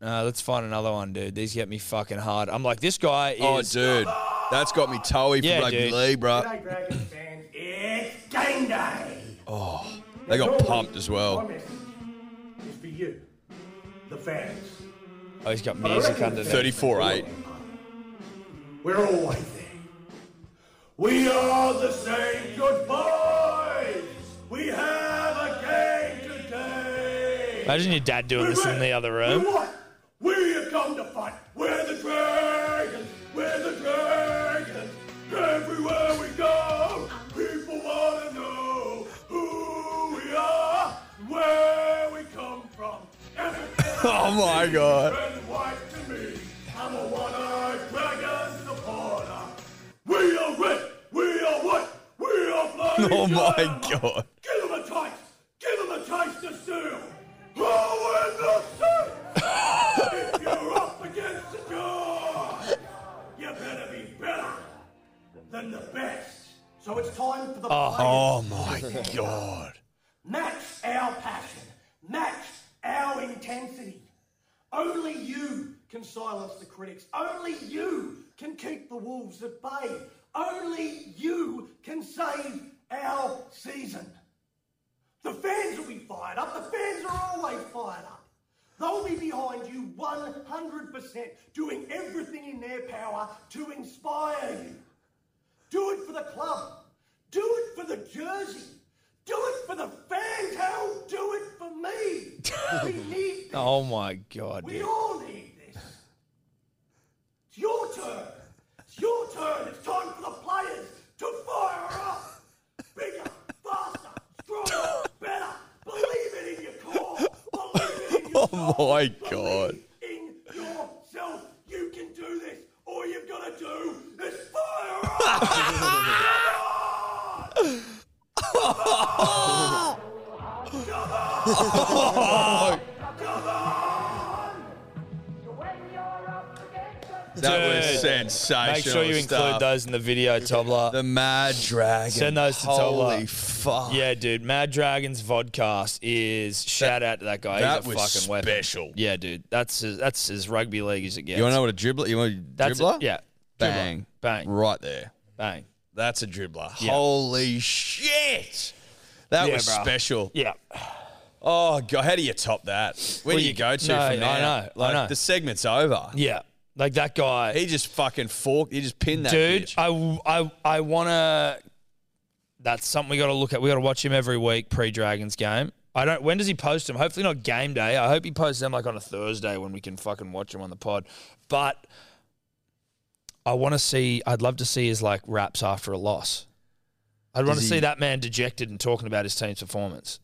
[SPEAKER 2] Uh, let's find another one, dude. These get me fucking hard. I'm like, this guy is.
[SPEAKER 3] Oh, dude. That's got me toey for
[SPEAKER 2] Yeah,
[SPEAKER 3] rugby
[SPEAKER 2] dude.
[SPEAKER 3] league, bro.
[SPEAKER 6] G'day, Dragons fans. It's game day.
[SPEAKER 3] Oh, They got pumped as
[SPEAKER 6] My
[SPEAKER 3] well.
[SPEAKER 6] message is for you, the fans.
[SPEAKER 2] Oh, he's got music under there.
[SPEAKER 3] 34 8.
[SPEAKER 6] We're always there. We are the same good boys. We have a game today.
[SPEAKER 2] Imagine your dad doing this in the other room.
[SPEAKER 6] We're what? We have come to fight. We're the dragons. We're the dragons. Everywhere we go, people want to know who we are, where we come from.
[SPEAKER 3] Oh my god.
[SPEAKER 6] Red and white to me. I'm a one-eyed dragon supporter. We are red. We are white. We are bloody.
[SPEAKER 3] Oh my
[SPEAKER 6] diamond.
[SPEAKER 3] god.
[SPEAKER 6] Give them a taste! Give them a taste to seal! Oh, in the sea! if you're up against the door, you better be better than the best. So it's time for the
[SPEAKER 3] Oh my god.
[SPEAKER 6] Match our passion. Match our intensity. Only you can silence the critics. Only you can keep the Wolves at bay. Only you can save our season. The fans will be fired up. The fans are always fired up. They'll be behind you 100%, doing everything in their power to inspire you. Do it for the club. Do it for the jersey. Do it for the fans. Hell, do it for me. we need this.
[SPEAKER 2] Oh my god,
[SPEAKER 6] We
[SPEAKER 2] dude.
[SPEAKER 6] all need this. It's your turn. It's your turn. It's time for the players to fire up. Bigger, faster, stronger, better. Believe it in your core. Believe it in your
[SPEAKER 3] Oh
[SPEAKER 6] soul.
[SPEAKER 3] my
[SPEAKER 6] Believe
[SPEAKER 3] God.
[SPEAKER 6] in yourself. You can do this. All you've got to do is fire up.
[SPEAKER 3] That
[SPEAKER 2] Dude,
[SPEAKER 3] was sensational.
[SPEAKER 2] Make sure you
[SPEAKER 3] stuff.
[SPEAKER 2] include those in the video, Tobler.
[SPEAKER 3] The Mad Dragon.
[SPEAKER 2] Send those to
[SPEAKER 3] Holy
[SPEAKER 2] Tola.
[SPEAKER 3] fuck.
[SPEAKER 2] yeah, dude. Mad Dragons vodcast is shout out to that guy.
[SPEAKER 3] that
[SPEAKER 2] He's a
[SPEAKER 3] was
[SPEAKER 2] fucking weapon.
[SPEAKER 3] special.
[SPEAKER 2] Yeah, dude. That's as, that's as rugby league as it gets.
[SPEAKER 3] You want to know what a dribbler? You want a
[SPEAKER 2] that's
[SPEAKER 3] dribbler?
[SPEAKER 2] It. Yeah.
[SPEAKER 3] Bang.
[SPEAKER 2] Bang.
[SPEAKER 3] Right there.
[SPEAKER 2] Bang.
[SPEAKER 3] That's a dribbler. Holy shit. That
[SPEAKER 2] Yeah,
[SPEAKER 3] was
[SPEAKER 2] bruh.
[SPEAKER 3] special.
[SPEAKER 2] Yeah.
[SPEAKER 3] Oh god, how do you top that? Where
[SPEAKER 2] Well,
[SPEAKER 3] do you,
[SPEAKER 2] you-
[SPEAKER 3] go to
[SPEAKER 2] no,
[SPEAKER 3] from
[SPEAKER 2] I
[SPEAKER 3] now?
[SPEAKER 2] know, I
[SPEAKER 3] Like
[SPEAKER 2] know.
[SPEAKER 3] the segment's over.
[SPEAKER 2] Yeah. Like that guy.
[SPEAKER 3] He just fucking forked. He just pinned that
[SPEAKER 2] dude.
[SPEAKER 3] bitch.
[SPEAKER 2] I, I, I want to. That's something we got to look at. We got to watch him every week pre Dragons game. I don't. When does he post them? Hopefully not game day. I hope he posts them like on a Thursday when we can fucking watch him on the pod. But I want to see. I'd love to see his like raps after a loss. I'd want to
[SPEAKER 3] Does
[SPEAKER 2] see
[SPEAKER 3] he-
[SPEAKER 2] that man dejected and talking about his team's performance.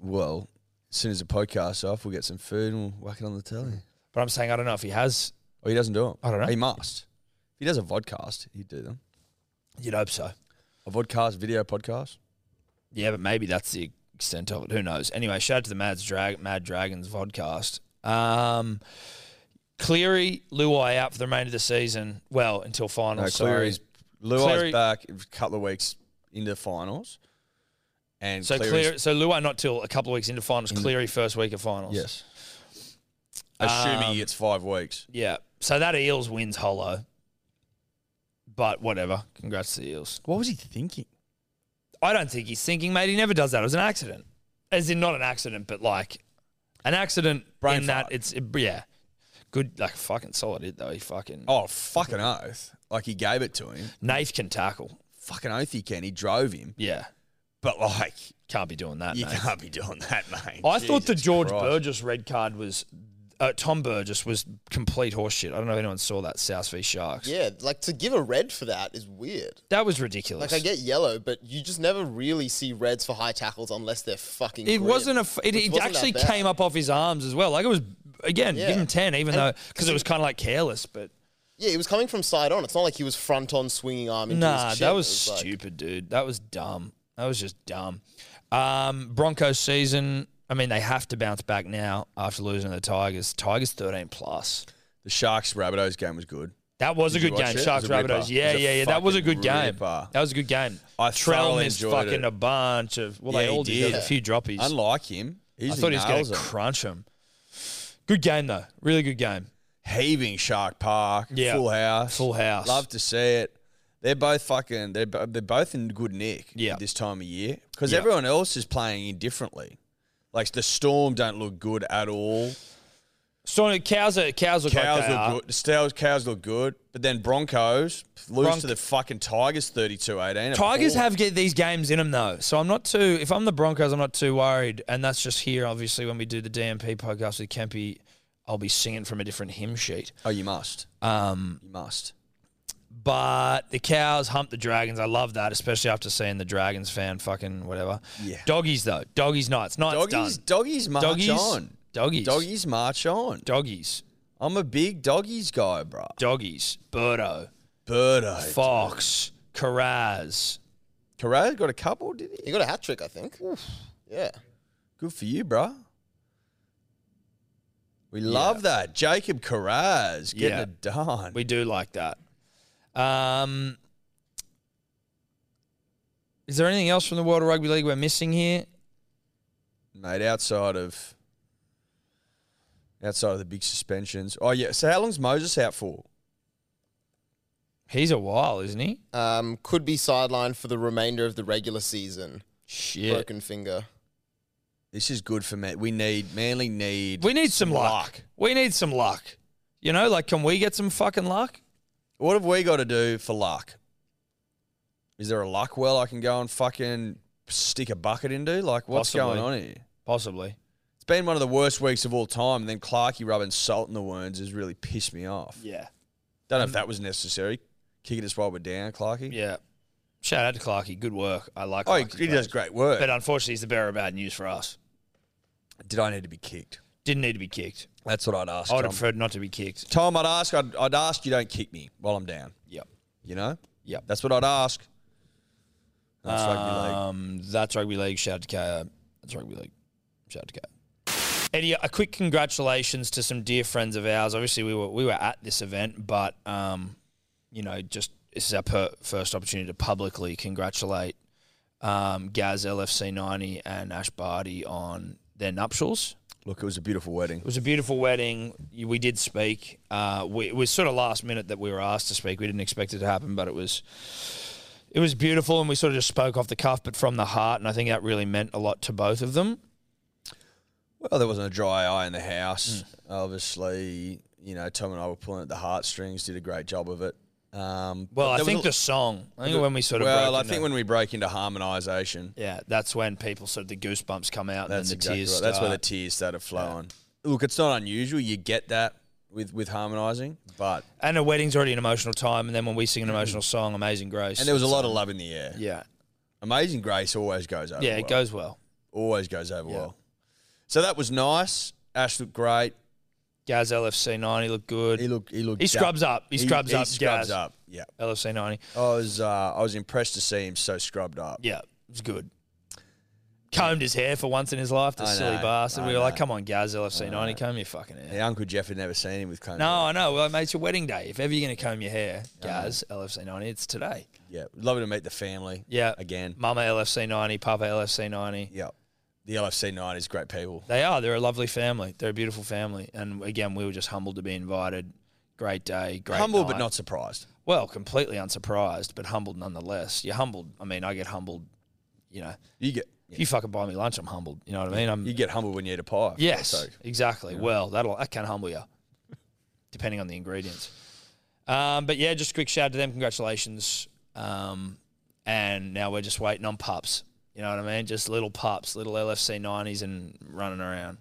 [SPEAKER 3] well, as soon as the podcast's off, we'll get some food and we'll whack it on the telly.
[SPEAKER 2] But I'm saying I don't know if he has.
[SPEAKER 3] Oh, he doesn't do it.
[SPEAKER 2] I don't know.
[SPEAKER 3] He must. If he does a vodcast, he'd do them.
[SPEAKER 2] You'd hope so.
[SPEAKER 3] A vodcast video podcast.
[SPEAKER 2] Yeah, but maybe that's the extent of it. Who knows? Anyway, shout out to the Mad, Drag- Mad Dragons vodcast. Um, Cleary, Luai out for the remainder of the season. Well, until
[SPEAKER 3] No,
[SPEAKER 2] finals. sorry.
[SPEAKER 3] Cleary's Luai's
[SPEAKER 2] Cleary-
[SPEAKER 3] back a couple of weeks into finals. And
[SPEAKER 2] So
[SPEAKER 3] Cleary's-
[SPEAKER 2] Clear, so Luai not till a couple of weeks into finals. Cleary first week of finals.
[SPEAKER 3] Yes. Assuming
[SPEAKER 2] Um,
[SPEAKER 3] he gets five weeks.
[SPEAKER 2] Yeah. So that Eels wins hollow. But whatever. Congrats to the Eels.
[SPEAKER 3] What was he thinking?
[SPEAKER 2] I don't think he's thinking, mate. He never does that. It was an accident. As in, not an accident, but like an accident in
[SPEAKER 3] Brain fart.
[SPEAKER 2] that it's, yeah. Good, like fucking solid hit though. He fucking.
[SPEAKER 3] Oh, fucking oath. Like he gave it to him.
[SPEAKER 2] Nath can tackle.
[SPEAKER 3] Fucking oath he can. He drove him.
[SPEAKER 2] Yeah.
[SPEAKER 3] But like,
[SPEAKER 2] Can't be doing that.
[SPEAKER 3] you
[SPEAKER 2] mate.
[SPEAKER 3] can't be doing that, mate.
[SPEAKER 2] I thought the
[SPEAKER 3] Jesus
[SPEAKER 2] George
[SPEAKER 3] Christ.
[SPEAKER 2] Burgess red card was. Uh, Tom Burgess was complete horseshit. I don't know if anyone saw that South v Sharks.
[SPEAKER 4] Yeah, like to give a red for that is weird.
[SPEAKER 2] That was ridiculous.
[SPEAKER 4] Like I get yellow, but you just never really see reds for high tackles unless they're fucking.
[SPEAKER 2] it
[SPEAKER 4] grim,
[SPEAKER 2] wasn't a. F- it
[SPEAKER 4] which
[SPEAKER 2] it
[SPEAKER 4] wasn't that
[SPEAKER 2] actually
[SPEAKER 4] bad.
[SPEAKER 2] came up off his arms as well. Like it was again,
[SPEAKER 4] Yeah.
[SPEAKER 2] give him ten, even
[SPEAKER 4] And-
[SPEAKER 2] though because it was kind of like careless. But
[SPEAKER 4] Yeah, it was coming from side on. It's not like he was front on swinging arm. Into
[SPEAKER 2] nah,
[SPEAKER 4] his chin.
[SPEAKER 2] that was,
[SPEAKER 4] It like-
[SPEAKER 2] stupid, dude. That was dumb. That was just dumb. Um, Broncos season. I mean, they have to bounce back now after losing to the Tigers. Tigers thirteen plus.
[SPEAKER 3] The Sharks Rabbitohs game was good.
[SPEAKER 2] That was a
[SPEAKER 3] Did you
[SPEAKER 2] good
[SPEAKER 3] watch
[SPEAKER 2] game.
[SPEAKER 3] it?
[SPEAKER 2] Sharks
[SPEAKER 3] It was a
[SPEAKER 2] Rabbitohs.
[SPEAKER 3] ripper.
[SPEAKER 2] Yeah,
[SPEAKER 3] It was a
[SPEAKER 2] yeah, yeah. That was a good
[SPEAKER 3] fucking
[SPEAKER 2] game.
[SPEAKER 3] ripper.
[SPEAKER 2] That was a good game.
[SPEAKER 3] I
[SPEAKER 2] Trell
[SPEAKER 3] thoroughly
[SPEAKER 2] missed
[SPEAKER 3] enjoyed
[SPEAKER 2] fucking
[SPEAKER 3] it.
[SPEAKER 2] a bunch of well,
[SPEAKER 3] Yeah,
[SPEAKER 2] they
[SPEAKER 3] he
[SPEAKER 2] all did.
[SPEAKER 3] did.
[SPEAKER 2] a few droppies.
[SPEAKER 3] Unlike him,
[SPEAKER 2] I thought he was going
[SPEAKER 3] nails
[SPEAKER 2] to
[SPEAKER 3] them.
[SPEAKER 2] crunch them. Good game though. Really good game.
[SPEAKER 3] heaving Shark Park,
[SPEAKER 2] Yeah.
[SPEAKER 3] full house,
[SPEAKER 2] Full house.
[SPEAKER 3] Love to see it. They're both fucking. They're bo- they're both in good nick.
[SPEAKER 2] Yeah.
[SPEAKER 3] this time of year because
[SPEAKER 2] Yeah.
[SPEAKER 3] everyone else is playing indifferently. Like the Storm don't look good at all.
[SPEAKER 2] So cows are cows look
[SPEAKER 3] Cows
[SPEAKER 2] like they
[SPEAKER 3] look
[SPEAKER 2] are.
[SPEAKER 3] good. The Stows, cows look good, but then Broncos lose
[SPEAKER 2] Bronc-
[SPEAKER 3] to the fucking Tigers 32-18.
[SPEAKER 2] Tigers
[SPEAKER 3] Appalling.
[SPEAKER 2] have get these games in them though, so I'm not too. If I'm the Broncos, I'm not too worried, and that's just here. Obviously, when we do the DMP podcast with Kempy, I'll be singing from a different hymn sheet.
[SPEAKER 3] Oh, you must.
[SPEAKER 2] Um,
[SPEAKER 3] You must.
[SPEAKER 2] But the cows hump the dragons. I love that, especially after seeing the dragons fan fucking whatever.
[SPEAKER 3] Yeah.
[SPEAKER 2] Doggies though. Doggies nights. Nights
[SPEAKER 3] Doggies,
[SPEAKER 2] done.
[SPEAKER 3] doggies march
[SPEAKER 2] Doggies.
[SPEAKER 3] on.
[SPEAKER 2] Doggies.
[SPEAKER 3] Doggies march on.
[SPEAKER 2] Doggies.
[SPEAKER 3] I'm a big doggies guy, bro.
[SPEAKER 2] Doggies. Birdo.
[SPEAKER 3] Birdo.
[SPEAKER 2] Fox. Karaz.
[SPEAKER 3] Carrera got a couple, did he?
[SPEAKER 4] He got a hat trick, I think. Yeah.
[SPEAKER 3] Good for you, bruh. We love that. Jacob Carraz getting
[SPEAKER 2] Yeah.
[SPEAKER 3] it done.
[SPEAKER 2] We do like that. Um Is there anything else from the World of Rugby League we're missing here?
[SPEAKER 3] Mate, outside of outside of the big suspensions. Oh yeah. So how long's Moses out for?
[SPEAKER 2] He's a while, isn't he?
[SPEAKER 4] Um, could be sidelined for the remainder of the regular season.
[SPEAKER 2] Shit.
[SPEAKER 4] Broken finger.
[SPEAKER 3] This is good for Man. We need Manly need.
[SPEAKER 2] We need some luck. We need some luck. You know, like, can we get some fucking luck?
[SPEAKER 3] What have we got to do for luck? Is there a luck well I can go and fucking stick a bucket into? Like what's
[SPEAKER 2] Possibly.
[SPEAKER 3] going on here?
[SPEAKER 2] Possibly.
[SPEAKER 3] It's been one of the worst weeks of all time. And then Clarkey rubbing salt in the wounds has really pissed me off.
[SPEAKER 2] Yeah.
[SPEAKER 3] Don't know if that was necessary. Kicking us while we're down, Clarkey.
[SPEAKER 2] Um, Yeah. Shout out to Clarkey. Good work. I like.
[SPEAKER 3] Oh, he,
[SPEAKER 2] Clarkey's
[SPEAKER 3] he
[SPEAKER 2] plays.
[SPEAKER 3] does great work.
[SPEAKER 2] But unfortunately, he's the bearer of bad news for us.
[SPEAKER 3] Did I need to be kicked?
[SPEAKER 2] Didn't need to be kicked.
[SPEAKER 3] That's what I'd ask.
[SPEAKER 2] I would have
[SPEAKER 3] Tom.
[SPEAKER 2] preferred not to be kicked.
[SPEAKER 3] Tom, I'd ask. I'd, I'd ask you don't kick me while I'm down.
[SPEAKER 2] Yep.
[SPEAKER 3] You know.
[SPEAKER 2] Yep.
[SPEAKER 3] That's what I'd ask. That's rugby league.
[SPEAKER 2] Um, that's rugby league. Shout out to Kaya. That's rugby league. Shout out to Kaya. Eddie, a quick congratulations to some dear friends of ours. Obviously, we were we were at this event, but um, you know, just this is our per- first opportunity to publicly congratulate um, Gaz LFC ninety and Ash Barty on their nuptials.
[SPEAKER 3] Look, it was a beautiful wedding.
[SPEAKER 2] It was a beautiful wedding. You- We did speak. Uh, we, it was sort of last minute that we were asked to speak. We didn't expect it to happen, but it was it was beautiful, and we sort of just spoke off the cuff, but from the heart. And I think that really meant a lot to both of them.
[SPEAKER 3] Well, there wasn't a dry eye in the house.
[SPEAKER 2] Hmm.
[SPEAKER 3] Obviously, you know, Tom and I were pulling at the heartstrings. Did a great job of it. Um,
[SPEAKER 2] Well,
[SPEAKER 3] but
[SPEAKER 2] I
[SPEAKER 3] there was
[SPEAKER 2] think
[SPEAKER 3] a-
[SPEAKER 2] the song. I think when we sort of
[SPEAKER 3] well,
[SPEAKER 2] broke
[SPEAKER 3] I
[SPEAKER 2] into-
[SPEAKER 3] think when we break into harmonisation,
[SPEAKER 2] yeah, that's when people sort of the goosebumps come out, and
[SPEAKER 3] that's
[SPEAKER 2] then the
[SPEAKER 3] exactly
[SPEAKER 2] tears.
[SPEAKER 3] right. That's where the
[SPEAKER 2] start.
[SPEAKER 3] tears started flowing. Look, it's not unusual. You get that with with harmonising, but
[SPEAKER 2] and a wedding's already an emotional time, and then when we sing an emotional song, Amazing Grace,
[SPEAKER 3] and there was a lot of love in the air.
[SPEAKER 2] yeah,
[SPEAKER 3] Amazing Grace always goes over.
[SPEAKER 2] yeah,
[SPEAKER 3] well.
[SPEAKER 2] it goes well.
[SPEAKER 3] always goes over well. So that was nice. Ash looked great.
[SPEAKER 2] Gaz LFC ninety looked good.
[SPEAKER 3] He looked. He looked.
[SPEAKER 2] He scrubs up. He scrubs up,
[SPEAKER 3] He scrubs
[SPEAKER 2] Gaz.
[SPEAKER 3] up. Yeah.
[SPEAKER 2] LFC ninety.
[SPEAKER 3] I was. Uh, I was impressed to see him so scrubbed up.
[SPEAKER 2] Yeah, it was good. Combed his hair for once in his life, the
[SPEAKER 3] I
[SPEAKER 2] silly
[SPEAKER 3] know,
[SPEAKER 2] bastard.
[SPEAKER 3] I
[SPEAKER 2] we were
[SPEAKER 3] know.
[SPEAKER 2] like, come on, Gaz, LFC 90, comb your fucking hair.
[SPEAKER 3] Yeah, Uncle Jeff had never seen him with combs.
[SPEAKER 2] No, I know. Well, mate, it's your wedding day. If ever you're going to comb your hair, Gaz, LFC 90, it's today.
[SPEAKER 3] Yeah. Lovely to meet the family.
[SPEAKER 2] Yeah.
[SPEAKER 3] Again.
[SPEAKER 2] Mama LFC 90, Papa LFC 90.
[SPEAKER 3] Yeah. The LFC nine is great people.
[SPEAKER 2] They are. They're a lovely family. They're a beautiful family. And again, we were just humbled to be invited. Great day. Great
[SPEAKER 3] Humble but
[SPEAKER 2] night.
[SPEAKER 3] not surprised.
[SPEAKER 2] Well, completely unsurprised, but humbled nonetheless. You're humbled. I mean, I get humbled, you know.
[SPEAKER 3] You get.
[SPEAKER 2] If you fucking buy me lunch, I'm humbled. You know what I mean? I'm,
[SPEAKER 3] You get humble when you eat a pie. for
[SPEAKER 2] Yes,
[SPEAKER 3] fuck's sake.
[SPEAKER 2] exactly. Well, that'll that can humble you, depending on the ingredients. Um, but yeah, just a quick shout out to them. Congratulations. Um, and now we're just waiting on pups. You know what I mean? Just little pups, little LFC nineties, and running around.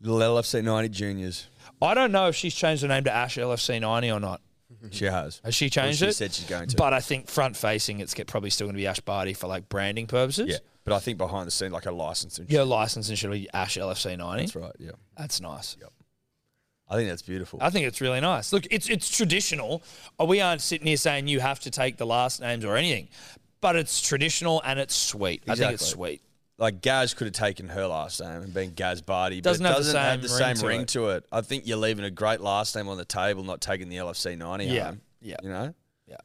[SPEAKER 3] Little LFC ninety juniors.
[SPEAKER 2] I don't know if she's changed her name to Ash LFC ninety or not.
[SPEAKER 3] She has.
[SPEAKER 2] Has she changed
[SPEAKER 3] she
[SPEAKER 2] it?
[SPEAKER 3] said she's going to.
[SPEAKER 2] But I think front facing, it's get- probably still going to be Ash Barty for like branding purposes.
[SPEAKER 3] Yeah. But I think behind the scene, like a license. And
[SPEAKER 2] Your licensing should be Ash LFC ninety.
[SPEAKER 3] That's right. Yeah.
[SPEAKER 2] That's nice.
[SPEAKER 3] I think that's beautiful.
[SPEAKER 2] I think it's really nice. Look, it's it's traditional. Uh, We aren't sitting here saying you have to take the last names or anything, but it's traditional and it's sweet. I think it's
[SPEAKER 3] Exactly.
[SPEAKER 2] sweet.
[SPEAKER 3] like Gaz could have taken her last name and been Gaz Barty, but
[SPEAKER 2] Doesn't
[SPEAKER 3] it
[SPEAKER 2] have the
[SPEAKER 3] doesn't have the
[SPEAKER 2] same ring
[SPEAKER 3] same
[SPEAKER 2] to
[SPEAKER 3] ring
[SPEAKER 2] it.
[SPEAKER 3] to it. I think you're leaving a great last name on the table, not taking the LFC 90
[SPEAKER 2] Yeah,
[SPEAKER 3] home.
[SPEAKER 2] yeah.
[SPEAKER 3] You know?
[SPEAKER 2] Yeah.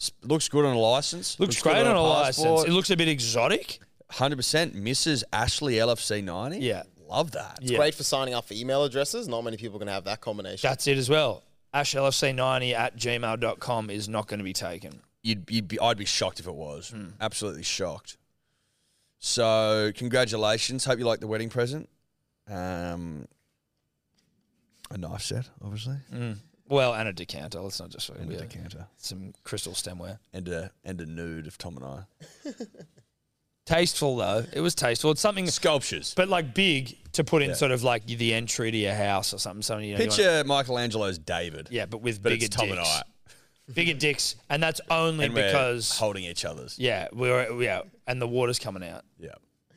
[SPEAKER 3] S- Looks good on a license.
[SPEAKER 2] Looks, great
[SPEAKER 3] good
[SPEAKER 2] on a license.
[SPEAKER 3] passport.
[SPEAKER 2] It looks a bit exotic.
[SPEAKER 3] 100% Mrs. Ashley LFC 90.
[SPEAKER 2] Yeah.
[SPEAKER 3] Love that.
[SPEAKER 2] Yeah.
[SPEAKER 4] Great for signing up for email addresses. Not many people can have that combination.
[SPEAKER 2] That's it as well. AshLFC90 at gmail.com is not going to be taken.
[SPEAKER 3] You'd, you'd be, I'd be shocked if it was.
[SPEAKER 2] Hmm.
[SPEAKER 3] Absolutely shocked. So, congratulations. Hope you like the wedding present. Um, a knife set, obviously,
[SPEAKER 2] Mm. Well, and a decanter. Let's not just fucking
[SPEAKER 3] and
[SPEAKER 2] be
[SPEAKER 3] a
[SPEAKER 2] a-
[SPEAKER 3] decanter,
[SPEAKER 2] Some crystal stemware.
[SPEAKER 3] and a and a nude of Tom and I.
[SPEAKER 2] Tasteful though. It was tasteful. It's something,
[SPEAKER 3] sculptures.
[SPEAKER 2] but like big to put in sort of like the entry to your house or something. Something you know. you want-
[SPEAKER 3] Picture Michelangelo's David.
[SPEAKER 2] yeah, but with
[SPEAKER 3] but
[SPEAKER 2] bigger
[SPEAKER 3] it's Tom
[SPEAKER 2] dicks.
[SPEAKER 3] and I,
[SPEAKER 2] Bigger dicks, and that's only
[SPEAKER 3] and
[SPEAKER 2] because
[SPEAKER 3] we're holding each other's.
[SPEAKER 2] Yeah, we're yeah, and the water's coming out,
[SPEAKER 3] Yeah,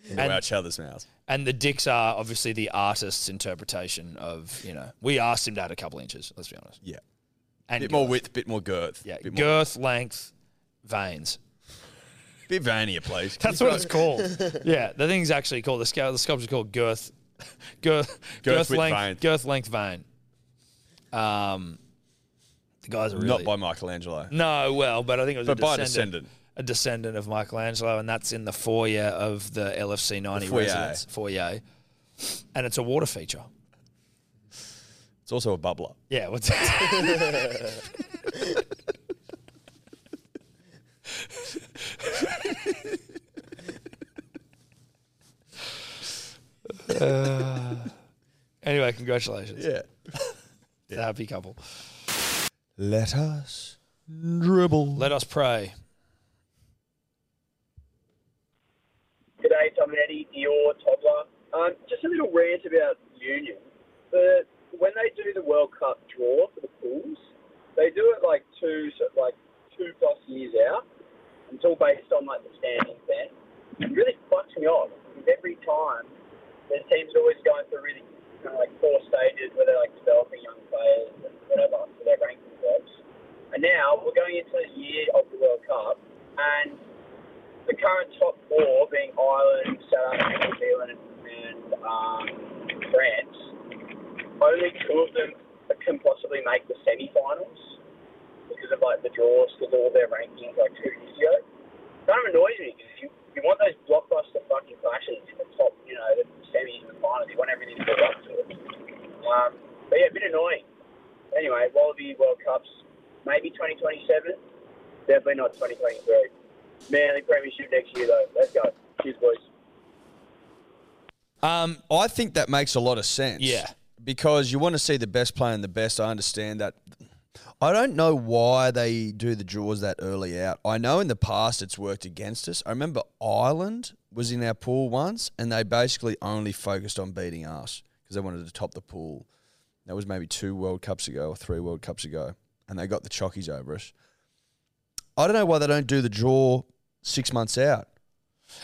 [SPEAKER 3] into
[SPEAKER 2] And-
[SPEAKER 3] each other's mouths.
[SPEAKER 2] and the dicks are obviously the artist's interpretation of you know. We asked him to add a couple inches. Let's be honest.
[SPEAKER 3] Yeah,
[SPEAKER 2] And
[SPEAKER 3] bit more
[SPEAKER 2] girth.
[SPEAKER 3] width, bit more girth.
[SPEAKER 2] yeah,
[SPEAKER 3] bit, more,
[SPEAKER 2] girth, length, veins.
[SPEAKER 3] bit veinier, please.
[SPEAKER 2] That's what it's called. yeah, the thing's actually called the sculpt. The sculpture's called girth, girth, girth,
[SPEAKER 3] with
[SPEAKER 2] length,
[SPEAKER 3] veins.
[SPEAKER 2] girth length vein. Um, the guys are really
[SPEAKER 3] Not by Michelangelo.
[SPEAKER 2] No, well, but I think it was
[SPEAKER 3] But
[SPEAKER 2] a
[SPEAKER 3] by
[SPEAKER 2] descendant,
[SPEAKER 3] descendant.
[SPEAKER 2] a descendant of Michelangelo, and that's in the foyer of the LFC ninety
[SPEAKER 3] The foyer.
[SPEAKER 2] residence foyer, and it's a water feature.
[SPEAKER 3] It's also a bubbler.
[SPEAKER 2] Yeah, what's that? anyway, congratulations.
[SPEAKER 3] Yeah.
[SPEAKER 2] It's a happy couple.
[SPEAKER 3] Let us dribble.
[SPEAKER 2] Let us pray.
[SPEAKER 7] G'day, Tom and Eddie, Dior, Toddler. Um, just a little rant about Union. The, when they do the World Cup draw for the pools, they do it like two, so like two plus years out. It's all based on like the standings then. It really fucks me off because every time their team's always going through really kind of like four stages where they're like developing young players and whatever for their ranking jobs. And now we're going into the year of the World Cup and the current top four being Ireland, South Africa, New Zealand, and um, France, only two of them can possibly make the semi-finals because of like the draws, because all their rankings like two years ago. Kind of annoys me because you, you want those blockbuster fucking clashes in the top, you know, the semis and the finals. You want everything to build up to it. Um, but yeah, a bit annoying. Anyway, Wallaby World Cups, maybe 2027, definitely not 2023. Manly Premiership next year, though. Let's go. Cheers, boys.
[SPEAKER 2] Um,
[SPEAKER 3] I think that makes a lot of sense.
[SPEAKER 2] Yeah.
[SPEAKER 3] Because you want to see the best player and the best. I understand that. I don't know why they do the draws that early out. I know in the past it's worked against us. I remember Ireland was in our pool once and they basically only focused on beating us because they wanted to top the pool. That was maybe two World Cups ago or three World Cups ago. And they got the chockies over us. I don't know why they don't do the draw six months out.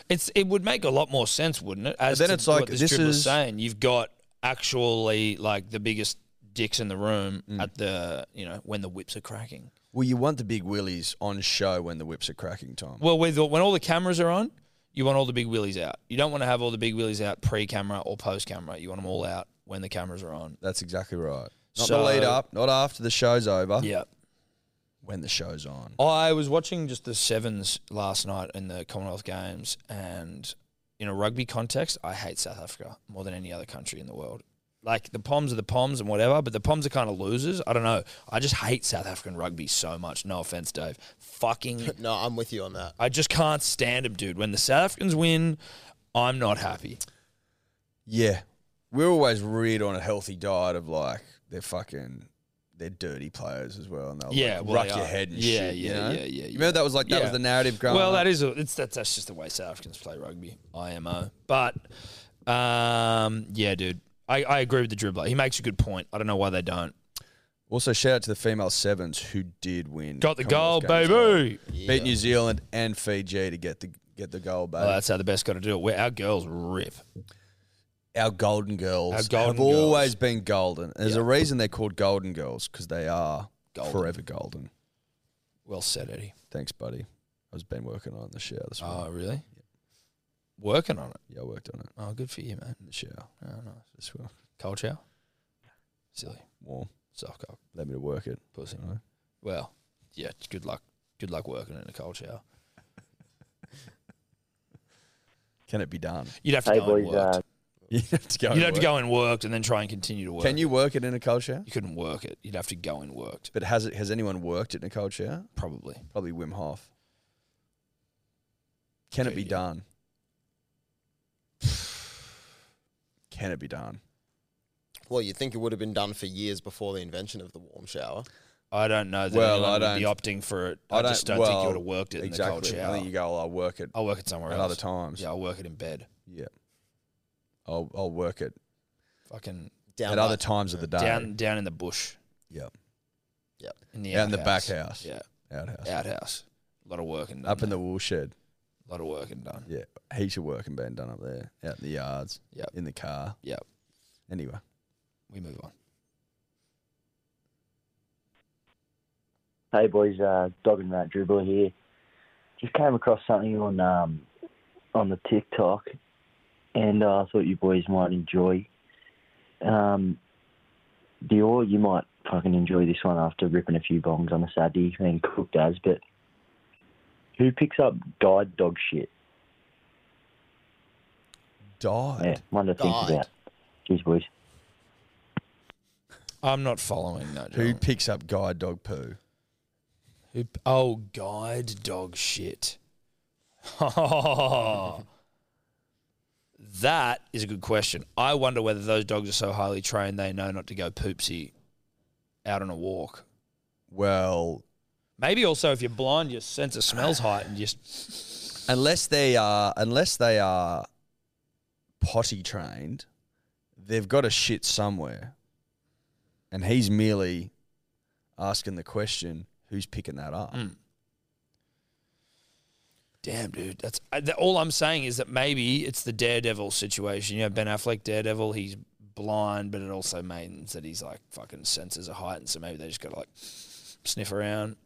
[SPEAKER 2] it's it would make a lot more sense, wouldn't it? As
[SPEAKER 3] But then
[SPEAKER 2] to
[SPEAKER 3] it's like,
[SPEAKER 2] what this,
[SPEAKER 3] this
[SPEAKER 2] dribbler's
[SPEAKER 3] is-
[SPEAKER 2] saying you've got actually like the biggest dicks in the room
[SPEAKER 3] Mm.
[SPEAKER 2] at the you know when the whips are cracking.
[SPEAKER 3] Well, you want the big willies on show when the whips are cracking time.
[SPEAKER 2] Well, with when all the cameras are on, you want all the big willies out. You don't want to have all the big willies out pre-camera or post-camera. You want them all out when the cameras are on.
[SPEAKER 3] That's exactly right. Not the
[SPEAKER 2] So-
[SPEAKER 3] lead up, not after the show's over.
[SPEAKER 2] Yeah.
[SPEAKER 3] When the show's on.
[SPEAKER 2] I was watching just the sevens last night in the Commonwealth Games, and in a rugby context, I hate South Africa more than any other country in the world. Like the Poms are the Poms and whatever, but the Poms are kind of losers. I don't know. I just hate South African rugby so much. No offense, Dave. Fucking
[SPEAKER 4] No, I'm with you on that.
[SPEAKER 2] I just can't stand them, dude. When the South Africans win, I'm not happy.
[SPEAKER 3] Yeah. We're always reared on a healthy diet of like, they're fucking, they're dirty players as well. And they'll
[SPEAKER 2] Yeah,
[SPEAKER 3] Oh, like
[SPEAKER 2] well,
[SPEAKER 3] ruck
[SPEAKER 2] they
[SPEAKER 3] your
[SPEAKER 2] are.
[SPEAKER 3] head and
[SPEAKER 2] Yeah,
[SPEAKER 3] shit. you
[SPEAKER 2] yeah,
[SPEAKER 3] know?
[SPEAKER 2] yeah, yeah,
[SPEAKER 3] You
[SPEAKER 2] yeah.
[SPEAKER 3] remember that was like, that was
[SPEAKER 2] Yeah.
[SPEAKER 3] the narrative growing
[SPEAKER 2] Well,
[SPEAKER 3] up.
[SPEAKER 2] that is a, it's that's, that's just the way South Africans play rugby. IMO, but um, yeah, dude, I, I agree with the dribbler. He makes a good point. I don't know why they don't
[SPEAKER 3] Also, shout out to the female sevens who did win.
[SPEAKER 2] got the goal,
[SPEAKER 3] Commonwealth Games.
[SPEAKER 2] baby.
[SPEAKER 3] Beat New Zealand and Fiji to get the get the goal, baby.
[SPEAKER 2] Oh, that's how the best got to do it. Where our girls rip.
[SPEAKER 3] our golden girls
[SPEAKER 2] Our golden
[SPEAKER 3] have
[SPEAKER 2] girls.
[SPEAKER 3] always been golden. There's a reason they're called golden girls because they are
[SPEAKER 2] Golden.
[SPEAKER 3] forever golden.
[SPEAKER 2] Well said, Eddie.
[SPEAKER 3] Thanks, buddy. I've been working on the shower this morning.
[SPEAKER 2] Oh, really? Working on it.
[SPEAKER 3] yeah, I worked on it
[SPEAKER 2] Oh, good for you, man.
[SPEAKER 3] in the shower.
[SPEAKER 2] Oh, nice.
[SPEAKER 3] This well,
[SPEAKER 2] Cold shower. Silly
[SPEAKER 3] warm.
[SPEAKER 2] soft cock
[SPEAKER 3] Let me to work it.
[SPEAKER 2] pussy.
[SPEAKER 3] Alright.
[SPEAKER 2] Well, yeah. Good luck. Good luck working in a cold shower.
[SPEAKER 3] Can it be done?
[SPEAKER 2] You'd have to
[SPEAKER 8] Hey
[SPEAKER 2] go and
[SPEAKER 8] boys,
[SPEAKER 2] work.
[SPEAKER 8] uh,
[SPEAKER 3] You have to go.
[SPEAKER 2] You'd
[SPEAKER 3] and
[SPEAKER 2] have to
[SPEAKER 3] work.
[SPEAKER 2] go and work and then try and continue to work.
[SPEAKER 3] Can you work it in a cold shower?
[SPEAKER 2] You couldn't work it. You'd have to go and work.
[SPEAKER 3] But has it? Has anyone worked it in a cold shower?
[SPEAKER 2] Probably.
[SPEAKER 3] Probably Wim Hof. Can it be
[SPEAKER 2] Yeah.
[SPEAKER 3] done? Can it be done?
[SPEAKER 4] Well, you'd think it would have been done for years before the invention of the warm shower.
[SPEAKER 2] I don't know that
[SPEAKER 3] Well,
[SPEAKER 2] anyone
[SPEAKER 3] I
[SPEAKER 2] would be
[SPEAKER 3] don't-
[SPEAKER 2] opting for it. I, just don't think
[SPEAKER 3] well,
[SPEAKER 2] you would have worked it
[SPEAKER 3] exactly.
[SPEAKER 2] in the cold
[SPEAKER 3] I
[SPEAKER 2] shower.
[SPEAKER 3] think you go. "Oh, I'll work it
[SPEAKER 2] I'll work it somewhere
[SPEAKER 3] at
[SPEAKER 2] else.
[SPEAKER 3] other times.
[SPEAKER 2] Yeah, I'll work it in bed.
[SPEAKER 3] Yeah. I'll I'll work it
[SPEAKER 2] Fucking
[SPEAKER 4] Down
[SPEAKER 3] at
[SPEAKER 4] by-
[SPEAKER 3] other times of the day.
[SPEAKER 2] down down in the bush.
[SPEAKER 3] Yeah.
[SPEAKER 2] In the
[SPEAKER 3] Out in the
[SPEAKER 2] outhouse.
[SPEAKER 3] back house.
[SPEAKER 2] Yeah.
[SPEAKER 3] Outhouse.
[SPEAKER 2] Outhouse. A lot of work and done.
[SPEAKER 3] Up in the wool shed.
[SPEAKER 2] a lot of work and done.
[SPEAKER 3] Yeah. Heaps of work and being done up there. Out in the yards.
[SPEAKER 2] Yep.
[SPEAKER 3] In the car.
[SPEAKER 2] Yep.
[SPEAKER 3] Anyway.
[SPEAKER 2] We move on.
[SPEAKER 8] Hey boys, uh, Dog and Rat Dribbler here. Just came across something on um, on the TikTok, and uh, I thought you boys might enjoy. Um, Dior, you might fucking enjoy this one after ripping a few bongs on a Saturday, and Cook does. But who picks up guide dog shit?
[SPEAKER 3] Died.
[SPEAKER 8] Yeah, one to think
[SPEAKER 4] Guide.
[SPEAKER 8] about. Cheers, boys.
[SPEAKER 2] I'm not following that.
[SPEAKER 3] Who
[SPEAKER 2] Who,
[SPEAKER 3] picks up guide dog poo?
[SPEAKER 2] who, oh, guide dog shit. that is a good question. I wonder whether those dogs are so highly trained they know not to go poopsie out on a walk.
[SPEAKER 3] Well,
[SPEAKER 2] Maybe also if you're blind, your sense of smell's heightened. Just
[SPEAKER 3] unless they are unless they are potty trained, they've got to shit somewhere, and he's merely asking the question, "Who's picking that up?"
[SPEAKER 2] Hmm. damn, dude. That's I- that- all I'm saying is that maybe it's the daredevil situation. You know, Ben Affleck, daredevil. He's blind, but it also means that he's like fucking senses are heightened. So maybe they just got to like sniff around.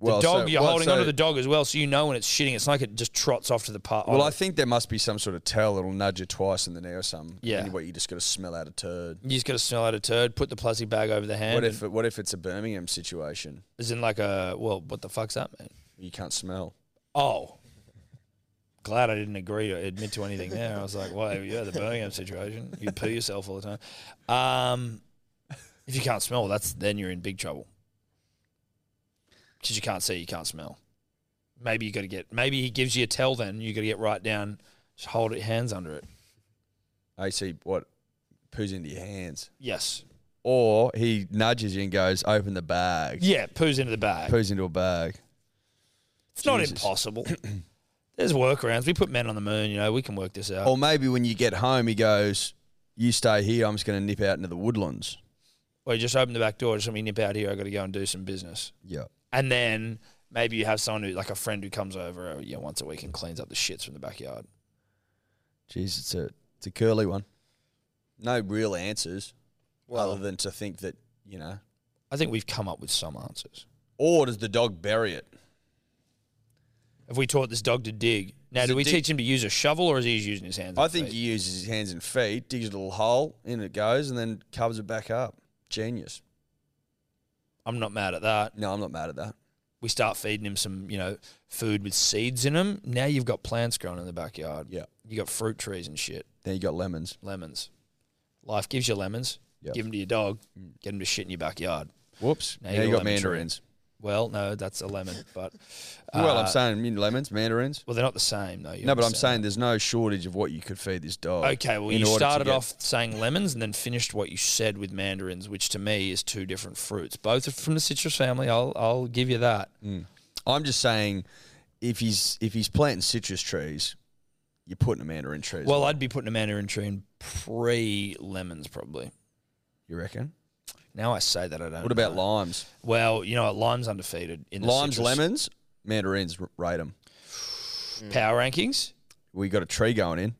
[SPEAKER 3] Well,
[SPEAKER 2] the dog,
[SPEAKER 3] so-
[SPEAKER 2] you're
[SPEAKER 3] well,
[SPEAKER 2] holding
[SPEAKER 3] so-
[SPEAKER 2] onto the dog as well, so you know when it's shitting. It's not like it just trots off to the park.
[SPEAKER 3] Well, I think there must be some sort of tell that'll nudge you twice in the knee or something.
[SPEAKER 2] Yeah.
[SPEAKER 3] Anyway, you just got to smell out a turd.
[SPEAKER 2] you just got to smell out a turd, put the plastic bag over the hand.
[SPEAKER 3] What
[SPEAKER 2] and-
[SPEAKER 3] if it, what if it's a Birmingham situation?
[SPEAKER 2] as in like a well, what the fuck's that mean?
[SPEAKER 3] You can't smell.
[SPEAKER 2] Oh, glad I didn't agree or admit to anything there. I was like, well, yeah, the Birmingham situation. You poo yourself all the time. Um, if you can't smell, that's then you're in big trouble because you can't see, you can't smell. Maybe you got to get. Maybe he gives you a tell. Then you got to get right down. Just hold it, hands under it.
[SPEAKER 3] AC what poos into your hands,
[SPEAKER 2] Yes.
[SPEAKER 3] or he nudges you and goes, "Open the bag."
[SPEAKER 2] Yeah, poos into the bag.
[SPEAKER 3] Poos into a bag.
[SPEAKER 2] It's not
[SPEAKER 3] Jesus.
[SPEAKER 2] impossible. There's workarounds. We put men on the moon. You know, we can work this out.
[SPEAKER 3] Or maybe when you get home, he goes, "You stay here. I'm just going to nip out into the woodlands."
[SPEAKER 2] Or you just open the back door. Just let me nip out here. I got to go and do some business.
[SPEAKER 3] Yeah.
[SPEAKER 2] And then maybe you have someone who, like a friend who comes over uh, you know, once a week and cleans up the shits from the backyard.
[SPEAKER 3] Jeez, it's a it's a curly one. No real answers,
[SPEAKER 4] Well,
[SPEAKER 3] other than to think that you know.
[SPEAKER 2] I think we've come up with some answers.
[SPEAKER 3] Or does the dog bury it?
[SPEAKER 2] Have we taught this dog to dig? Now,
[SPEAKER 3] Does
[SPEAKER 2] do
[SPEAKER 3] it
[SPEAKER 2] we
[SPEAKER 3] dig-
[SPEAKER 2] teach him to use a shovel or is he using his hands?
[SPEAKER 3] I
[SPEAKER 2] and
[SPEAKER 3] think
[SPEAKER 2] feet?
[SPEAKER 3] he uses his hands and feet, digs a little hole, in it goes, and then covers it back up. Genius.
[SPEAKER 2] I'm not mad at that.
[SPEAKER 3] No, I'm not mad at that.
[SPEAKER 2] We start feeding him some, you know, food with seeds in them. Now you've got plants growing in the backyard.
[SPEAKER 3] Yeah.
[SPEAKER 2] You got fruit trees and shit.
[SPEAKER 3] Then you got lemons.
[SPEAKER 2] lemons. Life gives you lemons. Give 'em
[SPEAKER 3] Yep.
[SPEAKER 2] Give them to your dog. Get them to shit in your backyard.
[SPEAKER 3] Whoops.
[SPEAKER 2] Now
[SPEAKER 3] Now,
[SPEAKER 2] you
[SPEAKER 3] you
[SPEAKER 2] got
[SPEAKER 3] got
[SPEAKER 2] lemon tree.
[SPEAKER 3] mandarins.
[SPEAKER 2] Well, no, that's a lemon, but
[SPEAKER 3] well,
[SPEAKER 2] uh,
[SPEAKER 3] I'm saying I mean, lemons, mandarins.
[SPEAKER 2] well, they're not the same though. you
[SPEAKER 3] No, but I'm
[SPEAKER 2] understand
[SPEAKER 3] saying there's no shortage of what you could feed this dog.
[SPEAKER 2] that. okay. Well,
[SPEAKER 3] in
[SPEAKER 2] you
[SPEAKER 3] order to
[SPEAKER 2] started
[SPEAKER 3] get-
[SPEAKER 2] off saying lemons and then finished what you said with mandarins, which to me is two different fruits. Both are from the citrus family. I'll I'll give you that.
[SPEAKER 3] Mm. I'm just saying, if he's if he's planting citrus trees, you're putting a mandarin tree. as
[SPEAKER 2] Well, I'd be putting a mandarin tree in pre lemons probably.
[SPEAKER 3] you reckon?
[SPEAKER 2] Now I say that I don't.
[SPEAKER 3] What about
[SPEAKER 2] know.
[SPEAKER 3] limes?
[SPEAKER 2] Well, you know, what? lime's undefeated in the
[SPEAKER 3] Limes,
[SPEAKER 2] citrus
[SPEAKER 3] lemons, mandarins. r- Rate them.
[SPEAKER 2] power rankings.
[SPEAKER 3] We got a tree going in,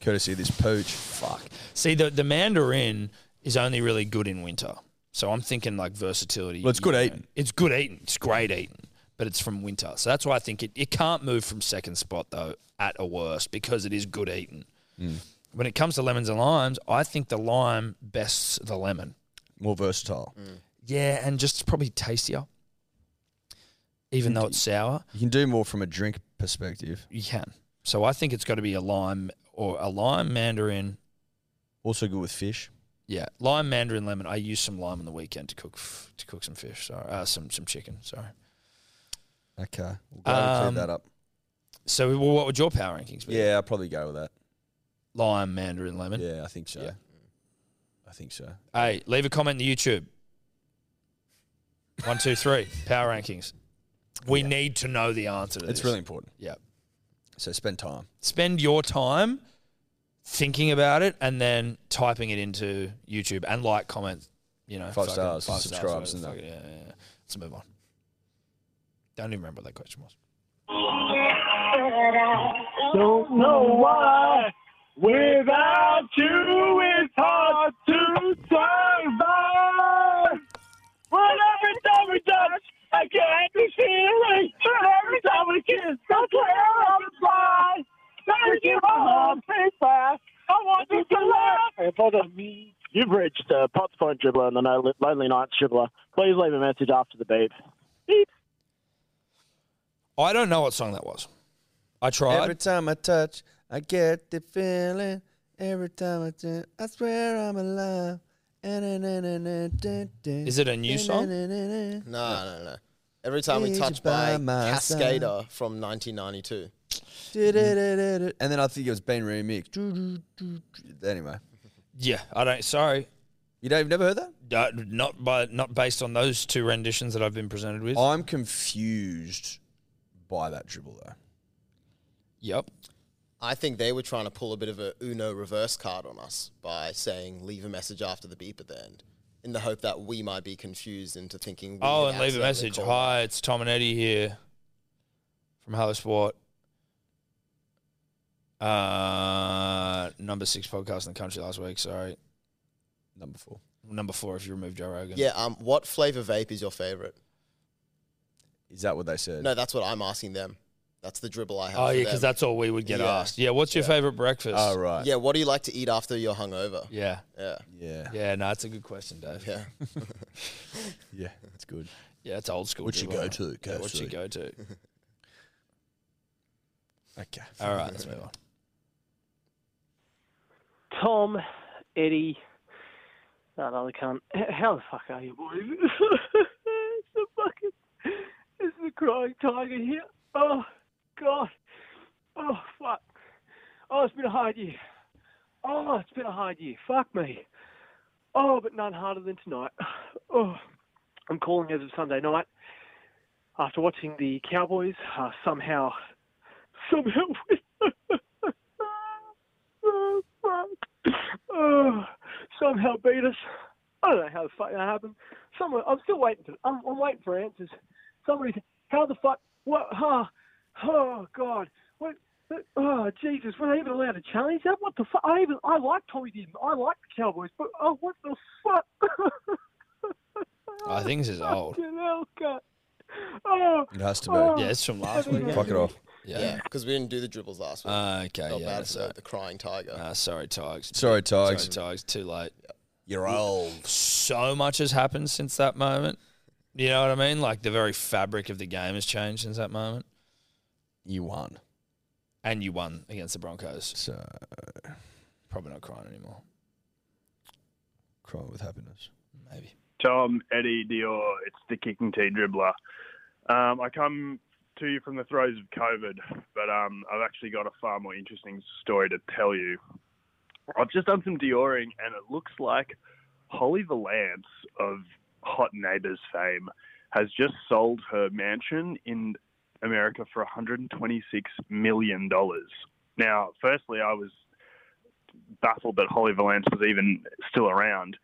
[SPEAKER 3] courtesy of this pooch.
[SPEAKER 2] Fuck. See, the the mandarin is only really good in winter. So I'm thinking like versatility.
[SPEAKER 3] Well, it's
[SPEAKER 2] you
[SPEAKER 3] good eating.
[SPEAKER 2] It's good eating. It's great eating. But it's from winter. So that's why I think it, it can't move from second spot, though, at a worst, because it is good eating.
[SPEAKER 3] Mm.
[SPEAKER 2] When it comes to lemons and limes, I think the lime bests the lemon.
[SPEAKER 3] More versatile.
[SPEAKER 2] Mm. Yeah, and just probably tastier. Even though it's sour,
[SPEAKER 3] You can do more from a drink perspective.
[SPEAKER 2] you can. So I think it's got to be a lime or a lime mandarin
[SPEAKER 3] Also good with fish.
[SPEAKER 2] Yeah, lime, mandarin, lemon. I used some lime on the weekend to cook f- to cook some fish. Sorry, uh, some some chicken. Sorry.
[SPEAKER 3] Okay, we'll glad we
[SPEAKER 2] Um,
[SPEAKER 3] cleared that up.
[SPEAKER 2] So, well, what would your power rankings be?
[SPEAKER 3] Yeah, I'll probably go with that.
[SPEAKER 2] lime, mandarin, lemon.
[SPEAKER 3] Yeah, I think so.
[SPEAKER 2] Yeah.
[SPEAKER 3] I think so.
[SPEAKER 2] Hey, leave a comment in the YouTube. One, two, three. power rankings. We need to know the answer to this.
[SPEAKER 3] It's really important.
[SPEAKER 2] yeah.
[SPEAKER 3] So spend time.
[SPEAKER 2] Spend your time thinking about it and then typing it into YouTube and like, comment. You know,
[SPEAKER 3] Five
[SPEAKER 2] fucking
[SPEAKER 3] stars,
[SPEAKER 2] five
[SPEAKER 3] subscribes
[SPEAKER 2] stars,
[SPEAKER 3] and
[SPEAKER 2] whatever, fuck it, yeah, yeah, yeah. Let's move on. Don't even remember what that question was.
[SPEAKER 9] Don't know why. Without you, it's hard to survive. But every time we touch, I can't be feeling. But every time we kiss, I swear I'm blind. Thank you, Mom. I want you to laugh.
[SPEAKER 10] Hey, Pod, um, You've reached uh, Pot's Point Dribbler and the No- Lonely Nights Dribbler. Please leave a message after the beep.
[SPEAKER 2] I don't know what song that was. I tried.
[SPEAKER 3] Every time I touch, I get the feeling. Every time I do, I swear I'm alive. Is
[SPEAKER 2] Is it a new song?
[SPEAKER 3] No.
[SPEAKER 4] No, no, no. Every time we
[SPEAKER 3] Is
[SPEAKER 4] touch
[SPEAKER 3] by
[SPEAKER 4] by,
[SPEAKER 3] my
[SPEAKER 4] Cascada from 1992.
[SPEAKER 3] And then I think it was been remixed. Anyway,
[SPEAKER 2] Yeah, I don't. Sorry,
[SPEAKER 3] you don't, you've never heard that?
[SPEAKER 2] Uh, not by not based on those two renditions that I've been presented with.
[SPEAKER 3] I'm confused by that dribble though.
[SPEAKER 2] yep.
[SPEAKER 4] I think they were trying to pull a bit of a Uno reverse card on us by saying leave a message after the beep at the end, in the hope that we might be confused into thinking. We
[SPEAKER 2] Oh,
[SPEAKER 4] had
[SPEAKER 2] and leave
[SPEAKER 4] accidentally
[SPEAKER 2] a message.
[SPEAKER 4] called.
[SPEAKER 2] Hi, it's Tom and Eddie here from Hello Sport. Uh, number six podcast in the country last week. Sorry,
[SPEAKER 3] Number four.
[SPEAKER 2] number four if you remove Joe Rogan.
[SPEAKER 4] Yeah. Um. What flavor vape is your favorite?
[SPEAKER 3] Is that what they said?
[SPEAKER 4] No, that's what I'm asking them. That's the dribble I have.
[SPEAKER 2] Oh
[SPEAKER 4] for
[SPEAKER 2] yeah, because
[SPEAKER 4] them.
[SPEAKER 2] that's all we would get
[SPEAKER 4] Yeah.
[SPEAKER 2] asked. Yeah. What's your favorite breakfast?
[SPEAKER 3] Oh right.
[SPEAKER 4] Yeah. What do you like to eat after you're hungover?
[SPEAKER 2] Yeah.
[SPEAKER 4] Yeah.
[SPEAKER 3] Yeah.
[SPEAKER 2] Yeah. No, it's a good question, Dave.
[SPEAKER 4] Yeah.
[SPEAKER 3] Yeah. It's good.
[SPEAKER 2] Yeah, it's old school.
[SPEAKER 3] What you
[SPEAKER 2] dribble.
[SPEAKER 3] go to,
[SPEAKER 2] Yeah, what you
[SPEAKER 3] KFC?
[SPEAKER 2] go to?
[SPEAKER 3] Okay.
[SPEAKER 2] All right, let's move on.
[SPEAKER 11] Tom, Eddie, that other cunt. H- How the fuck are you, boys? it's the fucking, it's the crying tiger here. Oh god. Oh fuck. Oh, it's been a hard year. Oh, it's been a hard year. Fuck me. Oh, but none harder than tonight. Oh, I'm calling as of Sunday night. After watching the Cowboys uh, somehow, somehow oh, fuck. Oh, somehow beat us. I don't know how the fuck that happened. Someone, I'm still waiting. For, I'm, I'm waiting for answers. Somebody, how the fuck? What? Huh? Oh God! What? Oh Jesus! Were they even allowed to challenge that? What the fuck? I even I like Tommy Didn't. I like the Cowboys, but oh, what the fuck?
[SPEAKER 2] Oh, I think this is old.
[SPEAKER 11] Fucking hell, God. Oh,
[SPEAKER 3] It has to be.
[SPEAKER 11] Oh.
[SPEAKER 2] Yeah, it's from last week.
[SPEAKER 3] Fuck it off.
[SPEAKER 2] Yeah.
[SPEAKER 4] Yeah. Because we didn't do the dribbles last week.
[SPEAKER 2] Uh, okay.
[SPEAKER 4] Felt
[SPEAKER 2] yeah.
[SPEAKER 4] bad
[SPEAKER 2] that's
[SPEAKER 4] for
[SPEAKER 2] right.
[SPEAKER 4] the crying tiger.
[SPEAKER 2] Ah, sorry, Tigers.
[SPEAKER 3] Sorry, Tigers.
[SPEAKER 2] Sorry, Tigers. Too late.
[SPEAKER 3] You're old.
[SPEAKER 2] So much has happened since that moment. You know what I mean? Like the very fabric of the game has changed since that moment.
[SPEAKER 3] You won.
[SPEAKER 2] And you won against the Broncos.
[SPEAKER 3] So
[SPEAKER 2] Probably not crying anymore.
[SPEAKER 3] crying with happiness.
[SPEAKER 2] Maybe.
[SPEAKER 9] Tom, Eddie, Dior, it's the kicking tea dribbler. Um, I come to you from the throes of COVID, but um, I've actually got a far more interesting story to tell you. I've just done some Dioring, and it looks like Holly Valance of Hot Neighbours fame has just sold her mansion in America for $126 million. Now, firstly, I was baffled that Holly Valance was even still around.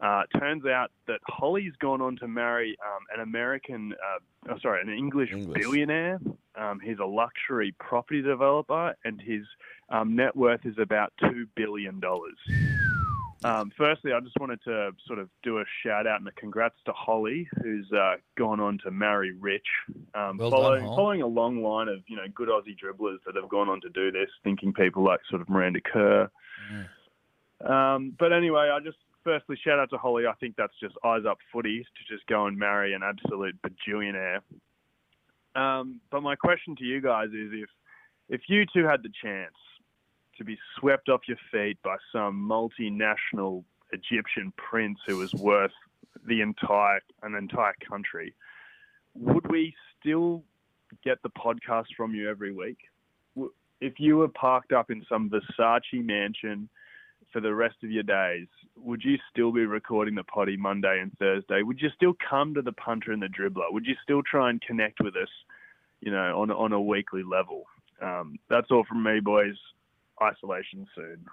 [SPEAKER 9] Uh, turns out that Holly's gone on to marry um, an American, uh, oh, sorry, an English,
[SPEAKER 3] English.
[SPEAKER 9] billionaire. Um, he's a luxury property developer, and his um, net worth is about $2 billion. Um, firstly, I just wanted to sort of do a shout out and a congrats to Holly, who's uh, gone on to marry Rich. Um,
[SPEAKER 2] Well done,
[SPEAKER 9] following,
[SPEAKER 2] Hol.
[SPEAKER 9] following a long line of you know good Aussie dribblers that have gone on to do this, thinking people like sort of Miranda Kerr. Um, but anyway, I just firstly shout out to Holly. I think that's just eyes up footy to just go and marry an absolute bajillionaire. Um, but my question to you guys is if if you two had the chance to be swept off your feet by some multinational Egyptian prince who was worth the entire an entire country, would we still get the podcast from you every week? W- If you were parked up in some Versace mansion for the rest of your days, would you still be recording the potty Monday and Thursday? Would you still come to the punter and the dribbler? Would you still try and connect with us, you know, on on a weekly level? Um, that's all from me, boys. Isolation soon.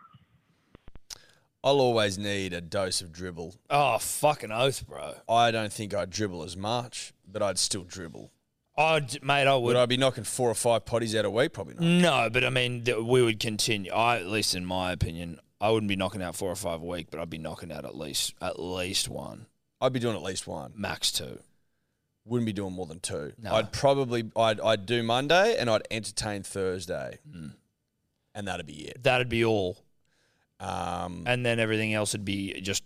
[SPEAKER 3] I'll always need a dose of dribble.
[SPEAKER 2] Oh, fucking oath, bro.
[SPEAKER 3] I don't think I'd dribble as much, but I'd still dribble.
[SPEAKER 2] Oh, d- mate, I would.
[SPEAKER 3] Would I be knocking four or five potties out a week? Probably not.
[SPEAKER 2] no, but I mean, th- we would continue. I, at least in my opinion, I wouldn't be knocking out four or five a week, but I'd be knocking out at least at least one,
[SPEAKER 3] I'd be doing at least one.
[SPEAKER 2] max two.
[SPEAKER 3] Wouldn't be doing more than two.
[SPEAKER 2] No.
[SPEAKER 3] I'd probably I'd I'd do Monday and I'd entertain Thursday,
[SPEAKER 2] Hmm.
[SPEAKER 3] and that'd be it.
[SPEAKER 2] That'd be all.
[SPEAKER 3] Um,
[SPEAKER 2] and then everything else would be just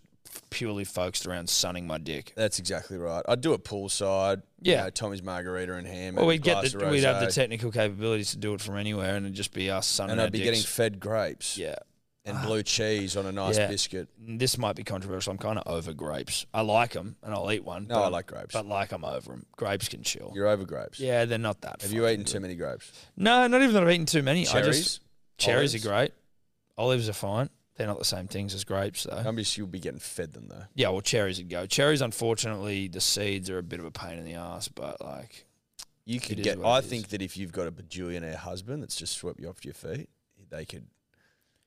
[SPEAKER 2] purely focused around sunning my dick.
[SPEAKER 3] that's exactly right. I'd do it poolside. you
[SPEAKER 2] Yeah.
[SPEAKER 3] know, Tommy's margarita and ham.
[SPEAKER 2] Well,
[SPEAKER 3] and a
[SPEAKER 2] we'd get
[SPEAKER 3] glass
[SPEAKER 2] the,
[SPEAKER 3] of
[SPEAKER 2] we'd have the
[SPEAKER 3] rosé,
[SPEAKER 2] technical capabilities to do it from anywhere, and it'd just be us sunning
[SPEAKER 3] and
[SPEAKER 2] our
[SPEAKER 3] I'd be
[SPEAKER 2] dicks.
[SPEAKER 3] getting fed grapes.
[SPEAKER 2] yeah, Ah.
[SPEAKER 3] and blue cheese on a nice
[SPEAKER 2] Yeah. Mm,
[SPEAKER 3] biscuit.
[SPEAKER 2] This might be controversial. I'm kind of over grapes. I like them and I'll eat one. but
[SPEAKER 3] No, I
[SPEAKER 2] I'm-
[SPEAKER 3] like grapes.
[SPEAKER 2] But like I'm over them. Grapes can chill.
[SPEAKER 3] You're over grapes.
[SPEAKER 2] Yeah, they're not that.
[SPEAKER 3] Have you
[SPEAKER 2] fucking
[SPEAKER 3] eaten
[SPEAKER 2] good.
[SPEAKER 3] too many grapes?
[SPEAKER 2] No, not even that I've eaten too many. I
[SPEAKER 3] Cherries?
[SPEAKER 2] just cherries
[SPEAKER 3] Olives?
[SPEAKER 2] are great. Olives are fine. They're not the same things as grapes though.
[SPEAKER 3] I'm just you'll be getting fed them though.
[SPEAKER 2] yeah, well, cherries would go. Cherries, unfortunately, the seeds are a bit of a pain in the ass, but like,
[SPEAKER 3] You could
[SPEAKER 2] is
[SPEAKER 3] get.
[SPEAKER 2] what
[SPEAKER 3] I
[SPEAKER 2] it is.
[SPEAKER 3] think that if you've got a bajillionaire husband that's just swept you off your feet, they could,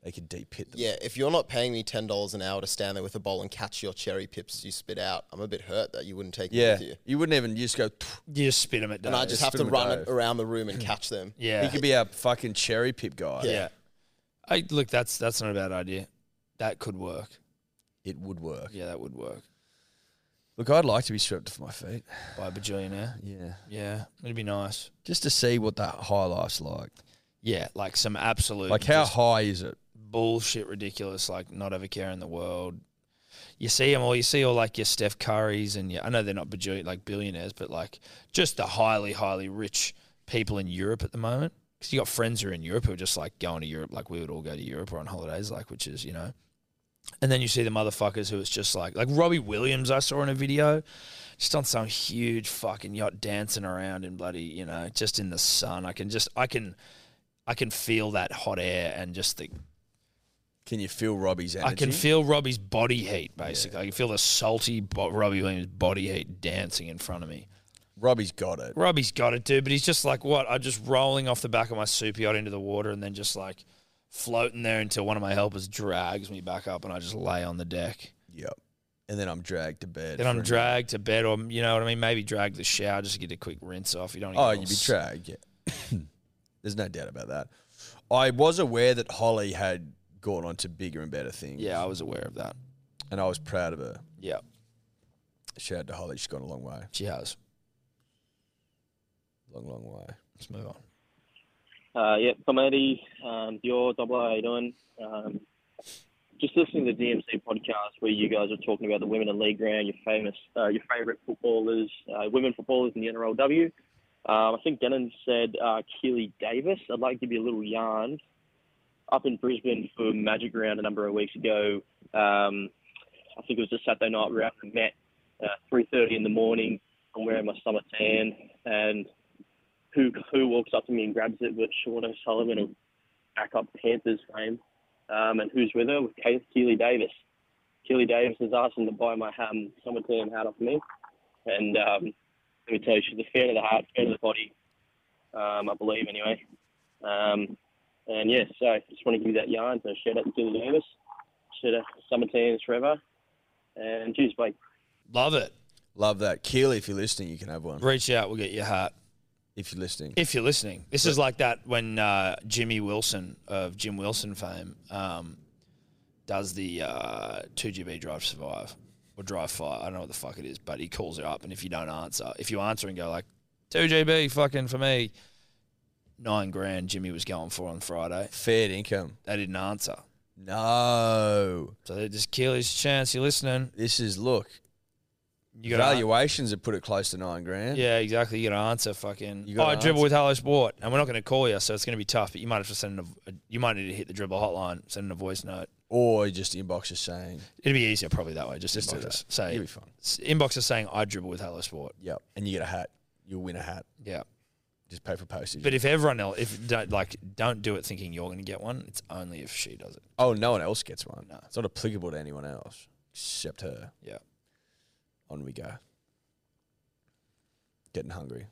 [SPEAKER 3] they could deep hit them.
[SPEAKER 4] Yeah, if you're not paying me ten dollars an hour to stand there with a bowl and catch your cherry pips you spit out, I'm a bit hurt that you wouldn't take me
[SPEAKER 3] yeah.
[SPEAKER 4] with you.
[SPEAKER 3] You. wouldn't even you just go. "Tw-"
[SPEAKER 2] you just spit them at
[SPEAKER 4] And I
[SPEAKER 2] Dave.
[SPEAKER 4] just
[SPEAKER 3] Yeah,
[SPEAKER 4] have
[SPEAKER 3] spit
[SPEAKER 4] to
[SPEAKER 3] 'em a
[SPEAKER 4] run
[SPEAKER 3] dive.
[SPEAKER 4] it around the room and catch them.
[SPEAKER 2] Yeah.
[SPEAKER 3] He could be our fucking cherry pip guy.
[SPEAKER 2] yeah. I, look, that's that's not a bad idea. That could work.
[SPEAKER 3] It would work.
[SPEAKER 2] Yeah, that would work.
[SPEAKER 3] Look, I'd like to be swept off my feet.
[SPEAKER 2] By a bajillionaire.
[SPEAKER 3] Yeah.
[SPEAKER 2] Yeah, it'd be nice.
[SPEAKER 3] Just to see what that high life's like.
[SPEAKER 2] Yeah, like some absolute
[SPEAKER 3] Like how
[SPEAKER 2] just
[SPEAKER 3] high is it?
[SPEAKER 2] bullshit, ridiculous, like not ever care in the world. You see them all. You see all like your Steph Currys and your, I know they're not bajillion, like billionaires, but like just the highly, highly rich people in Europe at the moment. Because you got friends who are in Europe who are just like going to Europe, like we would all go to Europe or on holidays, like which is you know. And then you see the motherfuckers who it's just like like Robbie Williams I saw in a video, just on some huge fucking yacht dancing around in bloody you know just in the sun. I can just I can I can feel that hot air and just the
[SPEAKER 3] Can you feel Robbie's energy?
[SPEAKER 2] I can feel Robbie's body heat, basically. I can feel the salty bo- Robbie Williams body heat dancing in front of me.
[SPEAKER 3] Robbie's got it.
[SPEAKER 2] Robbie's got it, dude, but he's just like, what? I'm just rolling off the back of my super yacht into the water and then just like floating there until one of my helpers drags me back up and I just lay on the deck.
[SPEAKER 3] Yep. And then I'm dragged to bed.
[SPEAKER 2] Then
[SPEAKER 3] for
[SPEAKER 2] I'm
[SPEAKER 3] an-
[SPEAKER 2] dragged to bed or, you know what I mean? Maybe drag the shower just to get a quick rinse off. You don't wanna
[SPEAKER 3] Oh,
[SPEAKER 2] get all
[SPEAKER 3] you'd be
[SPEAKER 2] s-
[SPEAKER 3] dragged. Yeah. There's no doubt about that. I was aware that Holly had gone on to bigger and better things.
[SPEAKER 2] Yeah, I was aware of that.
[SPEAKER 3] And I was proud of her.
[SPEAKER 2] Yeah,
[SPEAKER 3] Shout out to Holly. She's gone a long way.
[SPEAKER 2] she has.
[SPEAKER 3] Long, long way.
[SPEAKER 2] Let's move on.
[SPEAKER 10] Uh, yeah, I'm Eddie, um, Dior, Double A, how you doing? Um, just listening to the DMC podcast where you guys are talking about the women in league round, your famous, uh, your favourite footballers, uh, women footballers in the NRLW. Um, I think Denon said uh, Keely Davis. I'd like to give you a little yarn. Up in Brisbane for Magic Round a number of weeks ago, um, I think it was just Saturday night. We were out in the Met, uh, 3:30 in the morning. I'm wearing my summer tan, and who who walks up to me and grabs it with Sean O'Sullivan of back up Panthers fame. Um, and who's with her? With Kate Keely Davis. Keely Davis is asking to buy my um, summer team hat off me. And um, let me tell you, she's a fan of the heart, fan of the body, um, I believe, anyway. Um, and yeah, so I just want to give you that yarn. So shout out to Keely Davis. Shout out to summer teams forever. And cheers, Blake.
[SPEAKER 2] Love it.
[SPEAKER 3] Love that. Keely, if you're listening, you can have one.
[SPEAKER 2] Reach out, we'll get your hat.
[SPEAKER 3] If you're listening.
[SPEAKER 2] If you're listening, this is like that when uh, Jimmy Wilson of Jim Wilson fame um, does the uh, 2GB drive survive or drive fire. I don't know what the fuck it is, but he calls it up. And if you don't answer, if you answer and go like, 2GB fucking for me, nine grand Jimmy was going for on Friday.
[SPEAKER 3] Fair income.
[SPEAKER 2] They didn't answer.
[SPEAKER 3] No.
[SPEAKER 2] So they just kill his chance. You're listening.
[SPEAKER 3] This is, look,
[SPEAKER 2] You got to
[SPEAKER 3] valuations have put it close to nine grand.
[SPEAKER 2] Yeah, exactly. You got to answer fucking.
[SPEAKER 3] You
[SPEAKER 2] oh,
[SPEAKER 3] gotta
[SPEAKER 2] I dribble
[SPEAKER 3] answer.
[SPEAKER 2] with Hello Sport, and we're not going to call you, so it's going to be tough. But you might have to send a, you might need to hit the dribble hotline, send in a voice note.
[SPEAKER 3] Or just inbox us saying,
[SPEAKER 2] It'd be easier probably that way. Just,
[SPEAKER 3] Just do
[SPEAKER 2] inbox
[SPEAKER 3] that.
[SPEAKER 2] us. Say
[SPEAKER 3] You'll be fine.
[SPEAKER 2] s- Inbox us saying I dribble with Hello Sport.
[SPEAKER 3] yep. And you get a hat. You'll win a hat.
[SPEAKER 2] Yeah,
[SPEAKER 3] Just pay for postage.
[SPEAKER 2] but if everyone else, if don't, like, don't do it thinking you're going to get one. It's only if she does it.
[SPEAKER 3] oh, no one else gets one.
[SPEAKER 2] No.
[SPEAKER 3] It's not applicable to anyone else except her.
[SPEAKER 2] Yeah.
[SPEAKER 3] On we go. Getting hungry.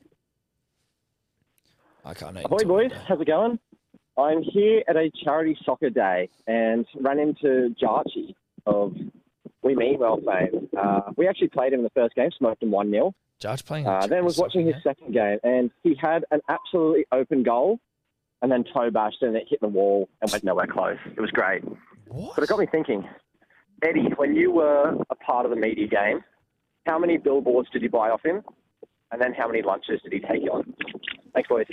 [SPEAKER 2] I can't eat.
[SPEAKER 12] Ahoy,
[SPEAKER 2] until
[SPEAKER 12] boys.
[SPEAKER 2] midday.
[SPEAKER 12] How's it going? I'm here at a charity soccer day and ran into Jarchi of We Mean Well fame. Uh, we actually played him in the first game, smoked him 1 0.
[SPEAKER 2] Jarge playing.
[SPEAKER 12] Uh, then was watching his second game and he had an absolutely open goal and then toe bashed and it hit the wall and went nowhere close. It was great.
[SPEAKER 2] What?
[SPEAKER 12] But it got me thinking Eddie, when you were a part of the media game, how many billboards did you buy off him? And then how many lunches did he take you on? Thanks, boys.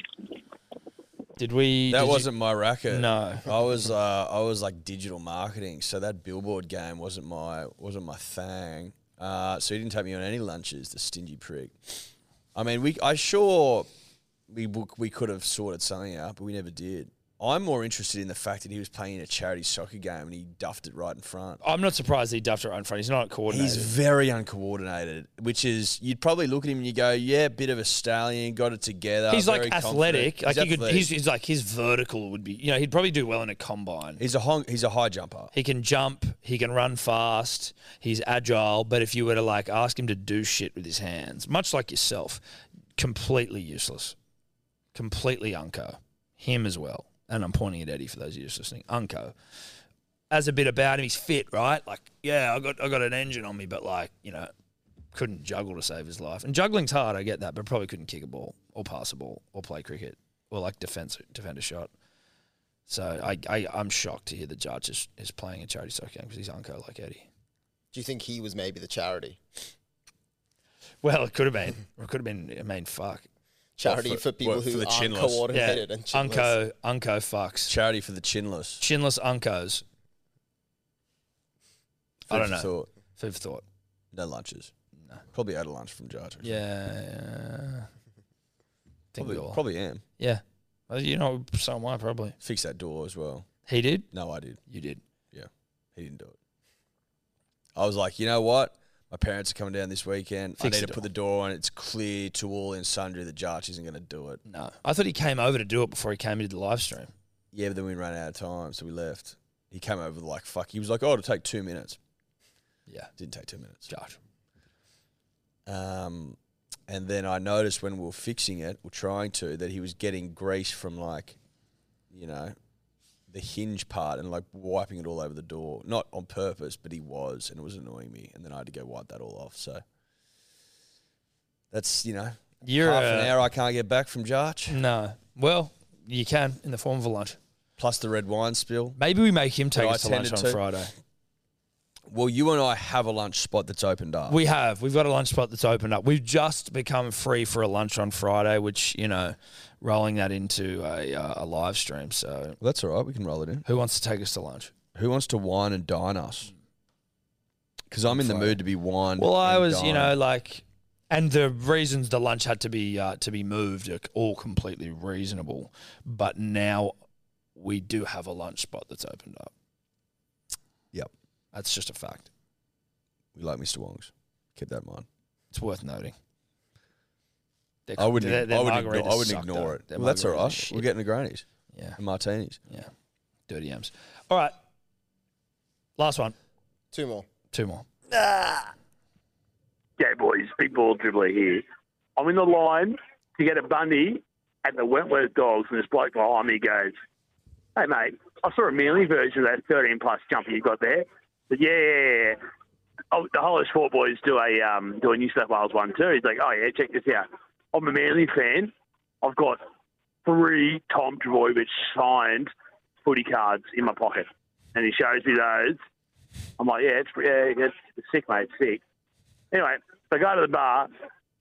[SPEAKER 2] Did we?
[SPEAKER 3] That
[SPEAKER 2] did you-
[SPEAKER 3] wasn't my racket.
[SPEAKER 2] No.
[SPEAKER 3] I was uh, I was like digital marketing, so that billboard game wasn't my wasn't my thing. Uh, so he didn't take me on any lunches, the stingy prick. I mean, we I sure we w- we could have sorted something out, but we never did. I'm more interested in the fact that he was playing in a charity soccer game and he duffed it right in front.
[SPEAKER 2] I'm not surprised he duffed it right in front. He's not coordinated.
[SPEAKER 3] He's very uncoordinated, which is you'd probably look at him and you go, "Yeah, bit of a stallion, got it together."
[SPEAKER 2] He's like
[SPEAKER 3] very confident."
[SPEAKER 2] athletic. Like
[SPEAKER 3] he's,
[SPEAKER 2] he could,
[SPEAKER 3] athletic.
[SPEAKER 2] he's, he's like his vertical would be. You know, he'd probably do well in a combine.
[SPEAKER 3] He's a hon- he's a high jumper.
[SPEAKER 2] He can jump. He can run fast. He's agile. But if you were to like ask him to do shit with his hands, much like yourself, completely useless, completely unco. Him as well. And I'm pointing at Eddie for those of you just listening. Unco. As a bit about him, he's fit, right? Like, yeah, I got I got an engine on me, but like, you know, couldn't juggle to save his life. And juggling's hard, I get that, but probably couldn't kick a ball or pass a ball or play cricket or like defense defend a shot. So I, I I'm shocked to hear the judge is, is playing a charity soccer game because he's uncle like Eddie.
[SPEAKER 4] Do you think he was maybe the charity?
[SPEAKER 2] Well, it could have been. It could have been. I mean, fuck.
[SPEAKER 4] Charity for, people who aren't coordinated
[SPEAKER 2] Yeah.
[SPEAKER 4] and chinless.
[SPEAKER 2] Unco unco fucks.
[SPEAKER 3] Charity for the chinless.
[SPEAKER 2] Chinless uncos. I don't
[SPEAKER 3] Food
[SPEAKER 2] know.
[SPEAKER 3] for thought.
[SPEAKER 2] Food for thought.
[SPEAKER 3] No lunches. No. Probably out of lunch from Jar Jar.
[SPEAKER 2] Yeah. yeah. Think we
[SPEAKER 3] Probably,
[SPEAKER 2] all-
[SPEAKER 3] probably am.
[SPEAKER 2] Yeah. Well, you know, so am I probably.
[SPEAKER 3] Fix that door as well.
[SPEAKER 2] He did.
[SPEAKER 3] No, I did.
[SPEAKER 2] You did.
[SPEAKER 3] Yeah, he didn't do it. I was like, you know what? My parents are coming down this weekend.
[SPEAKER 2] Fix the
[SPEAKER 3] I need to put the door on. It's clear to all and sundry that Jarch isn't going to do it.
[SPEAKER 2] No. I thought he came over to do it before he came into the live stream.
[SPEAKER 3] Yeah, but then we ran out of time, so we left. He came over like fuck. He was like, "Oh, it'll take two minutes."
[SPEAKER 2] Yeah,
[SPEAKER 3] didn't take two minutes.
[SPEAKER 2] Josh.
[SPEAKER 3] Um, and then I noticed when we were fixing it, or trying to, that he was getting grease from like, you know, the hinge part and like wiping it all over the door. Not on purpose, but he was, and it was annoying me. And then I had to go wipe that all off. So that's you know,
[SPEAKER 2] You're
[SPEAKER 3] half an
[SPEAKER 2] a-
[SPEAKER 3] hour I can't get back from Jarch.
[SPEAKER 2] No. Well, you can in the form of a lunch.
[SPEAKER 3] Plus the red wine spill.
[SPEAKER 2] Maybe we make him take
[SPEAKER 3] That I
[SPEAKER 2] us to lunch
[SPEAKER 3] tended
[SPEAKER 2] on
[SPEAKER 3] to.
[SPEAKER 2] Friday.
[SPEAKER 3] Well, you and I have a lunch spot that's opened up.
[SPEAKER 2] We have. We've got a lunch spot that's opened up. We've just become free for a lunch on Friday, which, you know, rolling that into a, uh, a live stream. So
[SPEAKER 3] Well, that's all right. We can roll it in.
[SPEAKER 2] who wants to take us to lunch?
[SPEAKER 3] Who wants to wine and dine us? Because I'm in the mood to be wine.
[SPEAKER 2] Hmm. Well, I was, you know, like, and the reasons the lunch had to be uh, to be moved are all completely reasonable. But now we do have a lunch spot that's opened up.
[SPEAKER 3] Yep.
[SPEAKER 2] That's just a fact.
[SPEAKER 3] we like Mr. Wong's. Keep that in mind.
[SPEAKER 2] It's worth noting. Their-
[SPEAKER 3] I wouldn't.
[SPEAKER 2] their- their
[SPEAKER 3] I wouldn't. Ignore,
[SPEAKER 2] margaritas
[SPEAKER 3] I wouldn't
[SPEAKER 2] suck,
[SPEAKER 3] ignore
[SPEAKER 2] though.
[SPEAKER 3] it.
[SPEAKER 2] Their
[SPEAKER 3] well, that's all
[SPEAKER 2] margaritas are
[SPEAKER 3] right.
[SPEAKER 2] shit.
[SPEAKER 3] We're getting the grannies
[SPEAKER 2] Yeah.
[SPEAKER 3] and martinis.
[SPEAKER 2] Yeah. Dirty M's. All right. Last one.
[SPEAKER 4] Two more. Ah.
[SPEAKER 2] Two more.
[SPEAKER 13] Yeah, boys, big ball dribbler here. I'm in the line to get a bunny at the Wentworth Dogs, and this bloke behind me goes, Hey, mate, I saw a mealy version of that 13 plus jumper you got there. But yeah, oh, the Hollow Sport boys do a, um, do a New South Wales one too. He's like, Oh, yeah, check this out. I'm a Manly fan. I've got three Tom Dvojevic signed footy cards in my pocket. And he shows me those. I'm like, Yeah, it's, yeah, it's, it's sick, mate, it's sick. Anyway, so I go to the bar,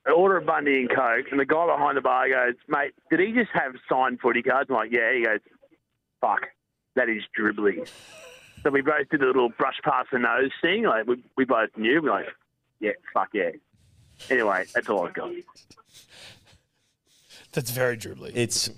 [SPEAKER 13] I order a Bundy and Coke, and the guy behind the bar goes, Mate, did he just have signed footy cards? I'm like, Yeah. He goes, Fuck, that is dribbling. so we both did a little brush past the nose thing. Like, we, we both knew. We're like, Yeah, fuck yeah. Anyway, that's all I've got.
[SPEAKER 2] That's very dribbly.
[SPEAKER 3] It's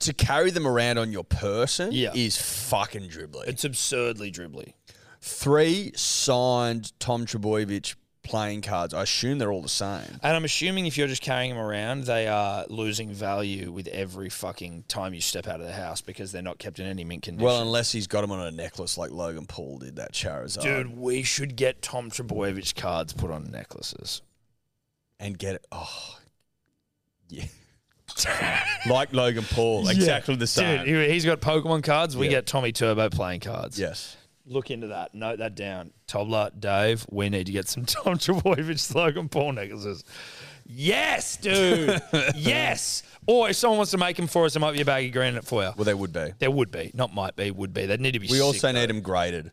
[SPEAKER 3] to carry them around on your person.
[SPEAKER 2] Yeah.
[SPEAKER 3] is fucking dribbly.
[SPEAKER 2] It's absurdly dribbly.
[SPEAKER 3] three signed Tom Trebojevic playing cards. I assume they're all the same.
[SPEAKER 2] And I'm assuming if you're just carrying them around, they are losing value with every fucking time you step out of the house because they're not kept in any mint condition.
[SPEAKER 3] Well, unless he's got them on a necklace like Logan Paul did that Charizard,
[SPEAKER 2] Dude, we should get Tom Trebojevic cards put on necklaces.
[SPEAKER 3] and get it. Oh, yeah. like Logan Paul, exactly the same.
[SPEAKER 2] Dude, he- he's got Pokemon cards. We
[SPEAKER 3] Yeah.
[SPEAKER 2] get Tommy Turbo playing cards.
[SPEAKER 3] yes.
[SPEAKER 2] Look into that. Note that down. Tobler, Dave, we need to get some Tom Trebojevic Logan Paul necklaces. Yes, dude. yes. Or if someone wants to make them for us, there might be a bag of green in it for you.
[SPEAKER 3] Well, they would be.
[SPEAKER 2] There would be. Not might be, would be. They'd need to be
[SPEAKER 3] We
[SPEAKER 2] sick,
[SPEAKER 3] also
[SPEAKER 2] though.
[SPEAKER 3] need them graded.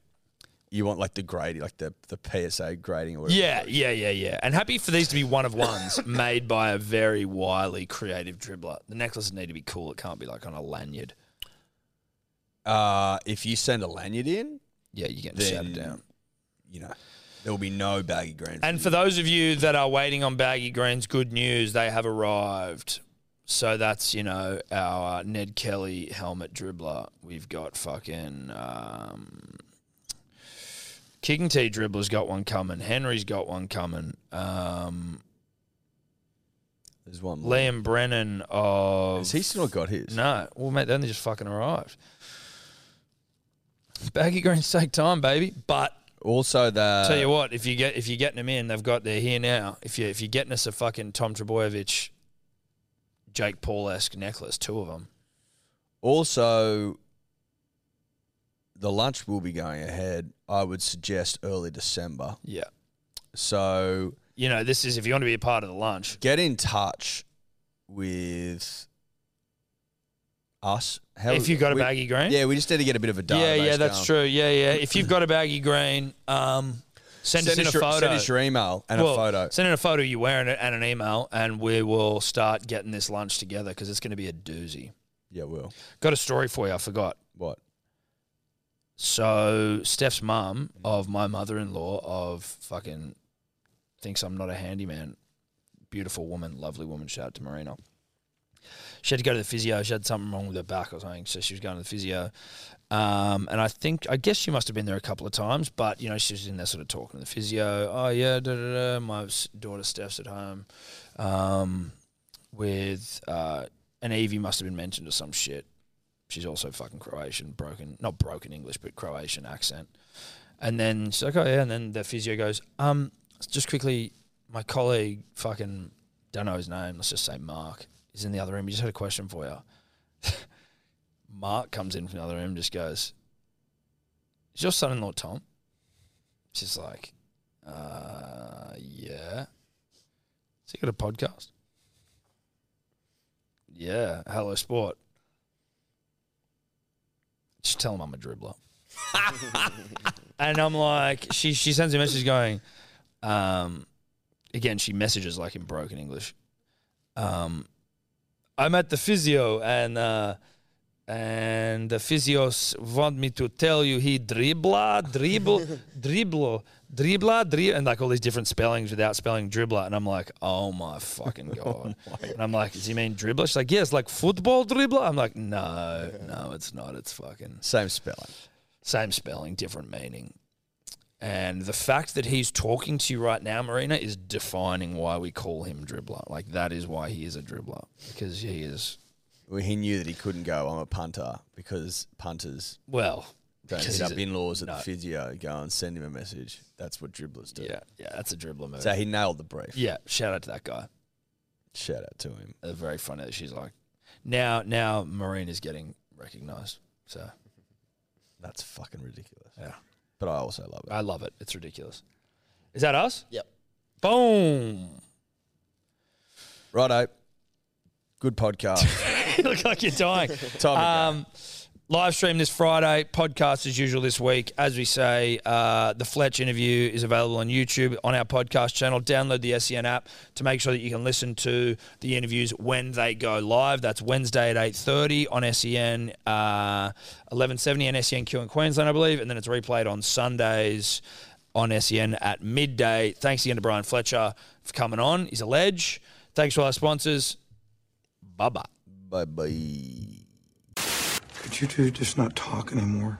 [SPEAKER 3] You want like the grade, like the, the PSA grading or whatever.
[SPEAKER 2] Yeah, yeah, yeah, yeah. And happy for these to be one of ones made by a very wily, creative dribbler. The necklaces need to be cool. It can't be like on a lanyard.
[SPEAKER 3] Uh, if you send a lanyard in,
[SPEAKER 2] Yeah, you get
[SPEAKER 3] Then-
[SPEAKER 2] shouted down.
[SPEAKER 3] you know, there will be no baggy green.
[SPEAKER 2] And for those of you that are waiting on baggy greens, good news, they have arrived. So that's you know our uh, Ned Kelly helmet dribbler. We've got fucking um, King T dribbler's got one coming. Henry's got one coming. Um,
[SPEAKER 3] There's one. more.
[SPEAKER 2] Liam Brennan of
[SPEAKER 3] Has he still not got his?
[SPEAKER 2] no. Well, mate, then they just fucking arrived. Baggy greens take time, baby. But
[SPEAKER 3] Also, the
[SPEAKER 2] tell you what, if you get if you're getting them in, they've got they're here now. If you if you're getting us a fucking Tom Trebojevic, Jake Paul esque necklace, two of them.
[SPEAKER 3] Also, the lunch will be going ahead. I would suggest early December.
[SPEAKER 2] Yeah.
[SPEAKER 3] So
[SPEAKER 2] You know, this is if you want to be a part of the lunch.
[SPEAKER 3] get in touch with us. How,
[SPEAKER 2] If you got a
[SPEAKER 3] we-
[SPEAKER 2] baggy green?
[SPEAKER 3] yeah, we just need to get a bit of a database.
[SPEAKER 2] yeah, yeah, that's
[SPEAKER 3] going.
[SPEAKER 2] true. Yeah, yeah. If you've got a baggy green, um, send, us in a
[SPEAKER 3] your,
[SPEAKER 2] photo.
[SPEAKER 3] Send us your email and
[SPEAKER 2] Well,
[SPEAKER 3] a photo.
[SPEAKER 2] Send in a photo you're wearing it and an email, and we will start getting this lunch together because it's going to be a doozy.
[SPEAKER 3] Yeah, we'll.
[SPEAKER 2] Got a story for you. I forgot.
[SPEAKER 3] What?
[SPEAKER 2] So Steph's mum of my mother-in-law of fucking thinks I'm not a handyman. Beautiful woman, lovely woman. Shout out to Marina. She had to go to the physio. She had something wrong with her back or something, so she was going to the physio. Um, and I think, I guess she must have been there a couple of times, but you know, she was in there sort of talking to the physio. Oh yeah, da da da. My s- daughter Steph's at home um, with uh, an Evie must have been mentioned or some shit she's also fucking Croatian, broken, not broken English, but Croatian accent. And then she's like, oh yeah. And then the physio goes, um, just quickly, my colleague, fucking, don't know his name. Let's just say Mark is in the other room. He just had a question for you. Mark comes in from the other room, just goes, is your son-in-law Tom? She's like, uh, yeah. Has he got a podcast? Yeah, Hello Sport. Just tell him I'm a dribbler. and I'm like, she she sends a message going, um, again, she messages like in broken English. Um, I'm at the physio and uh, and the physios want me to tell you he dribbler, dribble, dribbler, dribbler, dribbler, and like all these different spellings without spelling dribbler. And I'm like, oh my fucking god. and I'm like, does he mean dribbler? She's like, yes, like football dribbler. I'm like, no, no, it's not. It's fucking
[SPEAKER 3] Same spelling.
[SPEAKER 2] same spelling, different meaning. And the fact that he's talking to you right now, Marina, is defining why we call him dribbler. Like that is why he is a dribbler because he is
[SPEAKER 3] Well, he knew that he couldn't go. I'm a punter because punters
[SPEAKER 2] well.
[SPEAKER 3] don't
[SPEAKER 2] because
[SPEAKER 3] hit up
[SPEAKER 2] he's a-
[SPEAKER 3] in laws at
[SPEAKER 2] no.
[SPEAKER 3] the physio. Go and send him a message. That's what dribblers do.
[SPEAKER 2] Yeah, yeah, that's a dribbler move.
[SPEAKER 3] So he nailed the brief.
[SPEAKER 2] yeah, shout out to that guy.
[SPEAKER 3] Shout out to him.
[SPEAKER 2] Uh, very funny that she's like, now, now Marina's getting recognised. So
[SPEAKER 3] That's fucking ridiculous.
[SPEAKER 2] yeah,
[SPEAKER 3] But I also love it.
[SPEAKER 2] I love it. It's ridiculous. Is that us?
[SPEAKER 4] Yep.
[SPEAKER 2] Boom.
[SPEAKER 3] Righto. Good podcast.
[SPEAKER 2] you look like you're dying.
[SPEAKER 3] Time to go.
[SPEAKER 2] Um, live stream this Friday. Podcast as usual this week. As we say, uh, the Fletch interview is available on YouTube on our podcast channel. Download the SEN app to make sure that you can listen to the interviews when they go live. That's Wednesday at eight thirty on SEN uh, eleven seventy and SENQ in Queensland, I believe, and then it's replayed on Sundays. On SEN at midday. Thanks again to Brian Fletcher for coming on. He's a ledge. Thanks to all our sponsors. Bye bye.
[SPEAKER 3] bye bye.
[SPEAKER 14] Could you two just not talk anymore?